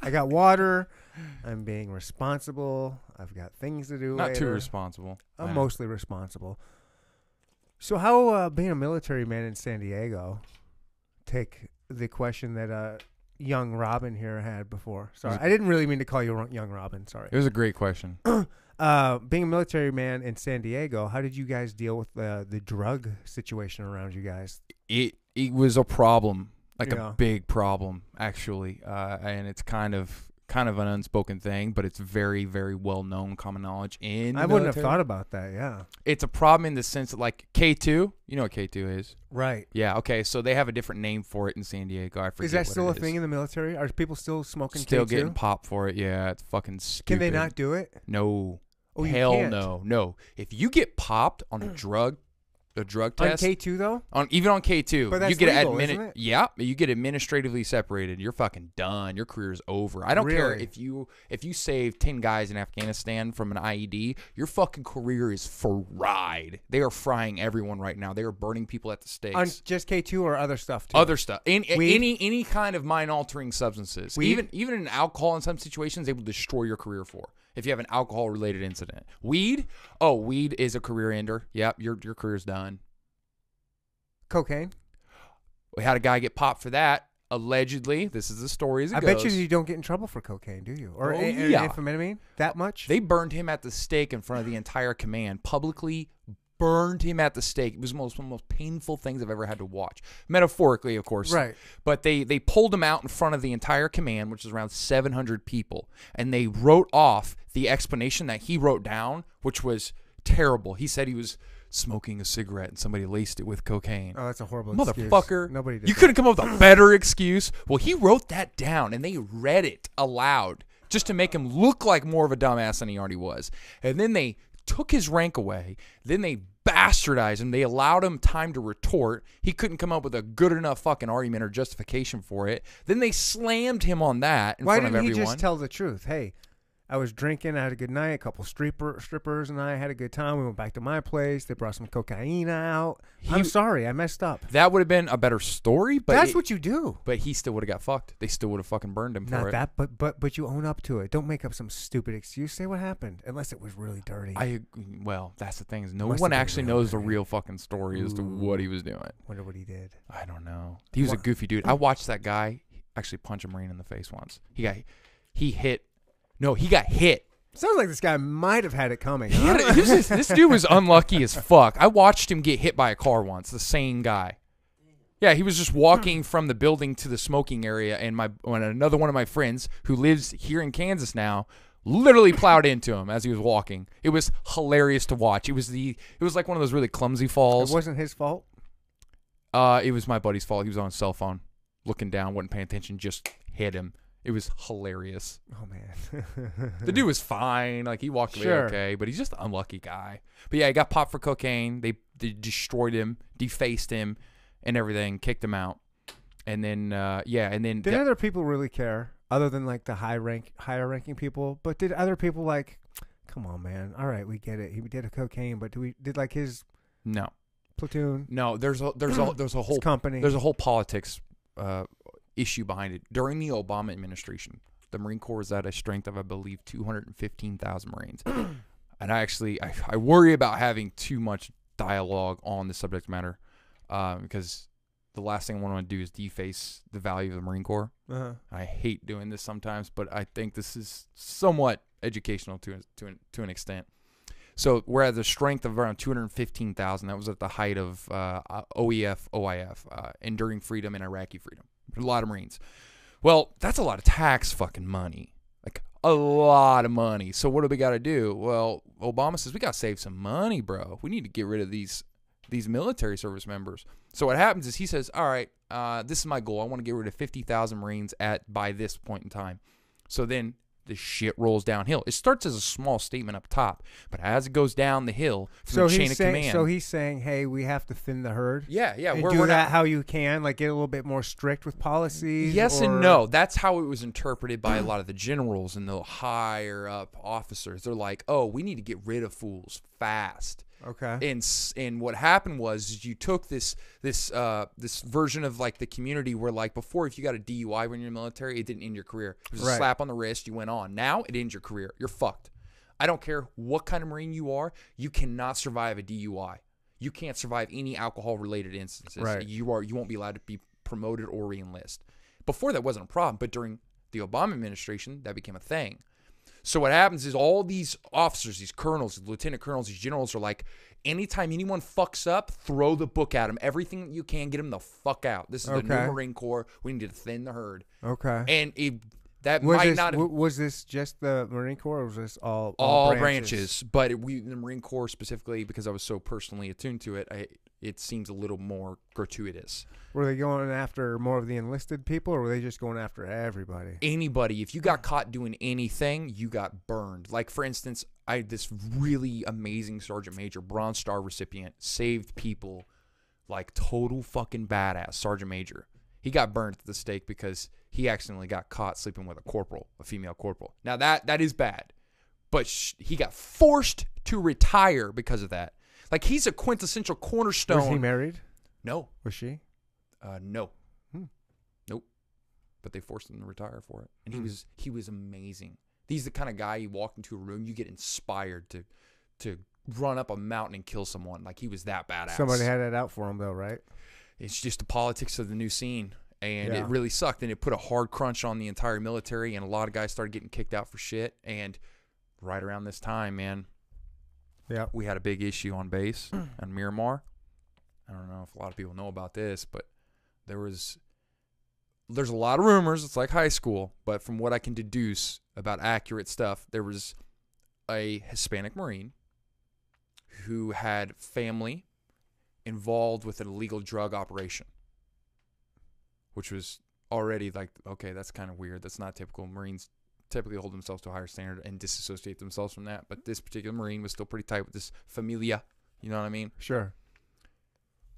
I got water. I'm being responsible. I've got things to do. Not too later. responsible. I'm Yeah. mostly responsible. So, how uh, being a military man in San Diego take the question that uh, young Robin here had before? Sorry, I didn't really mean to call you Ro- young Robin. Sorry. It was a great question. uh, being a military man in San Diego, how did you guys deal with the the drug situation around you guys? It it was a problem, like Yeah. a big problem, actually. Uh, and it's kind of kind of an unspoken thing, but it's very very well known common knowledge in. I the wouldn't have military. thought about that. Yeah, It's a problem in the sense that like K two, you know what K two is? right. Yeah. Okay. So they have a different name for it in San Diego. I forget. Is that what still a it thing in the military? Are people still smoking? Still K2? getting popped for it. Yeah. It's fucking stupid. Can they not do it? No. Oh, you Hell can't. no, no. If you get popped on a drug, the drug On test. K2 though? on even on K two, But that's you get legal, admini- isn't it? Yeah, you get administratively separated. You're fucking done. Your career is over. I don't care Really? if you if you save ten guys in Afghanistan from an IED. Your fucking career is fried. They are frying everyone right now. They are burning people at the stakes. On just K2 or other stuff too? other stuff, any, Weed? any any kind of mind altering substances, Weed? even even in alcohol in some situations, they will destroy your career for if you have an alcohol related incident. Weed, oh, weed is a career ender. Yep, your your career's done. Cocaine? We had a guy get popped for that. Allegedly, this is the story as it I goes. bet you you don't get in trouble for cocaine, do you? Or Oh, a- a- yeah. amphetamine? That much? They burned him at the stake in front of the entire command. Publicly burned him at the stake. It was most, one of the most painful things I've ever had to watch. Metaphorically, of course. Right. But they they pulled him out in front of the entire command, which is around 700 people, and they wrote off the explanation that he wrote down, which was terrible. He said he was smoking a cigarette and somebody laced it with cocaine. oh, that's a horrible excuse. Motherfucker. Nobody did You that. couldn't come (clears throat) up with a better excuse. Well, he wrote that down and they read it aloud just to make him look like more of a dumbass than he already was. And then they took his rank away. Then they bastardized him. They allowed him time to retort. He couldn't come up with a good enough fucking argument or justification for it. Then they slammed him on that in Why front didn't of he everyone. just tell the truth? Hey, I was drinking. I had a good night. A couple stripper, strippers and I had a good time. We went back to my place. They brought some cocaine out. He- I'm sorry. I messed up. that would have been a better story, but That's it- what you do. but he still would have got fucked. They still would have fucking burned him for Not it. that, but but but you own up to it. Don't make up some stupid excuse. Say what happened, unless it was really dirty. I ag- well, that's the thing is no Must have one been actually real knows the dirty. real fucking story as to what he was doing. Wonder what he did. I don't know. He was a Wha- goofy dude. I watched that guy actually punch a marine in the face once. He got he hit. No, he got hit. Sounds like this guy might have had (laughs) it coming. He had huh? a- he was just- this dude was unlucky as fuck. I watched him get hit by a car once. The same guy. Yeah, he was just walking from the building to the smoking area, and my when another one of my friends who lives here in Kansas now literally plowed into him as he was walking. It was hilarious to watch. It was the it was like one of those really clumsy it falls. wasn't his fault. Uh, it was my buddy's fault. He was on his cell phone, looking down, wasn't paying attention, just hit him. It was hilarious. Oh man. (laughs) The dude was fine. Like he walked away Sure. okay, but he's just an unlucky guy. But yeah, he got popped for cocaine. They, they destroyed him, defaced him, and everything. Kicked him out. And then uh, yeah, and then Did other people really care other than like the high rank higher ranking people? But did other people like come on man, all right, we get it. He did a cocaine, but do we did like his no, platoon no. There's a there's a there's a his whole company. There's a whole politics uh, issue behind it. During the Obama administration, the Marine Corps was at a strength of, I believe, 215,000 Marines. and I actually, I, I worry about having too much dialogue on the subject matter um, because the last thing I want to do is deface the value of the Marine Corps. uh-huh. I hate doing this sometimes, but I think this is somewhat educational to to an, to an extent. So we're at the strength of around 215,000. That was at the height of uh, OEF, OIF, uh, Enduring Freedom and Iraqi Freedom. A lot of Marines. Well, that's a lot of tax fucking money. Like a lot of money. So what do we got to do? Well, Obama says we got to save some money, bro. We need to get rid of these these military service members. So what happens is he says, "All right, uh, this is my goal. I want to get rid of 50,000 Marines at by this point in time." So then the shit rolls downhill. It starts as a small statement up top, but as it goes down the hill, from So the chain he's of saying command. so he's saying, "Hey, we have to thin the herd." yeah, yeah, and we're, do we're that not, how you can, like get a little bit more strict with policies. Yes or- and no. That's how it was interpreted by a lot of the generals and the higher up officers. They're like, "Oh, we need to get rid of fools fast." Okay. And s- and what happened was is you took this this uh, this version of like the community where like before if you got a DUI when you're in the military, it didn't end your career. It was a Right. slap on the wrist, you went on. Now it ends your career. You're fucked. I don't care what kind of marine you are, you cannot survive a DUI. You can't survive any alcohol related instances. Right. You are you won't be allowed to be promoted or reenlist. Before that wasn't a problem, but during the Obama administration, that became a thing. So what happens is all these officers, these colonels, lieutenant colonels, these generals are like, anytime anyone fucks up, throw the book at them. Everything that you can, get them the fuck out. This is the Okay. new Marine Corps. We need to thin the herd. okay. And it, that was might this, not have w- was this just the Marine Corps, or was this all all branches. but it, we the Marine Corps specifically because I was so personally attuned to it. I it seems a little more gratuitous. Were they going after more of the enlisted people, or were they just going after everybody? Anybody, if you got caught doing anything, you got burned. Like for instance, I had this really amazing sergeant major, Bronze Star recipient, saved people like total fucking badass sergeant major. He got burned at the stake because he accidentally got caught sleeping with a corporal, a female corporal. Now that that is bad, but sh- he got forced to retire because of that. Like he's a quintessential cornerstone. Was he married? no, Was she? uh, no, Hmm. nope. But they forced him to retire for it, Hmm. and he was he was amazing. He's the kind of guy you walk into a room, you get inspired to to run up a mountain and kill someone. Like he was that badass. Somebody had that out for him, though, right? it's just the politics of the new scene, and Yeah. it really sucked, and it put a hard crunch on the entire military, and a lot of guys started getting kicked out for shit. And right around this time, man, Yeah. we had a big issue on base on Miramar. I don't know if a lot of people know about this, but there was there's a lot of rumors. It's like high school, but from what I can deduce about accurate stuff, there was a Hispanic Marine who had family involved with an illegal drug operation, which was already like, okay, that's kind of weird. That's not typical. Marines typically hold themselves to a higher standard and disassociate themselves from that. But this particular Marine was still pretty tight with this familia. You know what I mean? Sure.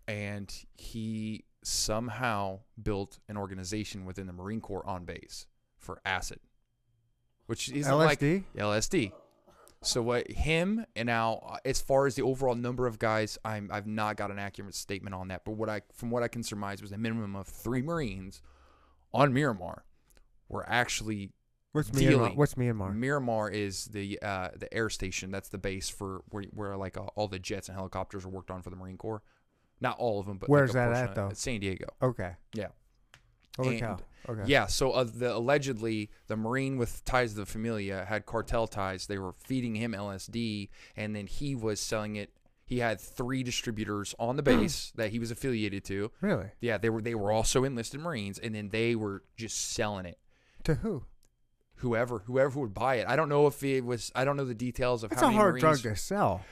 And he somehow built an organization within the Marine Corps on base for acid, which is like LSD? LSD. So what him and now uh, as far as the overall number of guys, I'm I've not got an accurate statement on that. But what I from what I can surmise was a minimum of three Marines on Miramar were actually What's Myanmar? dealing. What's Myanmar? Miramar is the uh, the air station. That's the base for where, where like uh, all the jets and helicopters are worked on for the Marine Corps. Not all of them, but like, Where's a that portion at, of it. though? It's San Diego. okay. Yeah. Holy And- cow. Okay. Yeah, so uh, the allegedly the Marine with ties to the Familia had cartel ties. They were feeding him LSD, and then he was selling it. He had three distributors on (clears throat) the base that he was affiliated to. Really? Yeah, they were they were also enlisted Marines, and then they were just selling it. To who? Whoever whoever would buy it. I don't know if it was. I don't know the details of That's how a many hard drug Marines. to sell.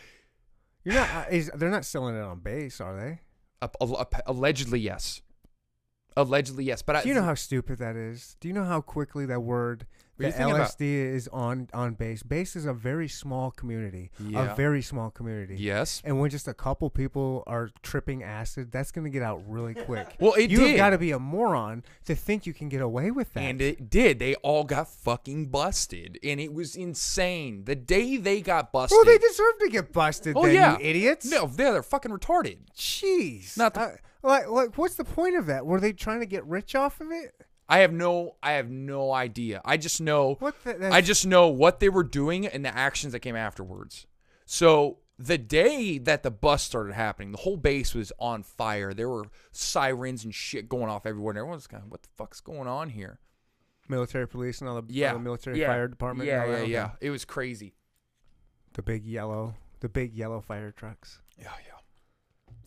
You're not. uh, Is, they're not selling it on base, are they? Ap- al- ap- allegedly, yes. Allegedly, yes. But I, Do you know how stupid that is? Do you know how quickly that word What are the you thinking about? LSD is on on base? Base is a very small community, Yeah. a very small community. Yes. And when just a couple people are tripping acid, that's going to get out really quick. (laughs) Well, it You've did. got to be a moron to think you can get away with that. And it did. They all got fucking busted, and it was insane. The day they got busted. well, they deserve to get busted. Oh then, yeah, you idiots. No, they're they're fucking retarded. jeez. Not the- I- like, like, what's the point of that? Were they trying to get rich off of it? I have no, I have no idea. I just know. What the? I just know what they were doing and the actions that came afterwards. So the day that the bus started happening, the whole base was on fire. There were sirens and shit going off everywhere. And everyone's kind of, what the fuck's going on here? military police and all the, all Yeah. the military yeah, fire department. and Yeah, all yeah, that? Okay. yeah. It was crazy. The big yellow, the big yellow fire trucks. Yeah, yeah.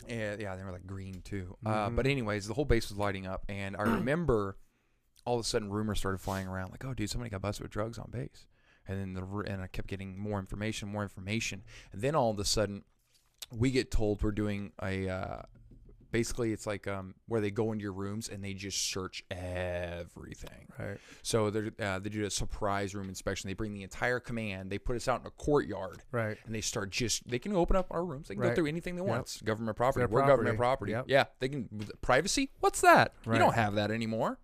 Yeah, yeah, they were like green too. Uh, but anyways, the whole base was lighting up, and I remember all of a sudden rumors started flying around like, "Oh, dude, somebody got busted with drugs on base," and then the ru- and I kept getting more information, more information, and then all of a sudden, we get told we're doing a. Uh, Basically, it's like um, where they go into your rooms and they just search everything. Right. So they're, uh, they do a surprise room inspection. They bring the entire command. They put us out in a courtyard Right. and they start just they can open up our rooms. They can go Right. through anything they want. Yep. It's government property. their We're government property. property. Yep. Yeah, they can privacy. What's that? Right. You don't have that anymore.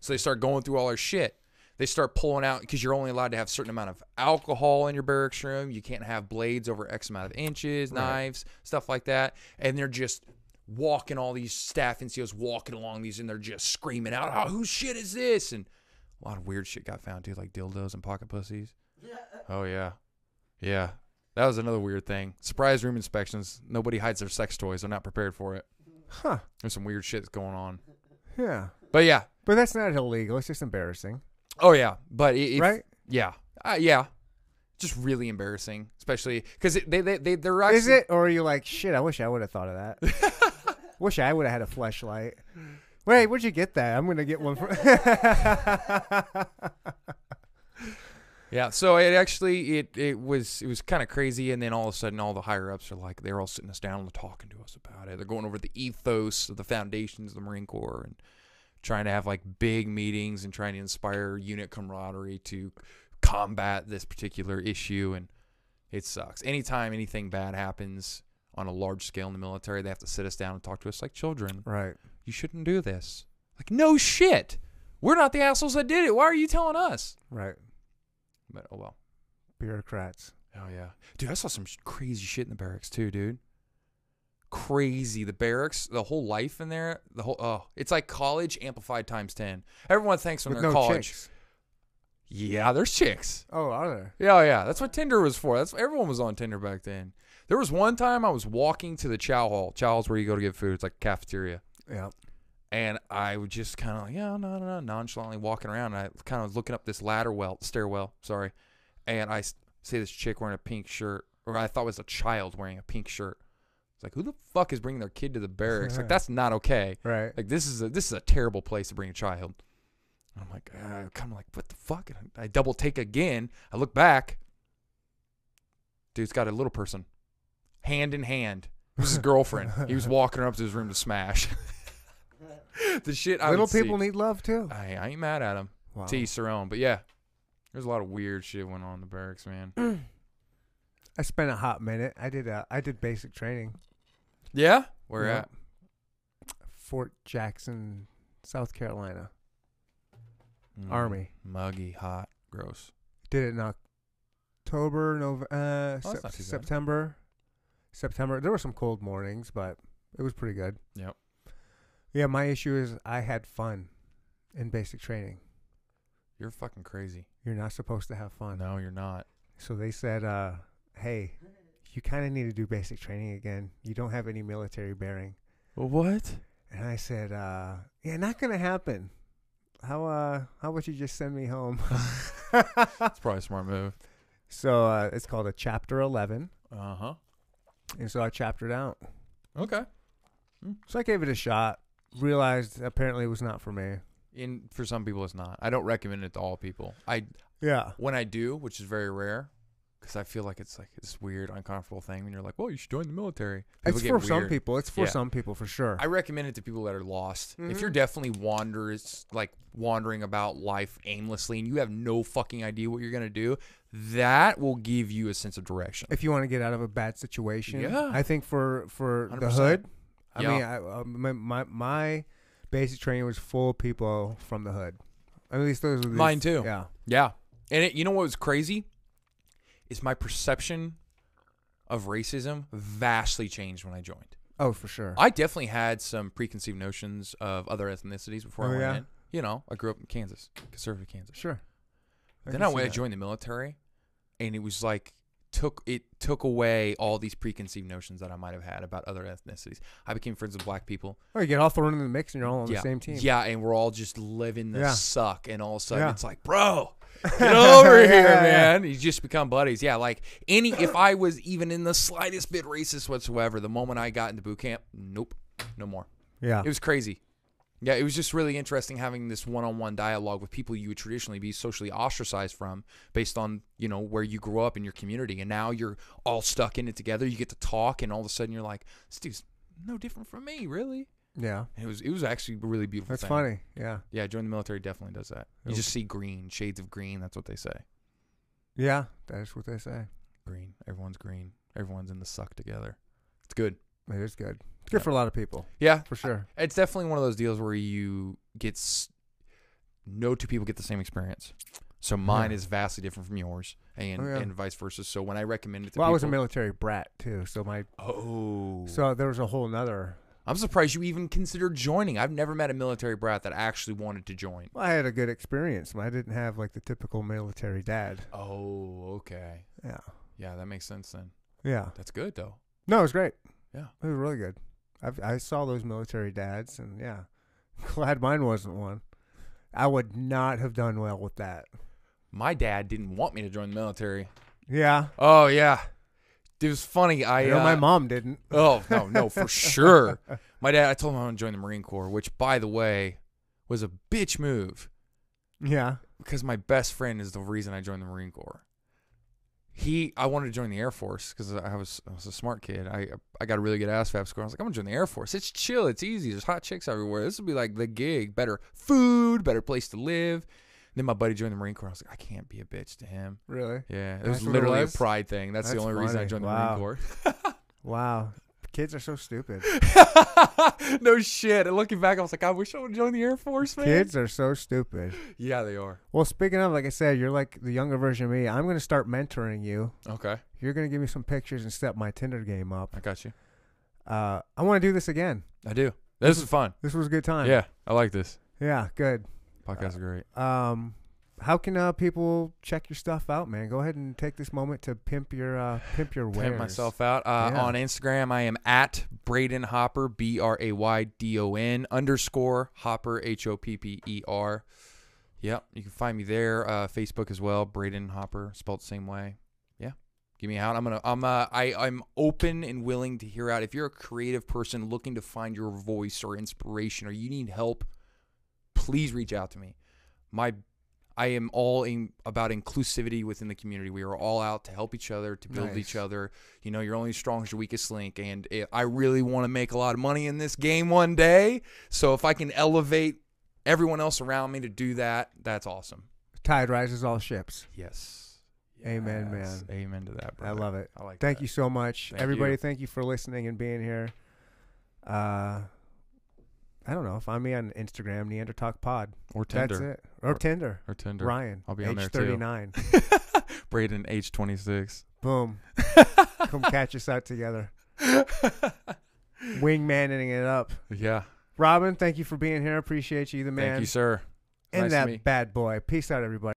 So they start going through all our shit. They start pulling out because you're only allowed to have a certain amount of alcohol in your barracks room. You can't have blades over X amount of inches, knives, stuff like that. And they're just walking all these staff NCOs walking along these, and they're just screaming out, "Oh, whose shit is this?" And a lot of weird shit got found too, like dildos and pocket pussies. Oh yeah, yeah. That was another weird thing. Surprise room inspections. Nobody hides their sex toys. They're not prepared for it. Huh. There's some weird shit that's going on. Yeah. But yeah. But that's not illegal. It's just embarrassing, Oh yeah. But it, it- right? Yeah. Uh, yeah. Just really embarrassing, especially because they they they they're actually. Is it? Or are you like, shit? I wish I would have thought of that. (laughs) wish I would have had a flashlight. Wait, where'd you get that? I'm gonna get (laughs) one for. (laughs) Yeah. So it actually it it was it was kind of crazy, and then all of a sudden all the higher ups are like they're all sitting us down and talking to us. ethos about it. They're going over the ethos of the foundations of the Marine Corps and trying to have like big meetings and trying to inspire unit camaraderie to combat this particular issue. And it sucks. Anytime anything bad happens on a large scale in the military, they have to sit us down and talk to us like children. Right. You shouldn't do this. Like, no shit. We're not the assholes that did it. Why are you telling us? Right. But oh well. Bureaucrats. Oh yeah, dude, I saw some sh- crazy shit in the barracks too, dude. Crazy, the barracks, the whole life in there, the whole oh, it's like college amplified times ten. Everyone thinks when With they're no college, chicks. yeah, there's chicks. Oh, are there? Yeah, oh, yeah, that's what Tinder was for. That's everyone was on Tinder back then. There was one time I was walking to the chow hall. Chow hall's where you go to get food. It's like a cafeteria. Yeah. And I was just kind of like, yeah, no, no, no, nonchalantly walking around. And I kind of was looking up this ladder well, stairwell, sorry. And I s- see this chick wearing a pink shirt, or I thought was a child wearing a pink shirt. It's like, who the fuck is bringing their kid to the barracks? like, that's not okay. Right. Like, this is a this is a terrible place to bring a child. And I'm like, uh, kind of like, what the fuck? And I I double take again. I look back. Dude's got a little person, hand in hand. It was his girlfriend. (laughs) he was walking her up to his room to smash. (laughs) the shit I Little would see. people need love too. I, I ain't mad at him. Wow. (clears throat) T Cerrone. But yeah, there's a lot of weird shit went on in the barracks, man. I spent a hot minute. I did. Uh, I did basic training. yeah? Where Yep. at? Fort Jackson, South Carolina. Mm. Army. Muggy, hot, gross. Did it in October, November, uh, Oh, that's Sep- not too bad. September. September. There were some cold mornings, but it was pretty good. Yep. Yeah, my issue is I had fun in basic training. You're fucking crazy. You're not supposed to have fun. No, you're not. So they said, uh, hey, you kind of need to do basic training again. You don't have any military bearing. What? And I said, uh, yeah, not going to happen. How, uh, how about you just send me home? (laughs) That's probably a smart move. so uh, it's called a Chapter 11. Uh huh. And so I chaptered out. Okay. So I gave it a shot. Realized apparently it was not for me. And for some people, it's not. I don't recommend it to all people. I Yeah. when I do, which is very rare, because I feel like it's like this weird, uncomfortable thing when you're like, "Well, you should join the military." it's for some weird. people. It's for Yeah. some people for sure. I recommend it to people that are lost. If Mhm. you're definitely wanderers, like wandering about life aimlessly, and you have no fucking idea what you're gonna do, that will give you a sense of direction. if you want to get out of a bad situation, Yeah. I think for for the 100%. hood, I Yeah. mean, I, uh, my, my my basic training was full of people from the hood. At least those were the- Mine too. Yeah. Yeah. And it, you know what was crazy? Is my perception of racism vastly changed when I joined. Oh, for sure. I definitely had some preconceived notions of other ethnicities before I Oh, went yeah? in. You know, I grew up in Kansas, conservative Kansas. sure. then can I see went I that. joined the military, and it was like took it took away all these preconceived notions that I might have had about other ethnicities. I became friends with black people. Oh, you get all thrown in the mix and you're all on yeah, the same team. Yeah, and we're all just living the Yeah. suck, and all of a sudden Yeah. it's (laughs) like, bro, get over here, Yeah, yeah. man. You just become buddies. Yeah, like any if I was even in the slightest bit racist whatsoever, the moment I got into boot camp, nope, no more. Yeah. It was crazy. Yeah, it was just really interesting having this one-on-one dialogue with people you would traditionally be socially ostracized from based on, you know, where you grew up in your community and now you're all stuck in it together. You get to talk and all of a sudden you're like, this dude's no different from me, really. yeah. And it was it was actually a really beautiful That's thing. funny. Yeah. Yeah, join the military definitely does that. You It'll- just see green, shades of green, that's what they say. Yeah. That is what they say. Green. Everyone's green. Everyone's in the suck together. It's good. It is good. It's good Yeah. for a lot of people, Yeah. for sure. It's definitely one of those deals where you get s- no two people get the same experience. So mine Yeah. is vastly different from yours, and Oh, yeah. and vice versa. So when I recommend it to Well, I was a people, military brat too, so my oh, so there was a whole nother. I'm surprised you even considered joining. I've never met a military brat that actually wanted to join. Well, I had a good experience. I didn't have like the typical military dad. Oh, okay, Yeah. yeah, that makes sense. Then Yeah. that's good though. No, it was great. Yeah. It was really good. I've, I saw those military dads, and yeah, (laughs) glad mine wasn't one. I would not have done well with that. My dad didn't want me to join the military. Yeah. Oh yeah, it was funny. I you know, uh, my mom didn't. Oh no, no, for sure. My dad, I told him I want to join the Marine Corps, which, by the way, was a bitch move (laughs) Yeah. because my best friend is the reason I joined the Marine Corps. he I wanted to join the Air Force because I was I was a smart kid. I I got a really good ASVAB score. I was like, I'm gonna join the Air Force. It's chill. It's easy. There's hot chicks everywhere. This would be like the gig. Better food. Better place to live. then my buddy joined the Marine Corps. I was like, I can't be a bitch to him. Really? Yeah, it That's was what it literally was? a pride thing. That's, the That's only reason I funny. joined Wow. the Marine Corps. Wow. Kids are so (laughs) stupid. no shit. And looking back, I was like, I wish I would join the Air Force, man. Kids are so stupid. Yeah, they are. Well, speaking of, like I said, you're like the younger version of me. I'm going to start mentoring you. Okay, You're going to give me some pictures and step my Tinder game up. I got you. Uh, I want to do this again. I do. This is fun. This was a good time. Yeah, I like this. Yeah, good. Podcasts are great. Um, how can uh, people check your stuff out, man? Go ahead and take this moment to pimp your uh, pimp your wares. Pimp myself out uh, Yeah. on Instagram. I am at Braden Hopper B R A Y D O N underscore Hopper H O P P E R. Yep, you can find me there. Uh, Facebook as well, Braden Hopper, spelled the same way. Yeah, give me a hound. I'm gonna. I'm. Uh, I. I'm open and willing to hear out. If you're a creative person looking to find your voice or inspiration, or you need help, please reach out to me. My I am all in about inclusivity within the community. We are all out to help each other, to build Nice. each other. You know, you're only as strong as your weakest link. And it, I really want to make a lot of money in this game one day. So if I can elevate everyone else around me to do that, that's awesome. Tide rises all ships. Yes. Amen, Yes. Amen to that, I brother. love it. I like Thank that. you so much, Thank everybody. you. Thank you for listening and being here. Uh, I don't know. Find me on Instagram, Neanderthal Pod. Or Tinder. That's it. Or, Or- Tinder. Or Tinder. (laughs) Ryan. I'll be on age there, too. 39. Braden, age 26. Boom. (laughs) (laughs) Come catch us out together. Wingmaning it up. Yeah. Robin, thank you for being here. Appreciate you, the man. Thank you, sir. and Nice to that meet- bad boy. Peace out, everybody.